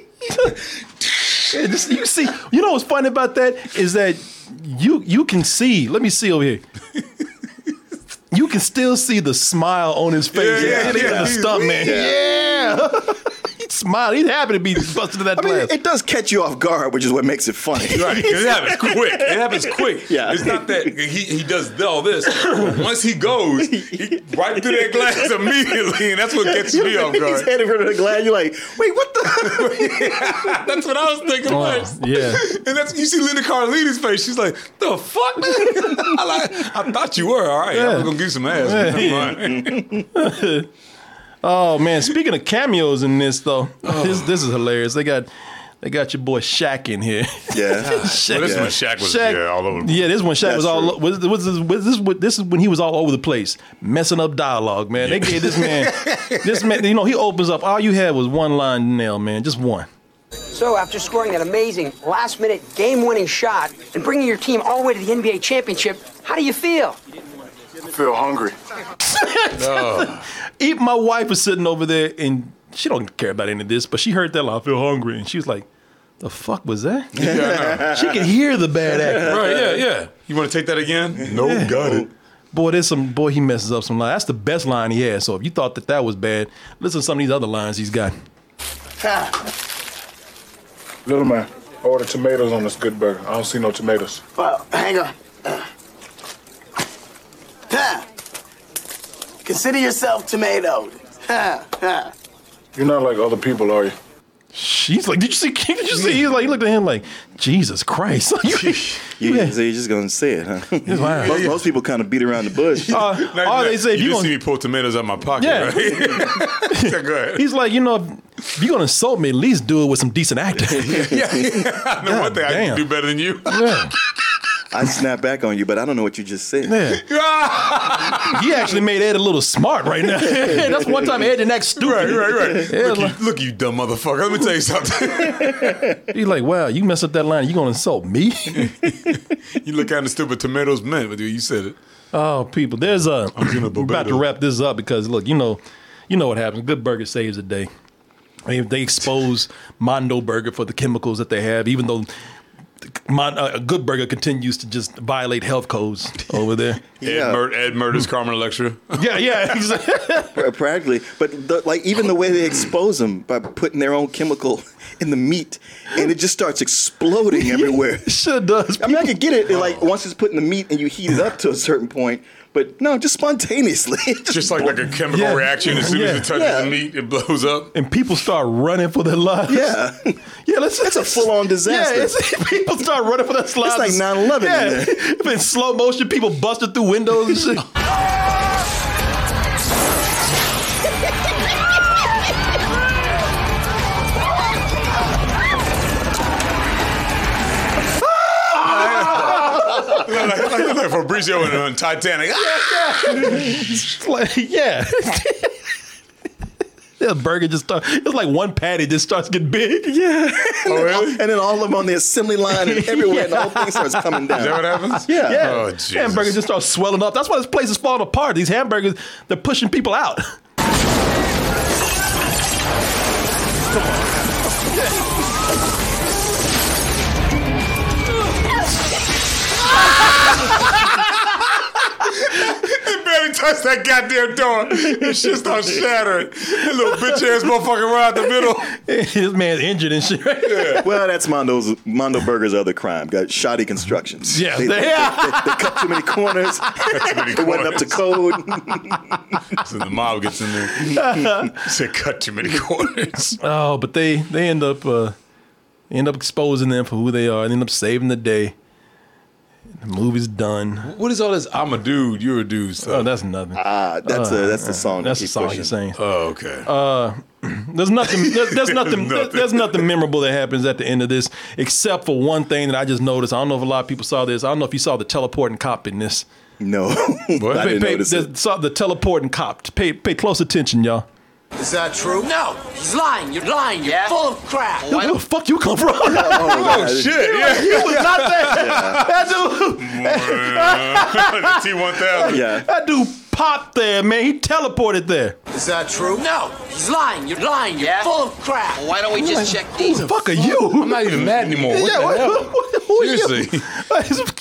Speaker 1: Yeah, just- you see, you know what's funny about that is that you you can see. Let me see over here. You can still see the smile on his face.
Speaker 3: Yeah, yeah,
Speaker 1: It ain't
Speaker 3: yeah.
Speaker 1: the stunt, man. Yeah, he's smiling. He's happy to be busted to that
Speaker 5: I mean,
Speaker 1: glass.
Speaker 5: it does catch you off guard, which is what makes it funny.
Speaker 3: Right, 'cause it happens quick. It happens quick.
Speaker 5: Yeah.
Speaker 3: it's not that he, he does all this. Once he goes, he right through that glass immediately, and that's what gets me off
Speaker 5: He's
Speaker 3: guard.
Speaker 5: headed for the glass. You're like, wait, what the?
Speaker 3: That's what I was thinking
Speaker 1: Wow,
Speaker 3: first.
Speaker 1: yeah.
Speaker 3: and that's you see Linda Carlini's face. She's like, "The fuck, man? I, like, I thought you were all right. I was gonna give you some ass. but never mind."
Speaker 1: Oh man, speaking of cameos in this though, this this is hilarious. They got they got your boy Shaq in here.
Speaker 5: yeah.
Speaker 1: Shaq,
Speaker 3: Well, this is
Speaker 1: yeah.
Speaker 3: when Shaq was
Speaker 1: Shaq-
Speaker 3: yeah, all over. the
Speaker 1: Yeah, this one Shaq
Speaker 5: That's
Speaker 1: was all
Speaker 5: true.
Speaker 1: was, was, this- was this was- this is when he was all over the place, messing up dialogue, man. They gave this man this man, you know, he opens up. All you had was one line nail, man, just one.
Speaker 9: So, after scoring that amazing last minute game winning shot and bringing your team all the way to the NBA championship, how do you feel?
Speaker 8: Feel hungry.
Speaker 3: Oh.
Speaker 1: Even my wife was sitting over there and she don't care about any of this, but she heard that like, I feel hungry and she was like, "The fuck was that?" she could hear the bad acting.
Speaker 3: Right? Yeah, yeah. You want to take that again? No, got it.
Speaker 1: Boy, there's some boy he messes up some line. That's the best line he had. So if you thought that that was bad, listen to some of these other lines he's got.
Speaker 12: Little man, order tomatoes on this good burger. I don't see no tomatoes.
Speaker 2: Well, hang on. Huh. Consider yourself tomatoed. Huh, huh.
Speaker 12: You're not like other people, are you?
Speaker 1: She's like, did you see? Did you see? He's like, he looked at him like, Jesus Christ.
Speaker 5: You, So you're just gonna say it, huh?
Speaker 1: Wow.
Speaker 5: Most, most people kind of beat around the bush.
Speaker 1: Uh, all they say, if
Speaker 3: you,
Speaker 1: you
Speaker 3: just
Speaker 1: gonna-
Speaker 3: see me pull tomatoes out my pocket,
Speaker 1: Yeah.
Speaker 3: right? So go ahead.
Speaker 1: He's like, you know, if you're gonna insult me, at least do it with some decent acting.
Speaker 3: yeah, I know one thing I
Speaker 1: damn.
Speaker 3: can do better than you.
Speaker 5: I snap back on you, but I don't know what you just said.
Speaker 3: Ah!
Speaker 1: he actually made Ed a little smart right now. That's one time Ed didn't act stupid.
Speaker 3: Right, right, right.
Speaker 1: Yeah,
Speaker 3: look,
Speaker 1: like-
Speaker 3: you, look, you dumb motherfucker. Let me tell you something.
Speaker 1: He's like, wow, you mess up that line, you gonna insult me?
Speaker 3: you look kind of stupid. Tomatoes meant, but dude, you said it.
Speaker 1: Oh, people, there's a. I'm about to
Speaker 3: Barbados.
Speaker 1: wrap this up because look, you know, you know what happens. Good Burger saves the day. I mean, they expose Mondo Burger for the chemicals that they have, even though Mon- uh, Good Burger continues to just violate health codes over there.
Speaker 3: Ed, mur- Ed murders Carmen Electra.
Speaker 1: yeah, yeah.
Speaker 5: Pra- Practically, but the, like even the way they expose them by putting their own chemical in the meat, and it just starts exploding everywhere.
Speaker 1: sure does.
Speaker 5: I mean, I could get it
Speaker 3: Oh.
Speaker 5: like once it's put in the meat and you heat it up to a certain point, but no, just spontaneously. just,
Speaker 3: Just like, like a chemical
Speaker 1: Yeah.
Speaker 3: reaction. As soon as
Speaker 1: Yeah.
Speaker 3: it touches the meat, it blows up.
Speaker 1: And people start running for their lives.
Speaker 5: Yeah.
Speaker 1: Yeah, let's, it's
Speaker 5: a full-on disaster.
Speaker 1: Yeah, it's, people start running for their lives.
Speaker 5: like 9/11 in
Speaker 1: Yeah, in slow motion, people busted through windows and shit.
Speaker 3: like, like, like Fabrizio in on Titanic.
Speaker 1: It's like, yeah. The burger just start. It's like one patty just starts getting big.
Speaker 5: yeah. Oh, really? and then all of them on the assembly line and everywhere, and the whole thing starts coming down.
Speaker 3: Is that what happens?
Speaker 5: Yeah.
Speaker 1: Yeah,
Speaker 3: Oh, Jesus.
Speaker 1: hamburgers just start swelling up. That's why this place is falling apart. These hamburgers, they're pushing people out.
Speaker 3: They barely touched that goddamn door. It shit starts shattering. That little bitch ass motherfucker right out the middle.
Speaker 1: this man's injured and shit. Right?
Speaker 5: Well, that's Mondo's Mondo Burger's other crime. Got shoddy constructions.
Speaker 1: Yeah.
Speaker 5: They, they- they cut too many corners. It wasn't up to code.
Speaker 3: So the mob gets in there. Said cut too many corners.
Speaker 1: Oh, but they they end up uh, they end up exposing them for who they are. They end up saving the day. The movie's done.
Speaker 3: What is all this? I'm a dude. You're a dude.
Speaker 1: Oh,
Speaker 3: Stuff.
Speaker 1: that's nothing.
Speaker 5: Ah, that's a,
Speaker 3: Uh,
Speaker 5: that's the song.
Speaker 1: That's
Speaker 5: they
Speaker 1: the
Speaker 5: keep
Speaker 1: song
Speaker 5: pushing.
Speaker 1: you're saying.
Speaker 3: Oh, okay.
Speaker 1: There's nothing. There's, there's nothing. there-
Speaker 3: Nothing.
Speaker 1: There's nothing memorable that happens at the end of this, except for one thing that I just noticed. I don't know if a lot of people saw this. I don't know if you saw the teleporting cop in this.
Speaker 5: No, I
Speaker 1: Pay,
Speaker 5: didn't
Speaker 1: pay,
Speaker 5: notice it.
Speaker 1: the, saw the teleporting cop. Pay pay close attention, y'all.
Speaker 2: Is that true?
Speaker 9: No, he's lying. You're lying. You're full of crap.
Speaker 1: Where the fuck you come from?
Speaker 3: oh, shit. Yeah.
Speaker 1: you was not there. That dude.
Speaker 3: the T1000.
Speaker 5: Yeah,
Speaker 1: That dude popped there, man. He teleported there.
Speaker 2: Is that true?
Speaker 9: No, he's lying. You're lying. You're full of crap.
Speaker 2: Why don't we just check these?
Speaker 1: The fuck are you?
Speaker 3: I'm not even mad anymore. What
Speaker 1: yeah,
Speaker 3: the
Speaker 1: what,
Speaker 3: hell?
Speaker 1: what, what, who are you?
Speaker 3: Seriously.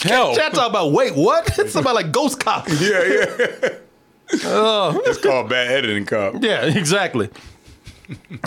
Speaker 1: Hell. Chat talking about wait what? It's about like ghost cop.
Speaker 3: Yeah, yeah. It's called bad editing, cop.
Speaker 1: Yeah, exactly.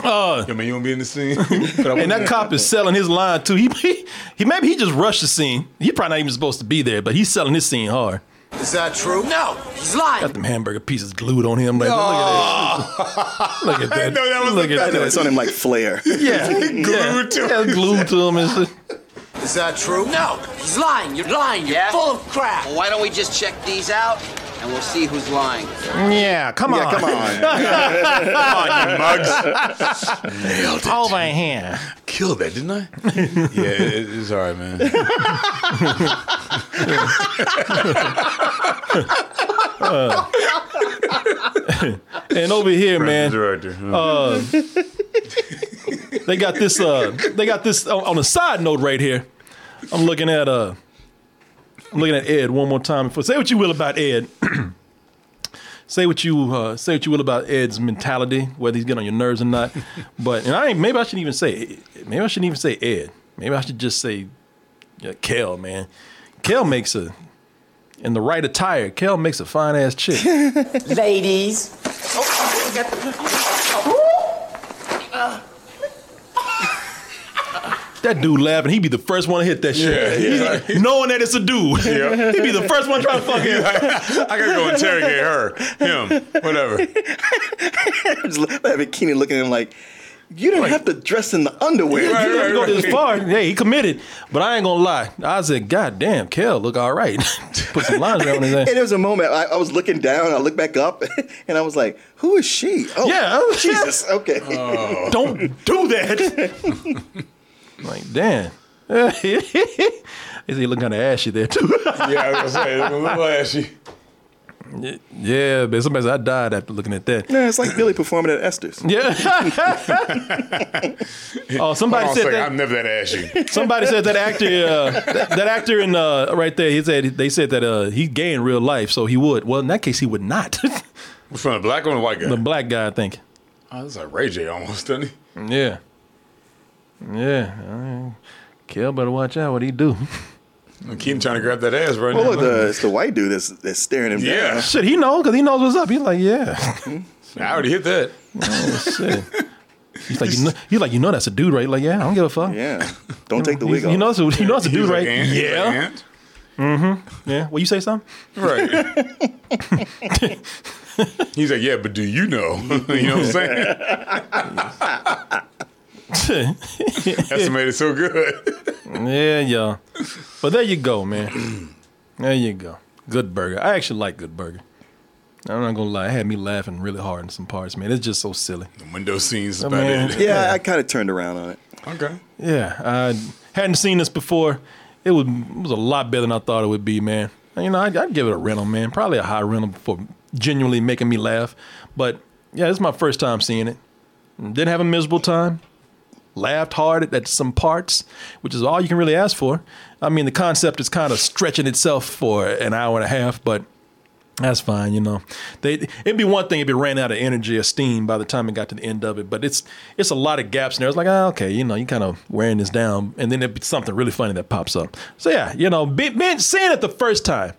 Speaker 1: Uh,
Speaker 3: I mean, you want to be in the scene?
Speaker 1: and that cop is selling his line too. He, he he maybe he just rushed the scene. He probably not even supposed to be there, but he's selling his scene hard.
Speaker 2: Is that true?
Speaker 9: No, he's lying.
Speaker 1: Got them hamburger pieces glued on him. Like, look at that. look at that.
Speaker 3: know that was
Speaker 1: look
Speaker 3: the
Speaker 5: I
Speaker 1: at
Speaker 5: know
Speaker 1: that.
Speaker 5: it's on him like Flair.
Speaker 1: Yeah, glued yeah.
Speaker 3: to
Speaker 1: yeah, glued to him and shit.
Speaker 2: Is that true?
Speaker 9: No, he's lying. You're lying. You're full of crap.
Speaker 2: Why don't we just check these out and we'll see who's lying?
Speaker 1: Yeah, come
Speaker 5: Yeah, come on.
Speaker 3: Mugs.
Speaker 1: Over here.
Speaker 3: Killed that, didn't I? yeah, it, it's all right, man.
Speaker 1: And over here, man.
Speaker 3: Director.
Speaker 1: they got this uh they got this on, on a side note right here i'm looking at uh i'm looking at ed one more time before say what you will about ed say what you uh, say what you will about ed's mentality whether he's getting on your nerves or not but and i ain't maybe i shouldn't even say maybe i shouldn't even say ed maybe i should just say yeah, kel man kel makes a in the right attire kel makes a fine ass chick
Speaker 9: Ladies.
Speaker 1: That dude laughing, he'd be the first one to hit that shit.
Speaker 3: Yeah, yeah.
Speaker 1: He- knowing that it's a dude.
Speaker 3: Yeah.
Speaker 1: he'd be the first one trying to fuck him.
Speaker 3: I gotta go interrogate her, him, whatever.
Speaker 5: Just having Keenan looking at him like, You didn't have to dress in the underwear.
Speaker 1: you didn't have to go this far. Hey, he committed, but I ain't gonna lie. I said, God damn, Kel look all right. Put some lines around his
Speaker 5: And
Speaker 1: ass.
Speaker 5: there was a moment I, I was looking down, I looked back up, and I was like, "Who is she?" Oh,
Speaker 1: Yeah. Oh.
Speaker 5: Jesus. Okay.
Speaker 1: Don't do that. like, damn. Is he looking kind of ashy there too?
Speaker 3: yeah, I was gonna say, it's a little ashy.
Speaker 1: yeah, but somebody said I died after looking at that.
Speaker 5: No, it's like Billy performing at Esther's.
Speaker 1: Yeah. oh, somebody
Speaker 3: Hold on
Speaker 1: said
Speaker 3: a second,
Speaker 1: that.
Speaker 3: I'm never that ashy.
Speaker 1: Somebody said that actor, uh, that, that actor in uh, right there. He said they said that uh, he gay in real life, so he would. Well, in that case, he would not.
Speaker 3: Which one, the black one or the white guy?
Speaker 1: the black guy, I think.
Speaker 3: Oh, this is like Ray J almost, doesn't he?
Speaker 1: Yeah, yeah. I- Kel better watch out what he do.
Speaker 3: I keep trying to grab that ass right
Speaker 5: Well,
Speaker 3: now.
Speaker 5: look, the, it's the white dude that's, that's staring him
Speaker 3: Yeah.
Speaker 5: down.
Speaker 1: Shit, he knows because he knows what's up. He's like, yeah.
Speaker 3: I already hit that.
Speaker 1: Oh shit. He's like, you know, he's like, you know, that's a dude, right? Like, yeah, I don't give a fuck.
Speaker 5: Yeah. Don't take the
Speaker 1: You-
Speaker 5: wig off.
Speaker 1: You know, it's a, you know, it's a
Speaker 3: He
Speaker 1: dude,
Speaker 3: was
Speaker 1: right?
Speaker 3: like, "Ant," he was like,
Speaker 1: yeah.
Speaker 3: "Ant."
Speaker 1: Mm-hmm. Yeah. Will you say something?
Speaker 3: Right. He's like, yeah, but do you know? you know what I'm saying? That's what made it so good.
Speaker 1: yeah, yeah. But there you go, man. There you go. Good burger. I actually like Good Burger. I'm not gonna lie, it had me laughing really hard in some parts, man. It's just so silly.
Speaker 3: The window scenes is
Speaker 1: Oh,
Speaker 3: about
Speaker 1: man.
Speaker 3: it.
Speaker 5: Yeah, I kind of turned around on it.
Speaker 3: Okay.
Speaker 1: Yeah, I hadn't seen this before. It was it was a lot better than I thought it would be, man. You know, I'd, I'd give it a rental, man. Probably a high rental for genuinely making me laugh. But yeah, this is my first time seeing it. Didn't have a miserable time. Laughed hard at, at some parts, which is all you can really ask for. I mean, the concept is kind of stretching itself for an hour and a half, but that's fine, you know. They it'd be one thing if it ran out of energy or steam by the time it got to the end of it, but it's it's a lot of gaps in there. It's like, ah, okay, you know, you kind of wearing this down, and then there'd be something really funny that pops up. So yeah, you know, be, being seeing it the first time,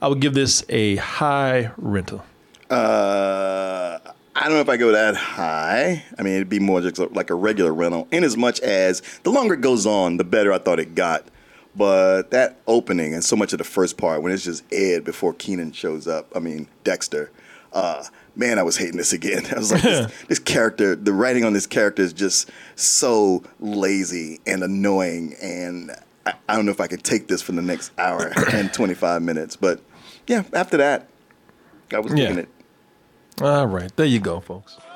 Speaker 1: I would give this a high rental.
Speaker 5: Uh, I don't know if I go that high. I mean, it'd be more just like a regular rental, in as much as the longer it goes on, the better I thought it got. But that opening and so much of the first part when it's just Ed before Keenan shows up, I mean, Dexter, uh, man, I was hating this again. I was like, this, this character, the writing on this character is just so lazy and annoying. And I, I don't know if I could take this for the next hour and 25 minutes. But yeah, after that, I was
Speaker 1: Yeah.
Speaker 5: digging it.
Speaker 1: All right, there you go, folks.
Speaker 10: You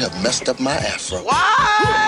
Speaker 10: have messed up my afro.
Speaker 11: Why?